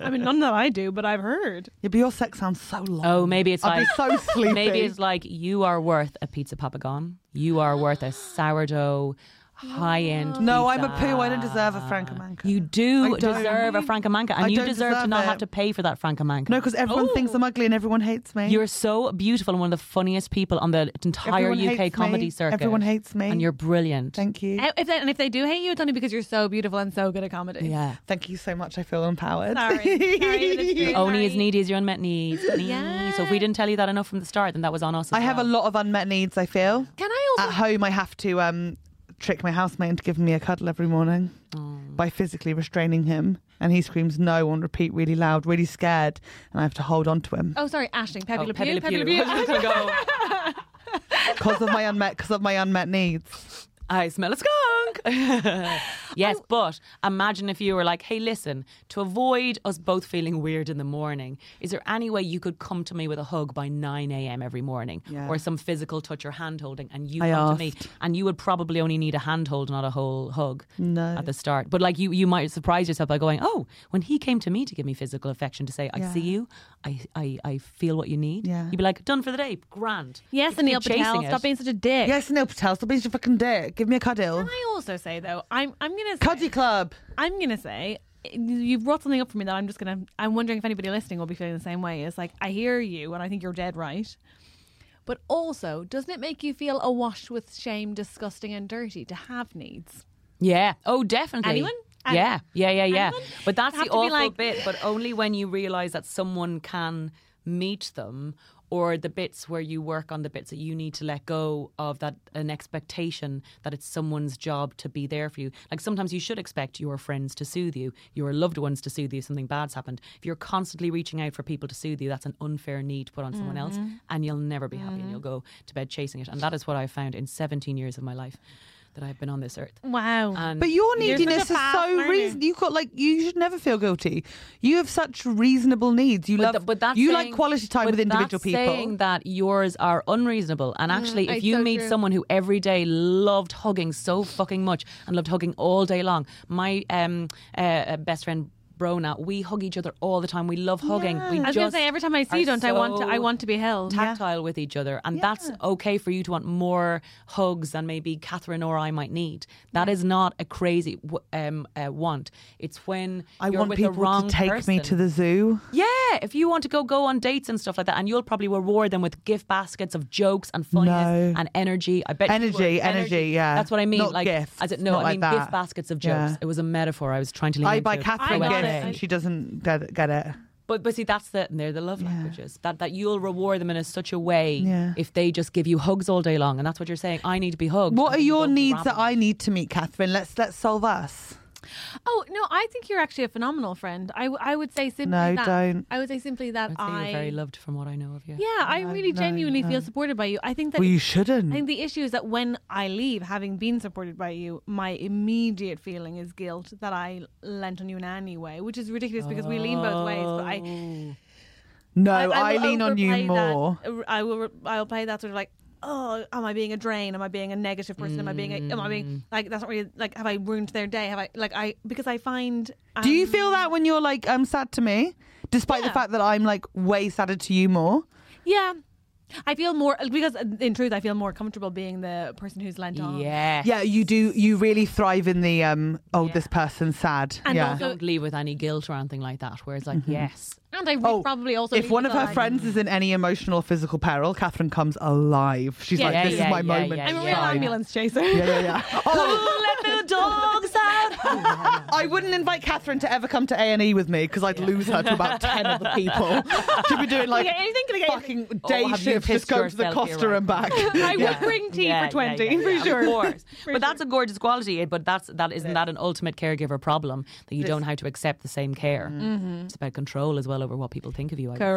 [SPEAKER 2] I mean, none that I do, but I've heard.
[SPEAKER 5] Yeah, but your sex sounds so long.
[SPEAKER 4] Oh, maybe it's
[SPEAKER 5] I'd
[SPEAKER 4] like
[SPEAKER 5] be so sleepy.
[SPEAKER 4] Maybe it's like you are worth a pizza papagon. You are worth a sourdough, high end.
[SPEAKER 5] No, I'm a poo. I don't deserve a Francomanca.
[SPEAKER 4] You do
[SPEAKER 5] I don't.
[SPEAKER 4] deserve a Francomanca, and
[SPEAKER 5] I
[SPEAKER 4] you
[SPEAKER 5] don't
[SPEAKER 4] deserve, to
[SPEAKER 5] deserve
[SPEAKER 4] not
[SPEAKER 5] it.
[SPEAKER 4] have to pay for that Francomanca.
[SPEAKER 5] No, because everyone thinks I'm ugly and everyone hates me.
[SPEAKER 4] Oh. you're so beautiful and one of the funniest people on the entire
[SPEAKER 5] Everyone
[SPEAKER 4] UK
[SPEAKER 5] hates
[SPEAKER 4] comedy
[SPEAKER 5] me.
[SPEAKER 4] circuit.
[SPEAKER 5] Everyone hates me.
[SPEAKER 4] and you're Eh. brilliant.
[SPEAKER 5] Thank you.
[SPEAKER 2] If they, and if they do hate you, it's only because you're so beautiful and so good at comedy.
[SPEAKER 4] yeah.
[SPEAKER 5] Thank you so much. I feel empowered.
[SPEAKER 2] Sorry. Sorry, but it's true.
[SPEAKER 4] Only as
[SPEAKER 2] Sorry.
[SPEAKER 4] needy as your unmet needs. Yeah. So if we didn't tell you that enough from the start, then that was on us. As
[SPEAKER 5] I have a
[SPEAKER 4] well.
[SPEAKER 5] lot of unmet needs. I feel
[SPEAKER 2] Can I
[SPEAKER 5] at
[SPEAKER 4] Ah.
[SPEAKER 2] also?
[SPEAKER 5] home I have to um, trick my housemate into giving me a cuddle every morning by physically restraining him, and he screams no on repeat, really loud, really scared, and I have to hold on to him
[SPEAKER 2] Oh, sorry, Ashling. Pepe
[SPEAKER 4] Oh,
[SPEAKER 2] Le
[SPEAKER 4] Pepe
[SPEAKER 2] Pew.
[SPEAKER 4] Le
[SPEAKER 2] Pepe Le
[SPEAKER 4] Pew.
[SPEAKER 2] Pew.
[SPEAKER 4] I was just gonna go,
[SPEAKER 5] because of my unmet because of my unmet needs.
[SPEAKER 4] I smell a skunk. yes,
[SPEAKER 5] Oh.
[SPEAKER 4] but imagine if you were like, hey, listen, to avoid us both feeling weird in the morning, is there any way you could come to me with a hug by 9 a.m. every morning
[SPEAKER 5] Yeah.
[SPEAKER 4] or some physical touch or hand holding? And you
[SPEAKER 5] I
[SPEAKER 4] come to me,
[SPEAKER 5] asked.
[SPEAKER 4] and you would probably only need a hand hold, not a whole hug
[SPEAKER 5] No.
[SPEAKER 4] at the start. But like you, you might surprise yourself by going, oh, when he came to me to give me physical affection, to say, I
[SPEAKER 5] Yeah.
[SPEAKER 4] see you, I, I, I feel what you need,
[SPEAKER 5] Yeah.
[SPEAKER 4] you'd be like, done for the day, grand.
[SPEAKER 2] Yes,
[SPEAKER 4] and
[SPEAKER 2] Anil Patel. Stop being such a dick.
[SPEAKER 5] Yes, Neil Patel, stop being such a fucking dick. Give me a cuddle.
[SPEAKER 2] Can I also say though, I'm I'm gonna say,
[SPEAKER 5] Cuddy club.
[SPEAKER 2] I'm gonna say you've brought something up for me that I'm just gonna I'm wondering if anybody listening will be feeling the same way. It's like I hear you and I think you're dead right. But also, doesn't it make you feel awash with shame, disgusting and dirty to have needs?
[SPEAKER 4] Yeah. Oh, definitely.
[SPEAKER 2] Anyone? Any-
[SPEAKER 4] Yeah. Yeah. Yeah. Yeah.
[SPEAKER 2] Anyone?
[SPEAKER 4] But that's
[SPEAKER 2] Have
[SPEAKER 4] the
[SPEAKER 2] to be
[SPEAKER 4] awful
[SPEAKER 2] like-
[SPEAKER 4] bit. But only when you realise that someone can meet them, or the bits where you work on the bits that you need to let go of that an expectation that it's someone's job to be there for you. Like sometimes you should expect your friends to soothe you, your loved ones to soothe you if something bad's happened. If you're constantly reaching out for people to soothe you, that's an unfair need to put on someone
[SPEAKER 2] Mm-hmm.
[SPEAKER 4] else, and you'll never be happy, and you'll go to bed chasing it. And that is what I found in 17 years of my life that I've been on this earth.
[SPEAKER 2] Wow.
[SPEAKER 4] And
[SPEAKER 5] But your
[SPEAKER 2] You're such
[SPEAKER 5] neediness
[SPEAKER 2] a
[SPEAKER 5] is
[SPEAKER 2] fast
[SPEAKER 5] so
[SPEAKER 2] learner.
[SPEAKER 5] reason. You got like you should never feel guilty. You have such reasonable needs. You love.
[SPEAKER 4] th- that's
[SPEAKER 5] you
[SPEAKER 4] saying-
[SPEAKER 5] like quality time
[SPEAKER 4] but
[SPEAKER 5] with individual
[SPEAKER 4] that's
[SPEAKER 5] people. Mm,
[SPEAKER 4] Saying that yours are unreasonable, and actually, if
[SPEAKER 2] it's
[SPEAKER 4] you
[SPEAKER 2] so
[SPEAKER 4] meet
[SPEAKER 2] true.
[SPEAKER 4] someone who every day loved hugging so fucking much and loved hugging all day long, my um, uh, uh, best friend Brona, we hug each other all the time. We love hugging. We
[SPEAKER 2] I was gonna
[SPEAKER 4] just
[SPEAKER 2] say every time I see
[SPEAKER 4] are
[SPEAKER 2] you, don't I want to,
[SPEAKER 4] so
[SPEAKER 2] I want to be held.
[SPEAKER 4] tactile with each other, and that's okay for you to want more hugs than maybe Catherine or I might need. That is not a crazy w- um, uh, want. It's when
[SPEAKER 5] I
[SPEAKER 4] you're
[SPEAKER 5] want
[SPEAKER 4] with
[SPEAKER 5] people
[SPEAKER 4] the wrong
[SPEAKER 5] to take me
[SPEAKER 4] person.
[SPEAKER 5] to the zoo.
[SPEAKER 4] Yeah, if you want to go go on dates and stuff like that, and you'll probably reward them with gift baskets of jokes and funniness
[SPEAKER 5] No.
[SPEAKER 4] and energy. I bet you
[SPEAKER 5] Energy,
[SPEAKER 4] would.
[SPEAKER 5] energy, yeah.
[SPEAKER 4] That's what I mean.
[SPEAKER 5] Not
[SPEAKER 4] like
[SPEAKER 5] gifts,
[SPEAKER 4] I don't know.
[SPEAKER 5] not
[SPEAKER 4] I
[SPEAKER 5] like
[SPEAKER 4] mean
[SPEAKER 5] that.
[SPEAKER 4] gift baskets of jokes.
[SPEAKER 5] Yeah.
[SPEAKER 4] It was a metaphor. I was trying to. Lean
[SPEAKER 5] I buy
[SPEAKER 4] into.
[SPEAKER 5] Catherine
[SPEAKER 2] I got
[SPEAKER 5] gifts,
[SPEAKER 2] it.
[SPEAKER 5] and she doesn't get, get it.
[SPEAKER 4] But but see, that's the and they're the love languages that that you'll reward them in a, such a way
[SPEAKER 5] Yeah.
[SPEAKER 4] if they just give you hugs all day long, and that's what you're saying. I need to be hugged.
[SPEAKER 5] What
[SPEAKER 4] and
[SPEAKER 5] are
[SPEAKER 4] you
[SPEAKER 5] your
[SPEAKER 4] go
[SPEAKER 5] needs
[SPEAKER 4] grab
[SPEAKER 5] that
[SPEAKER 4] them.
[SPEAKER 5] I need to meet, Catherine? Let's let's solve us.
[SPEAKER 2] Oh no, I think you're actually a phenomenal friend. I, w- I would say simply
[SPEAKER 5] No,
[SPEAKER 2] that.
[SPEAKER 5] don't.
[SPEAKER 2] I would say simply that
[SPEAKER 4] I'd say
[SPEAKER 2] I.
[SPEAKER 4] you're very loved from what I know of you.
[SPEAKER 2] Yeah, I really genuinely
[SPEAKER 5] uh,
[SPEAKER 2] feel supported by you. I think that
[SPEAKER 5] Well, you
[SPEAKER 2] it-
[SPEAKER 5] shouldn't.
[SPEAKER 2] I think the issue is that when I leave, having been supported by you, my immediate feeling is guilt that I lent on you in any way, which is ridiculous because we lean both ways. But I,
[SPEAKER 5] No,
[SPEAKER 2] I,
[SPEAKER 5] Oh. I,
[SPEAKER 2] I will
[SPEAKER 5] lean on you
[SPEAKER 2] overplay that- uh,
[SPEAKER 5] more.
[SPEAKER 2] I will. I will play that sort of like, oh, am I being a drain? Am I being a negative person? Am I being? A, am I
[SPEAKER 5] Mm.
[SPEAKER 2] being like? That's not really like. Have I ruined their day? Have I like? I because I find. Um,
[SPEAKER 5] Do you feel that when you're like, I'm sad to me, despite the
[SPEAKER 2] Yeah.
[SPEAKER 5] fact that I'm like way sadder to you more?
[SPEAKER 2] Yeah. I feel more because in truth I feel more comfortable being the person who's lent on.
[SPEAKER 4] Yeah.
[SPEAKER 5] Yeah, you do. You really thrive in the um. Oh, this person's sad.
[SPEAKER 2] And
[SPEAKER 5] yeah.
[SPEAKER 2] also-
[SPEAKER 4] Don't leave with any guilt or anything like that. Where it's
[SPEAKER 5] Mm-hmm.
[SPEAKER 4] like, yes,
[SPEAKER 2] And I would
[SPEAKER 5] Oh,
[SPEAKER 2] probably also
[SPEAKER 5] if
[SPEAKER 2] leave
[SPEAKER 5] one
[SPEAKER 2] with
[SPEAKER 5] of
[SPEAKER 2] a,
[SPEAKER 5] her
[SPEAKER 2] like-
[SPEAKER 5] friends is in any emotional or physical peril, Catherine comes alive. She's
[SPEAKER 2] Yeah,
[SPEAKER 5] like,
[SPEAKER 2] yeah,
[SPEAKER 5] "This
[SPEAKER 2] yeah,
[SPEAKER 5] is my
[SPEAKER 4] yeah,
[SPEAKER 5] moment."
[SPEAKER 4] yeah,
[SPEAKER 2] I'm a real
[SPEAKER 4] yeah. Fine.
[SPEAKER 2] ambulance chaser.
[SPEAKER 5] Yeah, yeah, yeah. Oh,
[SPEAKER 2] Let the dogs out.
[SPEAKER 5] I wouldn't invite Catherine to ever come to A and E with me because I'd lose her to about ten other people. She'd be doing like
[SPEAKER 2] Okay, anything gonna get-
[SPEAKER 5] fucking day
[SPEAKER 4] Oh, have you
[SPEAKER 5] shifts, just
[SPEAKER 4] pissed
[SPEAKER 5] go to the
[SPEAKER 4] yourself? You're
[SPEAKER 5] Costa
[SPEAKER 4] right.
[SPEAKER 5] and back.
[SPEAKER 2] I would bring tea
[SPEAKER 4] Yeah, yeah,
[SPEAKER 2] for twenty
[SPEAKER 4] yeah, yeah,
[SPEAKER 2] for sure.
[SPEAKER 4] Of course. but that's a gorgeous quality. eh, But that's that isn't that an ultimate caregiver problem that you don't have to accept the same care. It's about control as well over what people think of you. I guess.
[SPEAKER 2] Mm-hmm.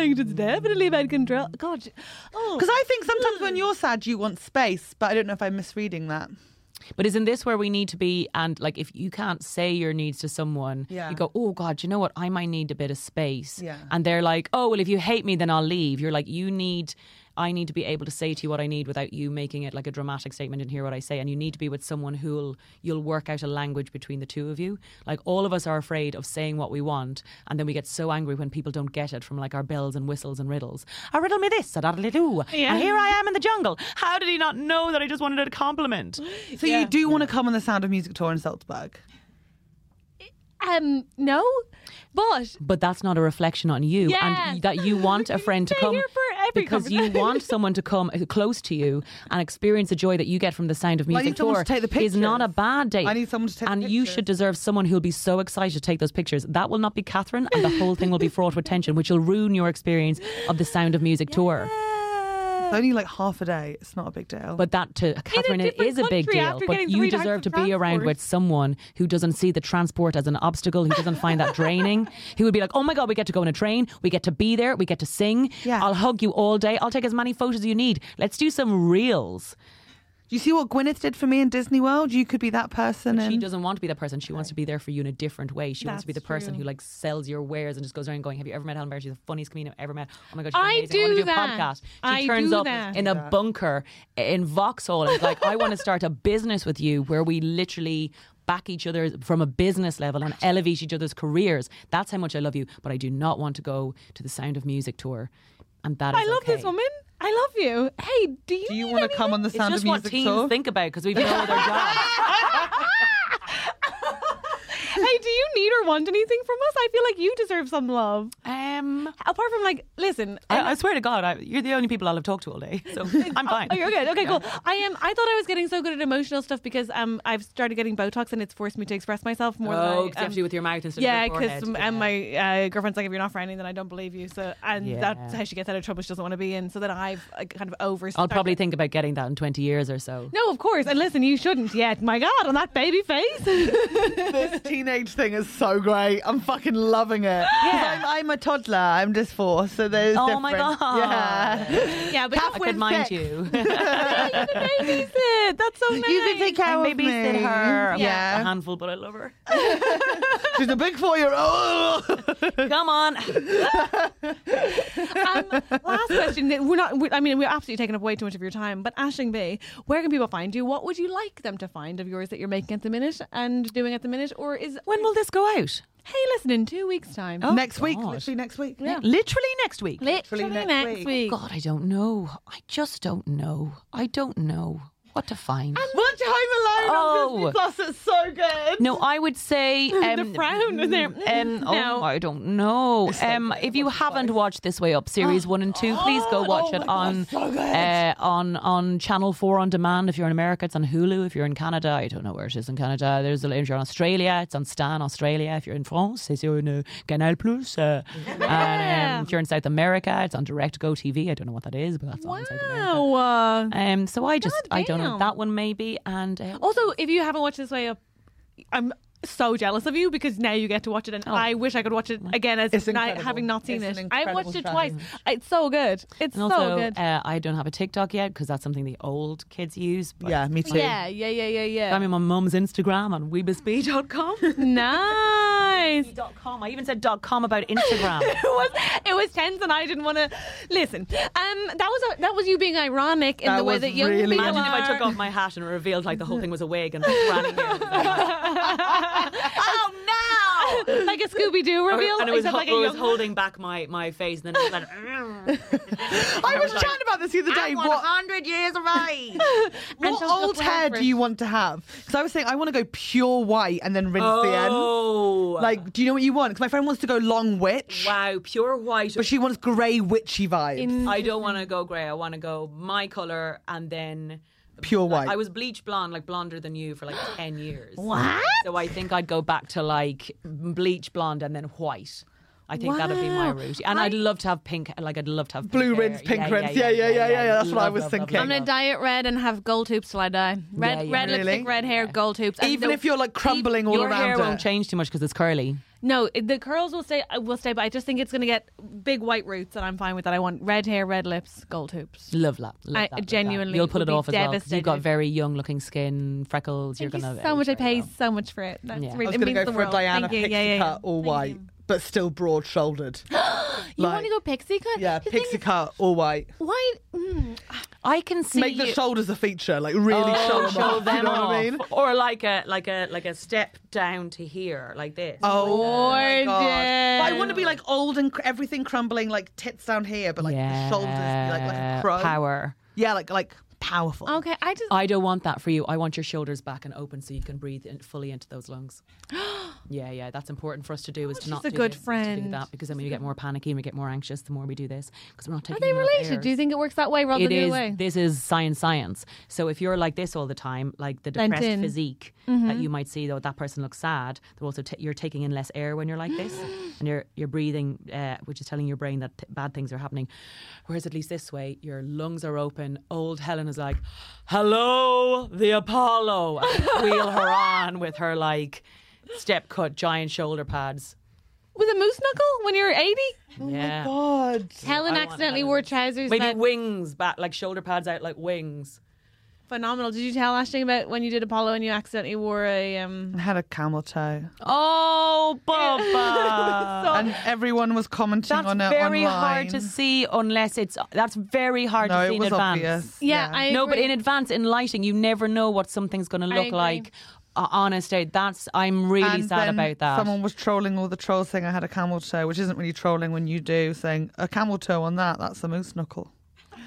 [SPEAKER 2] Correct. It's definitely about control. God. Oh.
[SPEAKER 5] Because I think sometimes when you're sad, you want space, but I don't know if I'm misreading that.
[SPEAKER 4] But isn't this where we need to be? And like, if you can't say your needs to someone,
[SPEAKER 5] Yeah.
[SPEAKER 4] you go, "Oh God, you know what? I might need a bit of space."
[SPEAKER 5] Yeah.
[SPEAKER 4] And they're like, "Oh well, if you hate me, then I'll leave." You're like, "You need." I need to be able to say to you what I need without you making it like a dramatic statement and hear what I say. And you need to be with someone who'll you'll work out a language between the two of you. Like all of us are afraid of saying what we want, and then we get so angry when people don't get it from like our bells and whistles and riddles. A riddle me this, a daddly do, and here I am in the jungle. How did he not know that I just wanted a compliment?
[SPEAKER 5] So you do want to come on the Sound of Music tour in Salzburg?
[SPEAKER 2] Um. No. But
[SPEAKER 4] but that's not a reflection on you
[SPEAKER 2] Yeah.
[SPEAKER 4] and that you want a friend to
[SPEAKER 2] Stay
[SPEAKER 4] come
[SPEAKER 2] here for every
[SPEAKER 4] because you
[SPEAKER 2] conversation.
[SPEAKER 4] want someone to come close to you and experience the joy that you get from the sound of
[SPEAKER 5] Well, I
[SPEAKER 4] music
[SPEAKER 5] need someone
[SPEAKER 4] tour
[SPEAKER 5] to take the
[SPEAKER 4] is not a
[SPEAKER 5] pictures.
[SPEAKER 4] bad date
[SPEAKER 5] I need someone to take the
[SPEAKER 4] and you
[SPEAKER 5] pictures.
[SPEAKER 4] should deserve someone who'll be so excited to take those pictures that will not be Catherine and the whole thing will be fraught with tension which will ruin your experience of the sound of music tour
[SPEAKER 5] It's only like half a day. It's not a big deal.
[SPEAKER 4] but that to Catherine, it
[SPEAKER 2] different
[SPEAKER 4] is a big
[SPEAKER 2] country
[SPEAKER 4] deal.
[SPEAKER 2] after
[SPEAKER 4] But
[SPEAKER 2] getting
[SPEAKER 4] you
[SPEAKER 2] three types
[SPEAKER 4] deserve
[SPEAKER 2] of
[SPEAKER 4] to be around
[SPEAKER 2] transport.
[SPEAKER 4] with someone who doesn't see the transport as an obstacle, who doesn't find that draining, who would be like, "Oh my god, we get to go on a train, we get to be there, we get to sing.
[SPEAKER 5] Yeah.
[SPEAKER 4] I'll hug you all day. I'll take as many photos as you need. Let's do some reels."
[SPEAKER 5] do you see what Gwyneth did for me in Disney World? You could be that person.
[SPEAKER 4] She
[SPEAKER 5] and-
[SPEAKER 4] doesn't want to be that person. She wants to be there for you in a different way. She wants to be the
[SPEAKER 2] That's
[SPEAKER 4] person
[SPEAKER 2] true.
[SPEAKER 4] who like sells your wares and just goes around going, "Have you ever met Helen Berry? She's the funniest comedian I've ever met. Oh my god, she's
[SPEAKER 2] I
[SPEAKER 4] amazing. I
[SPEAKER 2] do
[SPEAKER 4] want to do a
[SPEAKER 2] that.
[SPEAKER 4] podcast." She
[SPEAKER 2] I
[SPEAKER 4] turns
[SPEAKER 2] do
[SPEAKER 4] up
[SPEAKER 2] that.
[SPEAKER 4] in a bunker in Vauxhall and is like, "I want to start a business with you, where we literally." Back each other from a business level and elevate each other's careers. That's how much I love you. But I do not want to go to the Sound of Music tour, and that is
[SPEAKER 2] I love
[SPEAKER 4] okay.
[SPEAKER 2] this woman. I love you. Hey, do you?
[SPEAKER 5] Do you
[SPEAKER 2] need
[SPEAKER 5] want to
[SPEAKER 2] anything?
[SPEAKER 5] come on the
[SPEAKER 4] It's
[SPEAKER 5] Sound
[SPEAKER 4] just
[SPEAKER 5] of
[SPEAKER 4] what
[SPEAKER 5] Music
[SPEAKER 4] teens
[SPEAKER 5] tour?
[SPEAKER 4] think about because we've no other job.
[SPEAKER 2] Hey, do you need or want anything from us? I feel like you deserve some love.
[SPEAKER 4] Um,
[SPEAKER 2] Apart from like, listen,
[SPEAKER 4] I, I swear to God, I, you're the only people I'll have talked to all day, so I'm fine.
[SPEAKER 2] Oh, you're good. Okay, cool. I am. I thought I was getting so good at emotional stuff because um, I've started getting Botox and it's forced me to express myself more. than I,
[SPEAKER 4] Oh, 'cause you have
[SPEAKER 2] um,
[SPEAKER 4] to do with your mouth instead of
[SPEAKER 2] yeah,
[SPEAKER 4] your
[SPEAKER 2] because
[SPEAKER 4] forehead.
[SPEAKER 2] and
[SPEAKER 4] Yeah.
[SPEAKER 2] my uh, girlfriend's like, if you're not frowning, then I don't believe you. So and
[SPEAKER 4] Yeah.
[SPEAKER 2] that's how she gets out of trouble she doesn't want to be in. So then I've uh, kind of over.
[SPEAKER 4] I'll probably think about getting that in 20 years or so.
[SPEAKER 2] No, of course. And listen, you shouldn't yet. My God, on that baby face.
[SPEAKER 5] this teenage teenage thing is so great. I'm fucking loving it. 'Cause I'm, I'm a toddler. I'm just four, so there's.
[SPEAKER 4] Oh my
[SPEAKER 5] different-
[SPEAKER 4] God.
[SPEAKER 5] Yeah.
[SPEAKER 2] Yeah, but
[SPEAKER 4] I could mind you.
[SPEAKER 2] you can babysit. That's so nice.
[SPEAKER 5] You can take care
[SPEAKER 4] I
[SPEAKER 5] of
[SPEAKER 4] babysit
[SPEAKER 5] me.
[SPEAKER 4] her.
[SPEAKER 5] Yeah.
[SPEAKER 4] A handful, but I love her.
[SPEAKER 5] She's a big four-year-old.
[SPEAKER 4] Come on.
[SPEAKER 2] um, last question. We're not. We, I mean, we're absolutely taking up way too much of your time. But Ashing Bay, where can people find you? What would you like them to find of yours that you're making at the minute and doing at the minute? Or is
[SPEAKER 4] when will this go out?
[SPEAKER 2] hey, listen, in two weeks' time,
[SPEAKER 5] next week,
[SPEAKER 4] God.
[SPEAKER 5] literally next week.
[SPEAKER 2] Yeah.
[SPEAKER 4] Literally next Oh, week.
[SPEAKER 2] literally,
[SPEAKER 5] next
[SPEAKER 2] next
[SPEAKER 5] week.
[SPEAKER 2] week.
[SPEAKER 4] God, I don't know. I just don't know. I don't know what to find.
[SPEAKER 5] Watch Home Alone
[SPEAKER 4] Oh.
[SPEAKER 5] on Disney Plus. It's so good.
[SPEAKER 4] No, I would say um,
[SPEAKER 2] the frown was there. Mm,
[SPEAKER 4] Um, oh,
[SPEAKER 2] No.
[SPEAKER 4] I don't know. Um, if you haven't watched This Way Up series one and two, please go watch it on uh, on on Channel Four on demand. If you're in America, it's on Hulu. If you're in Canada, I don't know where it is in Canada. There's a, if you're in Australia, it's on Stan Australia. If you're in France, it's on uh, Canal Plus. Uh, and, um, if you're in South America, it's on Direct Go TV. I don't know what that is, but that's on in South America.
[SPEAKER 2] Wow. Uh,
[SPEAKER 4] Um, so I just I don't know
[SPEAKER 2] damn.
[SPEAKER 4] that one maybe and uh,
[SPEAKER 2] Also, if you haven't watched this way up, I'm so jealous of you because now you get to watch it, and I wish I could watch it again as
[SPEAKER 5] It's
[SPEAKER 2] not,
[SPEAKER 5] incredible.
[SPEAKER 2] having not seen
[SPEAKER 5] It's an
[SPEAKER 2] it. I
[SPEAKER 5] incredible
[SPEAKER 2] watched it
[SPEAKER 5] show.
[SPEAKER 2] twice. It's so good. It's
[SPEAKER 4] And
[SPEAKER 2] so
[SPEAKER 4] also,
[SPEAKER 2] good.
[SPEAKER 4] Uh, I don't have a TikTok yet because that's something the old kids use. But
[SPEAKER 5] Yeah, me too.
[SPEAKER 2] yeah, yeah, yeah, yeah, yeah.
[SPEAKER 4] I'm in my mum's Instagram on weebusbee.com.
[SPEAKER 2] nice.
[SPEAKER 4] .com. I even said dot .com about Instagram.
[SPEAKER 2] it was it was tense and I didn't want to listen. Um, that was a, that was you being ironic in
[SPEAKER 5] That
[SPEAKER 2] the way
[SPEAKER 5] was
[SPEAKER 2] that young
[SPEAKER 5] really
[SPEAKER 2] people
[SPEAKER 5] ironic.
[SPEAKER 4] Imagine if I
[SPEAKER 2] are.
[SPEAKER 4] took off my hat and revealed like the whole thing was a wig and ran in. oh no!
[SPEAKER 2] like a Scooby Doo reveal.
[SPEAKER 4] And it was,
[SPEAKER 2] except
[SPEAKER 4] ho-
[SPEAKER 2] like a
[SPEAKER 4] it was
[SPEAKER 2] young-
[SPEAKER 4] holding back my, my face, and then it was like,
[SPEAKER 5] I was chatting about this the other day. What,
[SPEAKER 4] hundred years of age.
[SPEAKER 2] and
[SPEAKER 5] what
[SPEAKER 2] she'll just
[SPEAKER 5] old
[SPEAKER 2] wear it
[SPEAKER 5] hair
[SPEAKER 2] for
[SPEAKER 5] do you want to have? Because I was saying I want to go pure white and then rinse the ends.
[SPEAKER 4] Oh,
[SPEAKER 5] Like, do you know what you want? Because my friend wants to go long witch,
[SPEAKER 4] wow, pure white.
[SPEAKER 5] but she wants grey witchy vibes.
[SPEAKER 4] I don't want to go grey. I want to go my color and then
[SPEAKER 5] pure
[SPEAKER 4] like,
[SPEAKER 5] white.
[SPEAKER 4] I was bleach blonde, like blonder than you for like ten years. What? So I think I'd go back to like bleach blonde and then white. I think that'd be my route. And I... would love to have pink. Like I'd love to have pink
[SPEAKER 5] Blue
[SPEAKER 4] hair.
[SPEAKER 5] rinse, pink rinse. Yeah, yeah, yeah, yeah, yeah. That's what I was thinking.
[SPEAKER 2] I'm gonna dye it red and have gold hoops till I die. Red,
[SPEAKER 4] Yeah, yeah.
[SPEAKER 2] red
[SPEAKER 5] Really?
[SPEAKER 2] lipstick, red hair, gold hoops. And
[SPEAKER 5] Even
[SPEAKER 2] the-
[SPEAKER 5] if you're like crumbling all
[SPEAKER 4] Your
[SPEAKER 5] around
[SPEAKER 4] hair
[SPEAKER 5] it.
[SPEAKER 4] won't change too much because it's curly.
[SPEAKER 2] no, it- the curls will stay. uh, Will stay, but I just think it's gonna get big white roots, and I'm fine with that. I want red hair, red lips, gold hoops.
[SPEAKER 4] Love that. Love
[SPEAKER 2] I
[SPEAKER 4] that, love
[SPEAKER 2] genuinely
[SPEAKER 4] that. you'll put
[SPEAKER 2] would
[SPEAKER 4] it
[SPEAKER 2] be
[SPEAKER 4] off as well. 'cause You've
[SPEAKER 2] devastated.
[SPEAKER 4] got very young looking skin, freckles.
[SPEAKER 2] Thank
[SPEAKER 4] you're
[SPEAKER 2] you
[SPEAKER 4] gonna
[SPEAKER 2] so
[SPEAKER 4] age
[SPEAKER 2] much. I
[SPEAKER 4] very
[SPEAKER 2] pay
[SPEAKER 4] well.
[SPEAKER 2] so much for it. That's
[SPEAKER 4] Yeah. I
[SPEAKER 2] really,
[SPEAKER 5] I was
[SPEAKER 2] it
[SPEAKER 5] going
[SPEAKER 2] means
[SPEAKER 5] to
[SPEAKER 2] the
[SPEAKER 5] go for a
[SPEAKER 2] world.
[SPEAKER 5] Diana
[SPEAKER 2] Thank you.
[SPEAKER 5] pixie
[SPEAKER 2] yeah, yeah, yeah.
[SPEAKER 5] cut, all
[SPEAKER 2] Thank
[SPEAKER 5] white,
[SPEAKER 2] You,
[SPEAKER 5] but still broad shouldered.
[SPEAKER 2] you
[SPEAKER 5] Like-
[SPEAKER 2] want to go pixie cut?
[SPEAKER 5] yeah,
[SPEAKER 2] The thing
[SPEAKER 5] pixie
[SPEAKER 2] is,
[SPEAKER 5] cut, all white.
[SPEAKER 2] Why? Mm,
[SPEAKER 4] I can see
[SPEAKER 5] Make the shoulders a feature, like really
[SPEAKER 4] Oh,
[SPEAKER 5] show 'em
[SPEAKER 4] show
[SPEAKER 5] off, you
[SPEAKER 4] them
[SPEAKER 5] know what I
[SPEAKER 4] off.
[SPEAKER 5] mean?
[SPEAKER 4] Or like a like a like a step down to here, like this.
[SPEAKER 5] Oh, my God. But I
[SPEAKER 2] Gorgeous.
[SPEAKER 5] want to be like old and cr- everything crumbling, like tits down here, but like the shoulders be like, like a crow.
[SPEAKER 4] power.
[SPEAKER 5] Yeah, like like powerful.
[SPEAKER 2] okay, I just.
[SPEAKER 4] I don't want that for you. I want your shoulders back and open so you can breathe in, fully into those lungs. yeah, yeah, that's important for us to do.
[SPEAKER 5] Oh,
[SPEAKER 4] Is to not
[SPEAKER 2] a
[SPEAKER 4] do
[SPEAKER 2] good
[SPEAKER 4] this, is to do
[SPEAKER 2] friend.
[SPEAKER 4] that because then we get more panicky and we get more anxious the more we do this because we're not
[SPEAKER 2] Are
[SPEAKER 4] taking.
[SPEAKER 2] they
[SPEAKER 4] enough
[SPEAKER 2] related? Do you
[SPEAKER 4] airs.
[SPEAKER 2] think it works that way rather
[SPEAKER 4] It
[SPEAKER 2] than the
[SPEAKER 4] is.
[SPEAKER 2] other way?
[SPEAKER 4] This is science, science. So if you're like this all the time, like the
[SPEAKER 2] Blend
[SPEAKER 4] depressed
[SPEAKER 2] in. Mm-hmm.
[SPEAKER 4] physique that you might see, though that person looks sad. They're also ta you're taking in less air when you're like this, and you're you're breathing, uh, which is telling your brain that th- bad things are happening. Whereas at least this way, your lungs are open. Old Helen is like, "Hello, the Apollo." And wheel her on with her like step cut, giant shoulder pads.
[SPEAKER 2] With a moose knuckle when you're 80?
[SPEAKER 4] yeah.
[SPEAKER 5] God.
[SPEAKER 2] Helen
[SPEAKER 4] I want
[SPEAKER 2] accidentally
[SPEAKER 4] Helen.
[SPEAKER 2] wore trousers
[SPEAKER 4] Maybe
[SPEAKER 2] that
[SPEAKER 4] wings back, like shoulder pads out, like wings.
[SPEAKER 2] phenomenal. Did you tell Ashton about when you did Apollo and you accidentally wore a um
[SPEAKER 5] I had a camel toe.
[SPEAKER 4] Oh, Bubba.
[SPEAKER 5] and everyone was commenting
[SPEAKER 4] Oh. that's
[SPEAKER 5] on it
[SPEAKER 4] very
[SPEAKER 5] online.
[SPEAKER 4] hard to see unless it's. That's very hard
[SPEAKER 5] No,
[SPEAKER 4] to see
[SPEAKER 5] it was
[SPEAKER 4] in advance.
[SPEAKER 5] obvious.
[SPEAKER 2] Yeah, I
[SPEAKER 4] No, but
[SPEAKER 2] agree.
[SPEAKER 4] in advance, in lighting, you never know what something's going to look
[SPEAKER 2] agree.
[SPEAKER 4] like uh, on a stage. That's. I'm really
[SPEAKER 5] and
[SPEAKER 4] sad
[SPEAKER 5] then
[SPEAKER 4] about that.
[SPEAKER 5] Someone was trolling all the trolls saying I had a camel toe, which isn't really trolling when you do, saying a camel toe on that, that's a moose knuckle.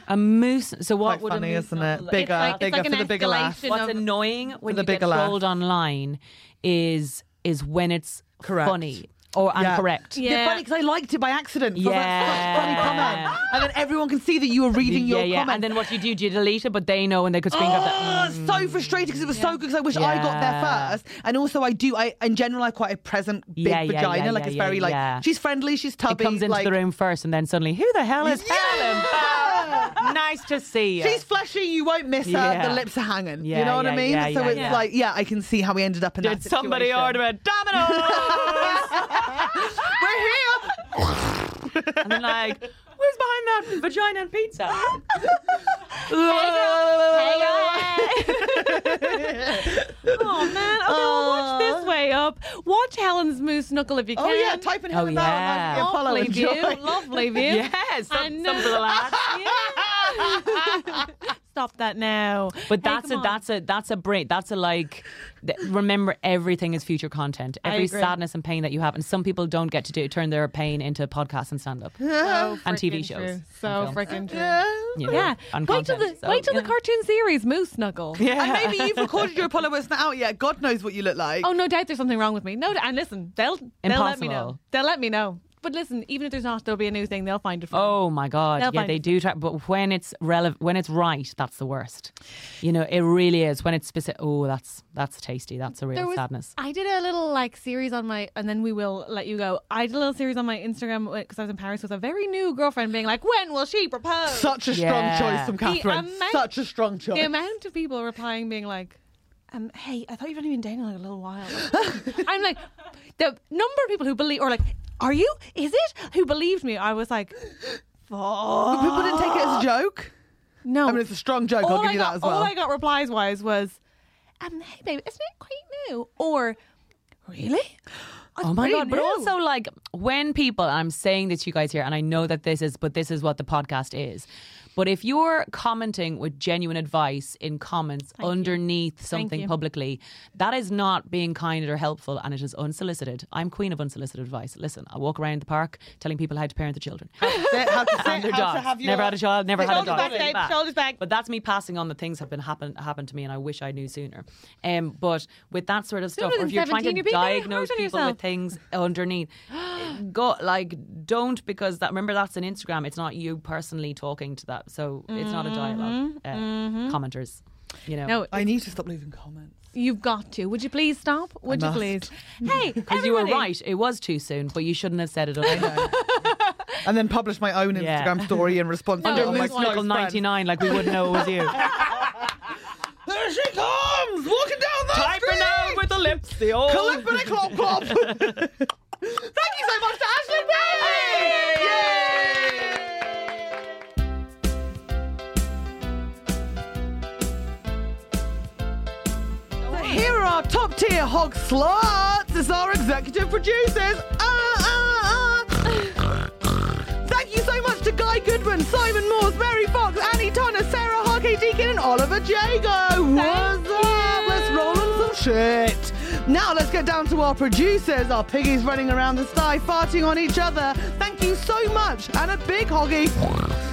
[SPEAKER 4] a moose. So what
[SPEAKER 5] Quite
[SPEAKER 4] would
[SPEAKER 5] funny,
[SPEAKER 4] a moose
[SPEAKER 5] isn't
[SPEAKER 4] not
[SPEAKER 5] it?
[SPEAKER 4] look-
[SPEAKER 5] Bigger,
[SPEAKER 2] like- it's
[SPEAKER 5] bigger
[SPEAKER 2] like
[SPEAKER 5] for
[SPEAKER 2] an
[SPEAKER 5] the bigger laugh.
[SPEAKER 2] escalation.
[SPEAKER 4] What's
[SPEAKER 2] of-
[SPEAKER 4] annoying when
[SPEAKER 5] the
[SPEAKER 4] you get
[SPEAKER 5] bigger laugh.
[SPEAKER 4] trolled online is is when it's
[SPEAKER 5] Correct.
[SPEAKER 4] funny or and
[SPEAKER 5] Yeah.
[SPEAKER 4] correct.
[SPEAKER 5] Yeah,
[SPEAKER 2] Yeah.
[SPEAKER 5] funny because I liked it by accident. Yeah,
[SPEAKER 4] Yeah.
[SPEAKER 5] funny comment, and then everyone can see that you were reading
[SPEAKER 4] yeah,
[SPEAKER 5] your
[SPEAKER 4] yeah.
[SPEAKER 5] comment.
[SPEAKER 4] And then what you do, you delete it, but they know and they could think of that. Mm.
[SPEAKER 5] Oh, so frustrated because it was so good because I wish I got
[SPEAKER 4] Yeah.
[SPEAKER 5] there first. And also, I do. I in general, I quite a present big
[SPEAKER 4] Yeah, yeah,
[SPEAKER 5] vagina.
[SPEAKER 4] yeah,
[SPEAKER 5] like
[SPEAKER 4] yeah,
[SPEAKER 5] it's
[SPEAKER 4] yeah,
[SPEAKER 5] very like
[SPEAKER 4] yeah.
[SPEAKER 5] she's friendly, she's tubby.
[SPEAKER 4] it comes into
[SPEAKER 5] like,
[SPEAKER 4] the room first, and then suddenly, who the hell is Helen?
[SPEAKER 5] Yeah!
[SPEAKER 4] nice to see you.
[SPEAKER 5] She's fleshy, you won't miss her.
[SPEAKER 4] Yeah.
[SPEAKER 5] The lips are hanging.
[SPEAKER 4] Yeah,
[SPEAKER 5] you know what
[SPEAKER 4] yeah,
[SPEAKER 5] I mean?
[SPEAKER 4] yeah,
[SPEAKER 5] so
[SPEAKER 4] yeah,
[SPEAKER 5] it's
[SPEAKER 4] yeah.
[SPEAKER 5] like, yeah, I can see how we ended up in that
[SPEAKER 4] Did somebody
[SPEAKER 5] situation.
[SPEAKER 4] order a Domino's?
[SPEAKER 5] We're here.
[SPEAKER 4] and then like, who's behind that vagina and pizza?
[SPEAKER 2] oh man! Okay, well, watch this way up. Watch Helen's moose knuckle if you can.
[SPEAKER 5] Oh yeah, type in
[SPEAKER 4] Oh,
[SPEAKER 5] Helen Bauer and
[SPEAKER 4] yeah.
[SPEAKER 5] Anthony Apollo
[SPEAKER 2] Lovely
[SPEAKER 5] and
[SPEAKER 2] view,
[SPEAKER 5] join.
[SPEAKER 2] lovely view.
[SPEAKER 4] yes, some, some for the lads.
[SPEAKER 2] Yeah. Stop that now.
[SPEAKER 4] But
[SPEAKER 2] Hey,
[SPEAKER 4] that's
[SPEAKER 2] come
[SPEAKER 4] a
[SPEAKER 2] on.
[SPEAKER 4] that's a that's a break. That's a like. th- Remember, everything is future content. Every
[SPEAKER 2] agree.
[SPEAKER 4] sadness and pain that you have, and some people don't get to do turn their pain into podcasts and stand up.
[SPEAKER 2] So
[SPEAKER 4] and TV
[SPEAKER 2] frickin'
[SPEAKER 4] shows
[SPEAKER 2] true.
[SPEAKER 4] and
[SPEAKER 2] So
[SPEAKER 4] films.
[SPEAKER 2] freaking true.
[SPEAKER 4] You know,
[SPEAKER 2] Yeah.
[SPEAKER 4] on
[SPEAKER 2] wait till the
[SPEAKER 4] content. So,
[SPEAKER 2] wait till
[SPEAKER 4] yeah.
[SPEAKER 2] the cartoon series Moose Knuckle.
[SPEAKER 4] Yeah.
[SPEAKER 5] And maybe you've recorded your Apollo, but it's not out yet. God knows what you look like.
[SPEAKER 2] Oh no doubt there's something wrong with me. No d- and listen, they'll they'll let me know.
[SPEAKER 4] Impossible.
[SPEAKER 2] They'll let me know. But listen, even if there's not, there'll be a new thing. They'll find it. For me.
[SPEAKER 4] Oh my god,
[SPEAKER 2] They'll
[SPEAKER 4] yeah,
[SPEAKER 2] find
[SPEAKER 4] they
[SPEAKER 2] it.
[SPEAKER 4] do try, but when it's relevant, when it's right, that's the worst. You know, it really is. When it's specific, oh, that's that's tasty. That's a real sadness.
[SPEAKER 2] I did a little like series on my, and then we will let you go. I did a little series on my Instagram because I was in Paris with a very new girlfriend, being like, "When will she propose?"
[SPEAKER 5] Such a strong
[SPEAKER 4] Yeah.
[SPEAKER 5] choice from
[SPEAKER 4] The
[SPEAKER 5] Catherine.
[SPEAKER 2] amount-
[SPEAKER 5] Such a strong choice.
[SPEAKER 2] the amount of people replying, being like, um, "Hey, I thought you've only been dating like a little while." I'm like, the number of people who believe, or like, "Are you? Is it?" Who believed me? I was like,
[SPEAKER 5] But people didn't take
[SPEAKER 4] Oh.
[SPEAKER 5] it as a joke.
[SPEAKER 2] "No."
[SPEAKER 5] I mean, it's a strong joke. I'll
[SPEAKER 2] all
[SPEAKER 5] give
[SPEAKER 2] I
[SPEAKER 5] you
[SPEAKER 2] got,
[SPEAKER 5] that as well.
[SPEAKER 2] All I got replies wise was, um, "Hey, babe, isn't it quite new?" Or, "Really?"
[SPEAKER 4] Oh my
[SPEAKER 2] pretty
[SPEAKER 4] god! But
[SPEAKER 2] new.
[SPEAKER 4] also, like when people, I'm saying this to you guys here, and I know that this is, but this is what the podcast is. But if you're commenting with genuine advice in comments underneath something
[SPEAKER 2] you.
[SPEAKER 4] publicly, that is not being kind or helpful, and it is unsolicited. I'm queen of unsolicited advice. Listen, I walk around the park telling people how to parent the children.
[SPEAKER 5] Say- how to say-
[SPEAKER 4] and
[SPEAKER 5] how to
[SPEAKER 4] their dogs.
[SPEAKER 5] have your-
[SPEAKER 4] never had a child, never had a
[SPEAKER 2] Shoulders
[SPEAKER 4] dog.
[SPEAKER 2] back, babe, shoulders back.
[SPEAKER 4] But that's me passing on the things have been happen happened to me, and I wish I knew sooner. Um, but with that sort of
[SPEAKER 2] Sooner
[SPEAKER 4] stuff, or
[SPEAKER 2] than
[SPEAKER 4] if you're trying
[SPEAKER 2] 17,
[SPEAKER 4] to
[SPEAKER 2] you're being very
[SPEAKER 4] diagnose
[SPEAKER 2] hard on
[SPEAKER 4] people
[SPEAKER 2] yourself.
[SPEAKER 4] with things underneath, go like don't because that remember that's an Instagram. It's not you personally talking to that, so it's not a dialog Uh, Commenters, you know.
[SPEAKER 2] Mm-hmm, No,
[SPEAKER 5] I need to stop leaving comments.
[SPEAKER 2] You've got to. Would you please stop? Would you
[SPEAKER 5] must.
[SPEAKER 2] please? Hey,
[SPEAKER 4] Because you were right, it was too soon, but you shouldn't have said it Oh, under
[SPEAKER 5] And then publish my own
[SPEAKER 4] Yeah.
[SPEAKER 5] Instagram story in response to
[SPEAKER 2] Under
[SPEAKER 5] all my
[SPEAKER 2] Moose Knuckle
[SPEAKER 5] close friends.
[SPEAKER 4] 99, like we wouldn't know it was you.
[SPEAKER 5] There she comes, walking down the
[SPEAKER 4] Typing
[SPEAKER 5] street.
[SPEAKER 4] out with the lips, the old
[SPEAKER 5] Clippity clop clop. Thank you so much to Ashley Bay. So Here are our top tier hog slots. It's our executive producers. Ah, ah, ah. Thank you so much to Guy Goodwin, Simon Moores, Mary Fox, Annie Tonner, Sarah Hockey Deacon, and Oliver Jago. What's up? Let's roll on some shit. Now let's get down to our producers, our piggies running around the sty, farting on each other. Thank you so much, and a big hoggy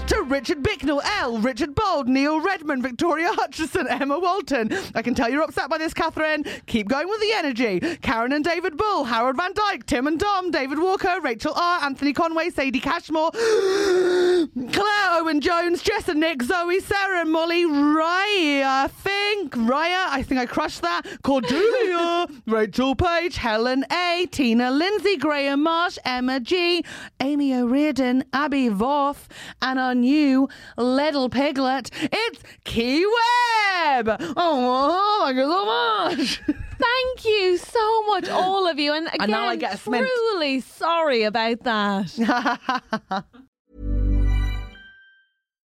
[SPEAKER 5] to Richard Bicknell, L, Richard Bold, Neil Redmond, Victoria Hutchison, Emma Walton. I can tell you're upset by this, Catherine. Keep going with the energy. Karen and David Bull, Harold Van Dyke, Tim and Dom, David Walker, Rachel R, Anthony Conway, Sadie Cashmore, Claire Owen Jones, Jess and Nick, Zoe, Sarah and Molly, Raya Fink, Raya, I think I crushed that, Cordelia, Rachel Page, Helen A, Tina Lindsay, Graham Marsh, Emma G, Amy O'Reardon, Abby Voff, and our new little piglet, it's Key Web. Oh, thank you so much.
[SPEAKER 2] Thank you so much, all of you. And again,
[SPEAKER 5] now I get a smint.
[SPEAKER 2] truly sorry about that.